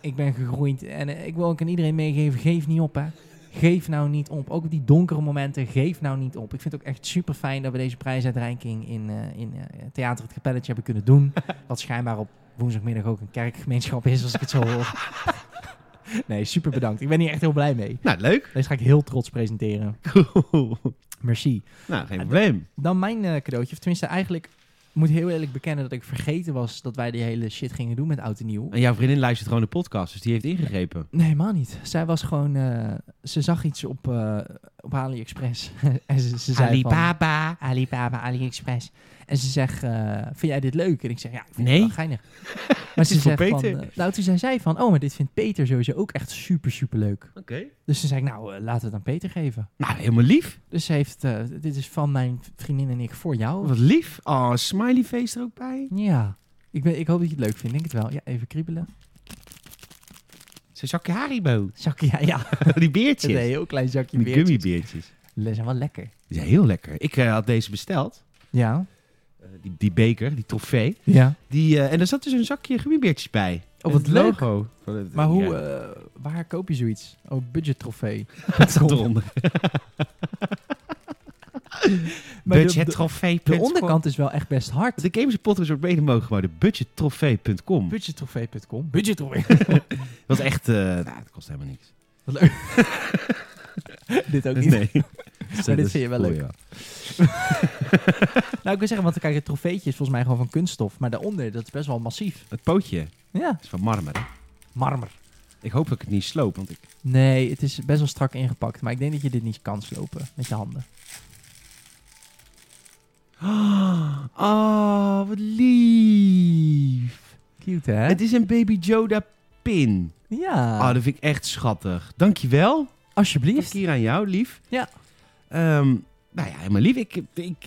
[SPEAKER 2] Ik ben gegroeid. En eh, ik wil ook aan iedereen meegeven, geef niet op, hè. Geef nou niet op. Ook op die donkere momenten, geef nou niet op. Ik vind het ook echt super fijn dat we deze prijsuitreiking in, eh, in eh, Theater het Kapelletje hebben kunnen doen. Wat schijnbaar op woensdagmiddag ook een kerkgemeenschap is, als ik het zo hoor. Nee, super bedankt. Ik ben hier echt heel blij mee.
[SPEAKER 1] Nou,
[SPEAKER 2] [LAUGHS]
[SPEAKER 1] leuk.
[SPEAKER 2] Deze ga ik heel trots presenteren.
[SPEAKER 1] Cool.
[SPEAKER 2] Merci.
[SPEAKER 1] Nou, geen probleem.
[SPEAKER 2] Dan mijn eh, cadeautje. Of tenminste, eigenlijk moet ik heel eerlijk bekennen dat ik vergeten was dat wij die hele shit gingen doen met Oud en Nieuw.
[SPEAKER 1] En jouw vriendin luistert gewoon de podcast, dus die heeft ingegrepen.
[SPEAKER 2] Nee, helemaal niet. Zij was gewoon... eh, ze zag iets op, eh, op AliExpress. [LAUGHS] en ze, ze zei van-
[SPEAKER 4] Alibaba.
[SPEAKER 2] Alibaba, AliExpress. En ze zegt, eh, vind jij dit leuk? En ik zeg, ja, ik vind
[SPEAKER 1] Nee.
[SPEAKER 2] het wel
[SPEAKER 1] [LAUGHS]
[SPEAKER 2] geinig. Maar ze
[SPEAKER 1] is voor
[SPEAKER 2] zegt van,
[SPEAKER 1] Peter.
[SPEAKER 2] eh, nou toen zei zij van, oh, maar dit vindt Peter sowieso ook echt super, super leuk.
[SPEAKER 1] Oké.
[SPEAKER 2] Dus toen zei ik, nou, eh, laten we het aan Peter geven.
[SPEAKER 1] Nou, helemaal lief.
[SPEAKER 2] Dus ze heeft, eh, dit is van mijn vriendin en ik voor jou.
[SPEAKER 1] Wat lief. Oh, smiley face er ook bij.
[SPEAKER 2] Ja, ik, ben, ik hoop dat je het leuk vindt, denk het wel. Ja, even kriebelen.
[SPEAKER 1] Zo'n zakje Haribo. [LAUGHS] Oh,
[SPEAKER 2] Zakje, ja, ja.
[SPEAKER 1] die
[SPEAKER 2] Een
[SPEAKER 1] beertjes.
[SPEAKER 2] heel klein zakje
[SPEAKER 1] die
[SPEAKER 2] beertjes.
[SPEAKER 1] gummibeertjes.
[SPEAKER 2] Ze zijn wel lekker.
[SPEAKER 1] Die zijn heel lekker. Ik eh, had deze besteld.
[SPEAKER 2] Ja,
[SPEAKER 1] Eh, die, die beker, die trofee.
[SPEAKER 2] ja.
[SPEAKER 1] Die, eh, en daar zat dus een zakje gummibeertjes bij. Eh,
[SPEAKER 2] Oh,
[SPEAKER 1] En
[SPEAKER 2] wat
[SPEAKER 1] het
[SPEAKER 2] leuk.
[SPEAKER 1] logo. Van het-
[SPEAKER 2] Maar hoe,
[SPEAKER 1] Oh, Ja,
[SPEAKER 2] eh, waar koop je zoiets? Oh, budget trofee.
[SPEAKER 1] [LAUGHS] dat zat eronder.
[SPEAKER 2] [LAUGHS] Maar de- de-
[SPEAKER 1] trofee.
[SPEAKER 2] De onderkant is wel echt best hard.
[SPEAKER 1] De Games Podcast wordt mede mogelijk gemaakt door budgettrofee.com.
[SPEAKER 2] Budgettrofee.com. Budgettrofee.
[SPEAKER 1] Dat is echt... eh nou, dat kost helemaal niks.
[SPEAKER 2] [LAUGHS] dit ook niet. [LAUGHS]
[SPEAKER 1] Nee.
[SPEAKER 2] dit vind je wel leuk. Nou, ik wil zeggen, want kijk, het trofeetje is volgens mij gewoon van kunststof. Maar daaronder, dat is best wel massief.
[SPEAKER 1] Het pootje
[SPEAKER 2] Ja.
[SPEAKER 1] is van marmer. hè?
[SPEAKER 2] Marmer.
[SPEAKER 1] Ik hoop dat ik het niet sloop, want ik... [GASPS]
[SPEAKER 2] Nee, het is best wel strak ingepakt. Maar ik denk dat je dit niet kan slopen met je handen.
[SPEAKER 1] Oh, wat lief.
[SPEAKER 2] Cute, hè? Ah,
[SPEAKER 1] Het is een Baby Yoda pin.
[SPEAKER 2] Ja.
[SPEAKER 1] Oh, dat vind ik echt schattig. Dankjewel. Dank
[SPEAKER 2] Alsjeblieft.
[SPEAKER 1] hier aan jou, lief.
[SPEAKER 2] Ja.
[SPEAKER 1] Ehm, nou ja, helemaal lief. Ik, ik, ik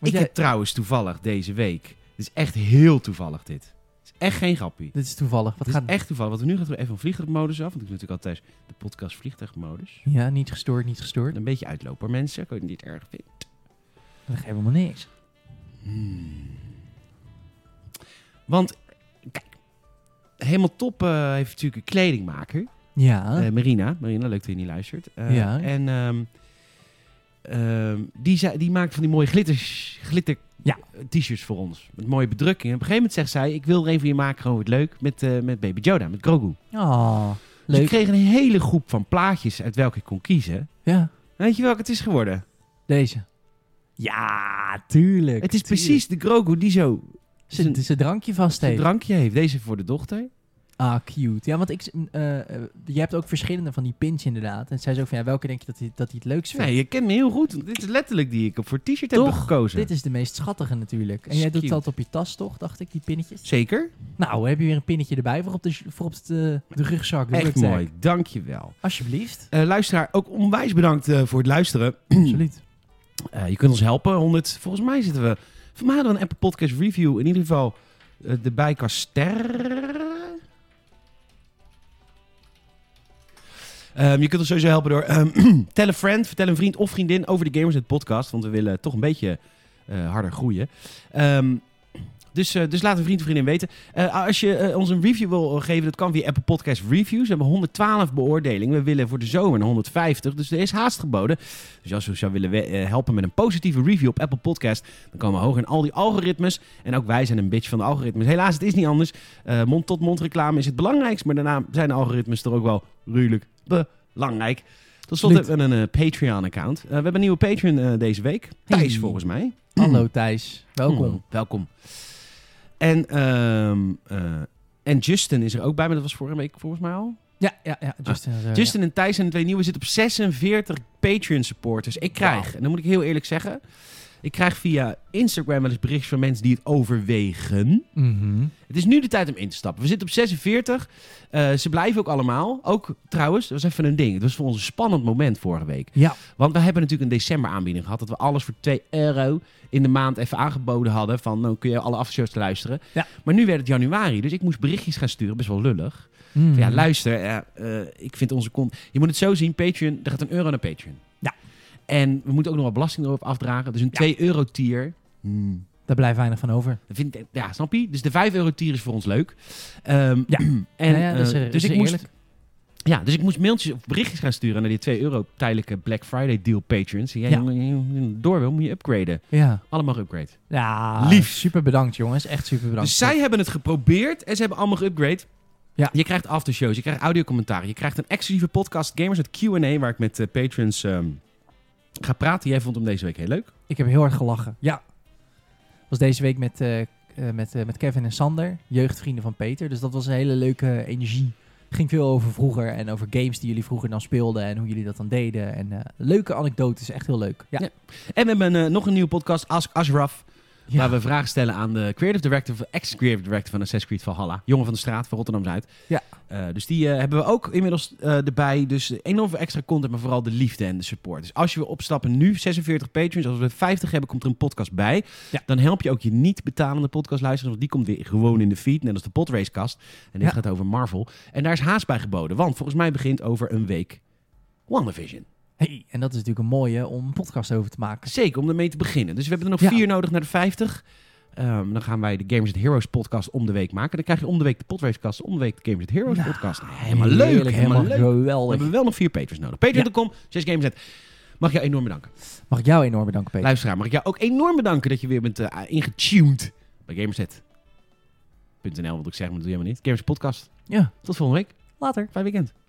[SPEAKER 2] Want jij-
[SPEAKER 1] heb trouwens toevallig deze week... Het is echt heel toevallig dit. Het is echt geen grappie.
[SPEAKER 2] Dit is toevallig. Wat
[SPEAKER 1] Het is
[SPEAKER 2] gaat...
[SPEAKER 1] echt toevallig. Want nu gaan we even van vliegtuigmodus af. Want ik doe natuurlijk altijd de podcast vliegtuigmodus.
[SPEAKER 2] Ja, niet gestoord, niet gestoord.
[SPEAKER 1] Een beetje uitloper mensen. Ik weet niet erg vind.
[SPEAKER 2] Dat geeft helemaal niks.
[SPEAKER 1] Hmm. Want, kijk. Helemaal top eh, heeft natuurlijk een kledingmaker.
[SPEAKER 2] Ja.
[SPEAKER 1] Eh, Marina. Marina, leuk dat je niet luistert. Eh,
[SPEAKER 2] Ah. Ja.
[SPEAKER 1] En ehm, ehm, die, zei- die maakt van die mooie glitters, glitter
[SPEAKER 2] Ja.
[SPEAKER 1] t-shirts voor ons. Met mooie bedrukking. En op een gegeven moment zegt zij... Ik wil er een van je maken gewoon wat leuk. Met, eh, met Baby Yoda, met Grogu.
[SPEAKER 2] Oh,
[SPEAKER 1] Dus ik
[SPEAKER 2] leuk.
[SPEAKER 1] kreeg een hele groep van plaatjes uit welke ik kon kiezen.
[SPEAKER 2] Ja.
[SPEAKER 1] Weet je welke het is geworden?
[SPEAKER 2] Deze. Ja, tuurlijk.
[SPEAKER 1] het is precies de Grogu die zo
[SPEAKER 2] Ze, ze drankje vast
[SPEAKER 1] zijn
[SPEAKER 2] heeft.
[SPEAKER 1] drankje heeft. Deze voor de dochter.
[SPEAKER 2] Ah, cute. Ja, want ik, eh, eh, je hebt ook verschillende van die pins inderdaad. En zij zei ook van, ja, welke denk je dat hij, dat hij het leukst vindt?
[SPEAKER 1] Nee, je kent me heel goed. want Dit is letterlijk die ik op voor t-shirt heb
[SPEAKER 2] Toch?
[SPEAKER 1] gekozen.
[SPEAKER 2] Dit is de meest schattige natuurlijk. En
[SPEAKER 1] Is
[SPEAKER 2] jij doet
[SPEAKER 1] cute.
[SPEAKER 2] dat op je tas toch, dacht ik, die pinnetjes?
[SPEAKER 1] Zeker.
[SPEAKER 2] Nou, heb je weer een pinnetje erbij voor op de, voor op de, de rugzak. De
[SPEAKER 1] Echt
[SPEAKER 2] rugzak.
[SPEAKER 1] mooi. Dankjewel. [CLEARS THROAT]
[SPEAKER 2] Alsjeblieft.
[SPEAKER 1] Eh luisteraar, ook onwijs bedankt eh, voor het luisteren.
[SPEAKER 2] Absoluut.
[SPEAKER 1] Eh, je kunt ons helpen. 100, volgens mij zitten we... Voor mij hadden we een Apple Podcast Review. In ieder geval eh, de bijkaster... Ehm, je kunt ons sowieso helpen door... ehm, [CLEARS THROAT] tell a friend, vertel een vriend of vriendin over de Gamers Net podcast. Want we willen toch een beetje eh, harder groeien. Ehm, dus, eh, dus laat een vriend of vriendin weten. Eh, als je eh, ons een review wil geven, dat kan via Apple Podcast Reviews. We hebben 112 beoordelingen. We willen voor de zomer naar 150. Dus er is haast geboden. Dus als je ons zou willen we- eh, helpen met een positieve review op Apple Podcast, dan komen we hoog in al die algoritmes. En ook wij zijn een bitch van de algoritmes. Helaas, het is niet anders. Eh, Mond-tot-mond reclame is het belangrijkst, maar daarna zijn de algoritmes er ook wel redelijk belangrijk. Tot slot
[SPEAKER 2] Absoluut.
[SPEAKER 1] hebben we een eh, Patreon-account. Eh, we hebben een nieuwe Patreon eh, deze week. Thijs,
[SPEAKER 2] Hey.
[SPEAKER 1] volgens mij.
[SPEAKER 2] Hallo Thijs, welkom.
[SPEAKER 1] Hmm, Mm. welkom. En, ehm, eh, en Justin is er ook bij, maar dat was vorige week volgens mij al.
[SPEAKER 2] Ja, ja, ja, Justin. is er,
[SPEAKER 1] Ah, Justin en Thijs en de twee nieuwe zitten op 46 Patreon-supporters. Ik krijg, en dan moet ik heel eerlijk zeggen... Ik krijg via Instagram wel eens berichtjes van mensen die het overwegen.
[SPEAKER 2] ja. Mhm.
[SPEAKER 1] Het is nu de tijd om in te stappen. We zitten op 46. Eh, ze blijven ook allemaal. Ook trouwens, dat was even een ding. Het was voor ons een spannend moment vorige week.
[SPEAKER 2] Ja.
[SPEAKER 1] Want we hebben natuurlijk een december aanbieding gehad. Dat we alles voor 2 euro in de maand even aangeboden hadden. Van nou kun je alle aftershows te luisteren.
[SPEAKER 2] Ja.
[SPEAKER 1] Maar nu werd het januari. Dus ik moest berichtjes gaan sturen. Best wel lullig. Van,
[SPEAKER 2] Mhm.
[SPEAKER 1] ja, luister. ja, eh, ik vind onze kont. Je moet het zo zien. Patreon. Er gaat een euro naar Patreon.
[SPEAKER 2] Ja.
[SPEAKER 1] En we moeten ook nog wat belasting erop afdragen. Dus een 2 euro tier. Hmm.
[SPEAKER 2] Daar blijft weinig van over.
[SPEAKER 1] Dat Vind, ik- ja, snap je? Dus de 5 euro tier is voor ons leuk. Ehm, [CLEARS THROAT]
[SPEAKER 2] Ja.
[SPEAKER 1] en,
[SPEAKER 2] Nou ja, dat is,
[SPEAKER 1] eh,
[SPEAKER 2] eh,
[SPEAKER 1] dus
[SPEAKER 2] is
[SPEAKER 1] ik moest,
[SPEAKER 2] eerlijk.
[SPEAKER 1] ja, dus ik moest mailtjes of berichtjes gaan sturen naar die 2 euro tijdelijke Black Friday deal patrons. Die jij
[SPEAKER 2] Ja.
[SPEAKER 1] jongen, door wil, moet je upgraden.
[SPEAKER 2] Ja.
[SPEAKER 1] Allemaal upgrade.
[SPEAKER 2] ja.
[SPEAKER 1] Lief.
[SPEAKER 2] Super bedankt jongens, echt super bedankt.
[SPEAKER 1] Dus zij hebben het geprobeerd en ze hebben allemaal geupgrade.
[SPEAKER 2] Ja.
[SPEAKER 1] Je krijgt aftershows, je krijgt audiocommentaar, je krijgt een exclusieve podcast, Gamers het Q&A, waar ik met eh, patrons ehm, ga praten. Jij vond hem deze week heel leuk.
[SPEAKER 2] Ik heb heel hard gelachen. Ja. Was deze week met, eh, eh, met, eh, met Kevin en Sander, jeugdvrienden van Peter. Dus dat was een hele leuke energie. Ging veel over vroeger en over games die jullie vroeger dan speelden en hoe jullie dat dan deden. En eh, leuke anekdotes, echt heel leuk. Ja.
[SPEAKER 1] Ja. En we hebben eh, nog een nieuwe podcast, Ask Ashraf.
[SPEAKER 2] Ja.
[SPEAKER 1] Waar we vragen stellen aan de creative director, of ex-creative director van Assassin's Creed Valhalla. Jongen van de straat van Rotterdam-Zuid.
[SPEAKER 2] Ja.
[SPEAKER 1] Eh, dus die eh, hebben we ook inmiddels eh, erbij. Dus enorm veel extra content, maar vooral de liefde en de support. Dus als je wil opstappen nu, 46 patrons. Als we 50 hebben, komt er een podcast bij.
[SPEAKER 2] Ja.
[SPEAKER 1] Dan help je ook je niet betalende podcastluisteraars. Want die komt weer gewoon in de feed, net als de podracecast. En dit
[SPEAKER 2] Ja.
[SPEAKER 1] gaat over Marvel. En daar is haast bij geboden. Want volgens mij begint over een week WandaVision.
[SPEAKER 2] Hey, en dat is natuurlijk een mooie om een podcast over te maken.
[SPEAKER 1] Zeker, om ermee te beginnen. Dus we hebben er nog
[SPEAKER 2] Ja.
[SPEAKER 1] vier nodig naar de 50. Ehm, dan gaan wij de Gamers and Heroes podcast om de week maken. Dan krijg je om de week de podracecast, om de week de Gamers and Heroes
[SPEAKER 2] Nou,
[SPEAKER 1] podcast. Nou, helemaal leuk,
[SPEAKER 2] Heerlijk,
[SPEAKER 1] helemaal leuk. Dan
[SPEAKER 2] geweldig.
[SPEAKER 1] hebben we wel nog vier patrons nodig. Patreon.com, 6 Gamers Net. Mag ik jou enorm bedanken.
[SPEAKER 2] Mag ik jou enorm bedanken, Peter.
[SPEAKER 1] Luisteraar, mag ik jou ook enorm bedanken dat je weer bent eh, ingetuned bij gamersnet.nl, wat ik zeg, maar dat doe je helemaal niet. Gamers Podcast.
[SPEAKER 2] Ja,
[SPEAKER 1] Tot volgende week.
[SPEAKER 2] later.
[SPEAKER 1] Fijn weekend.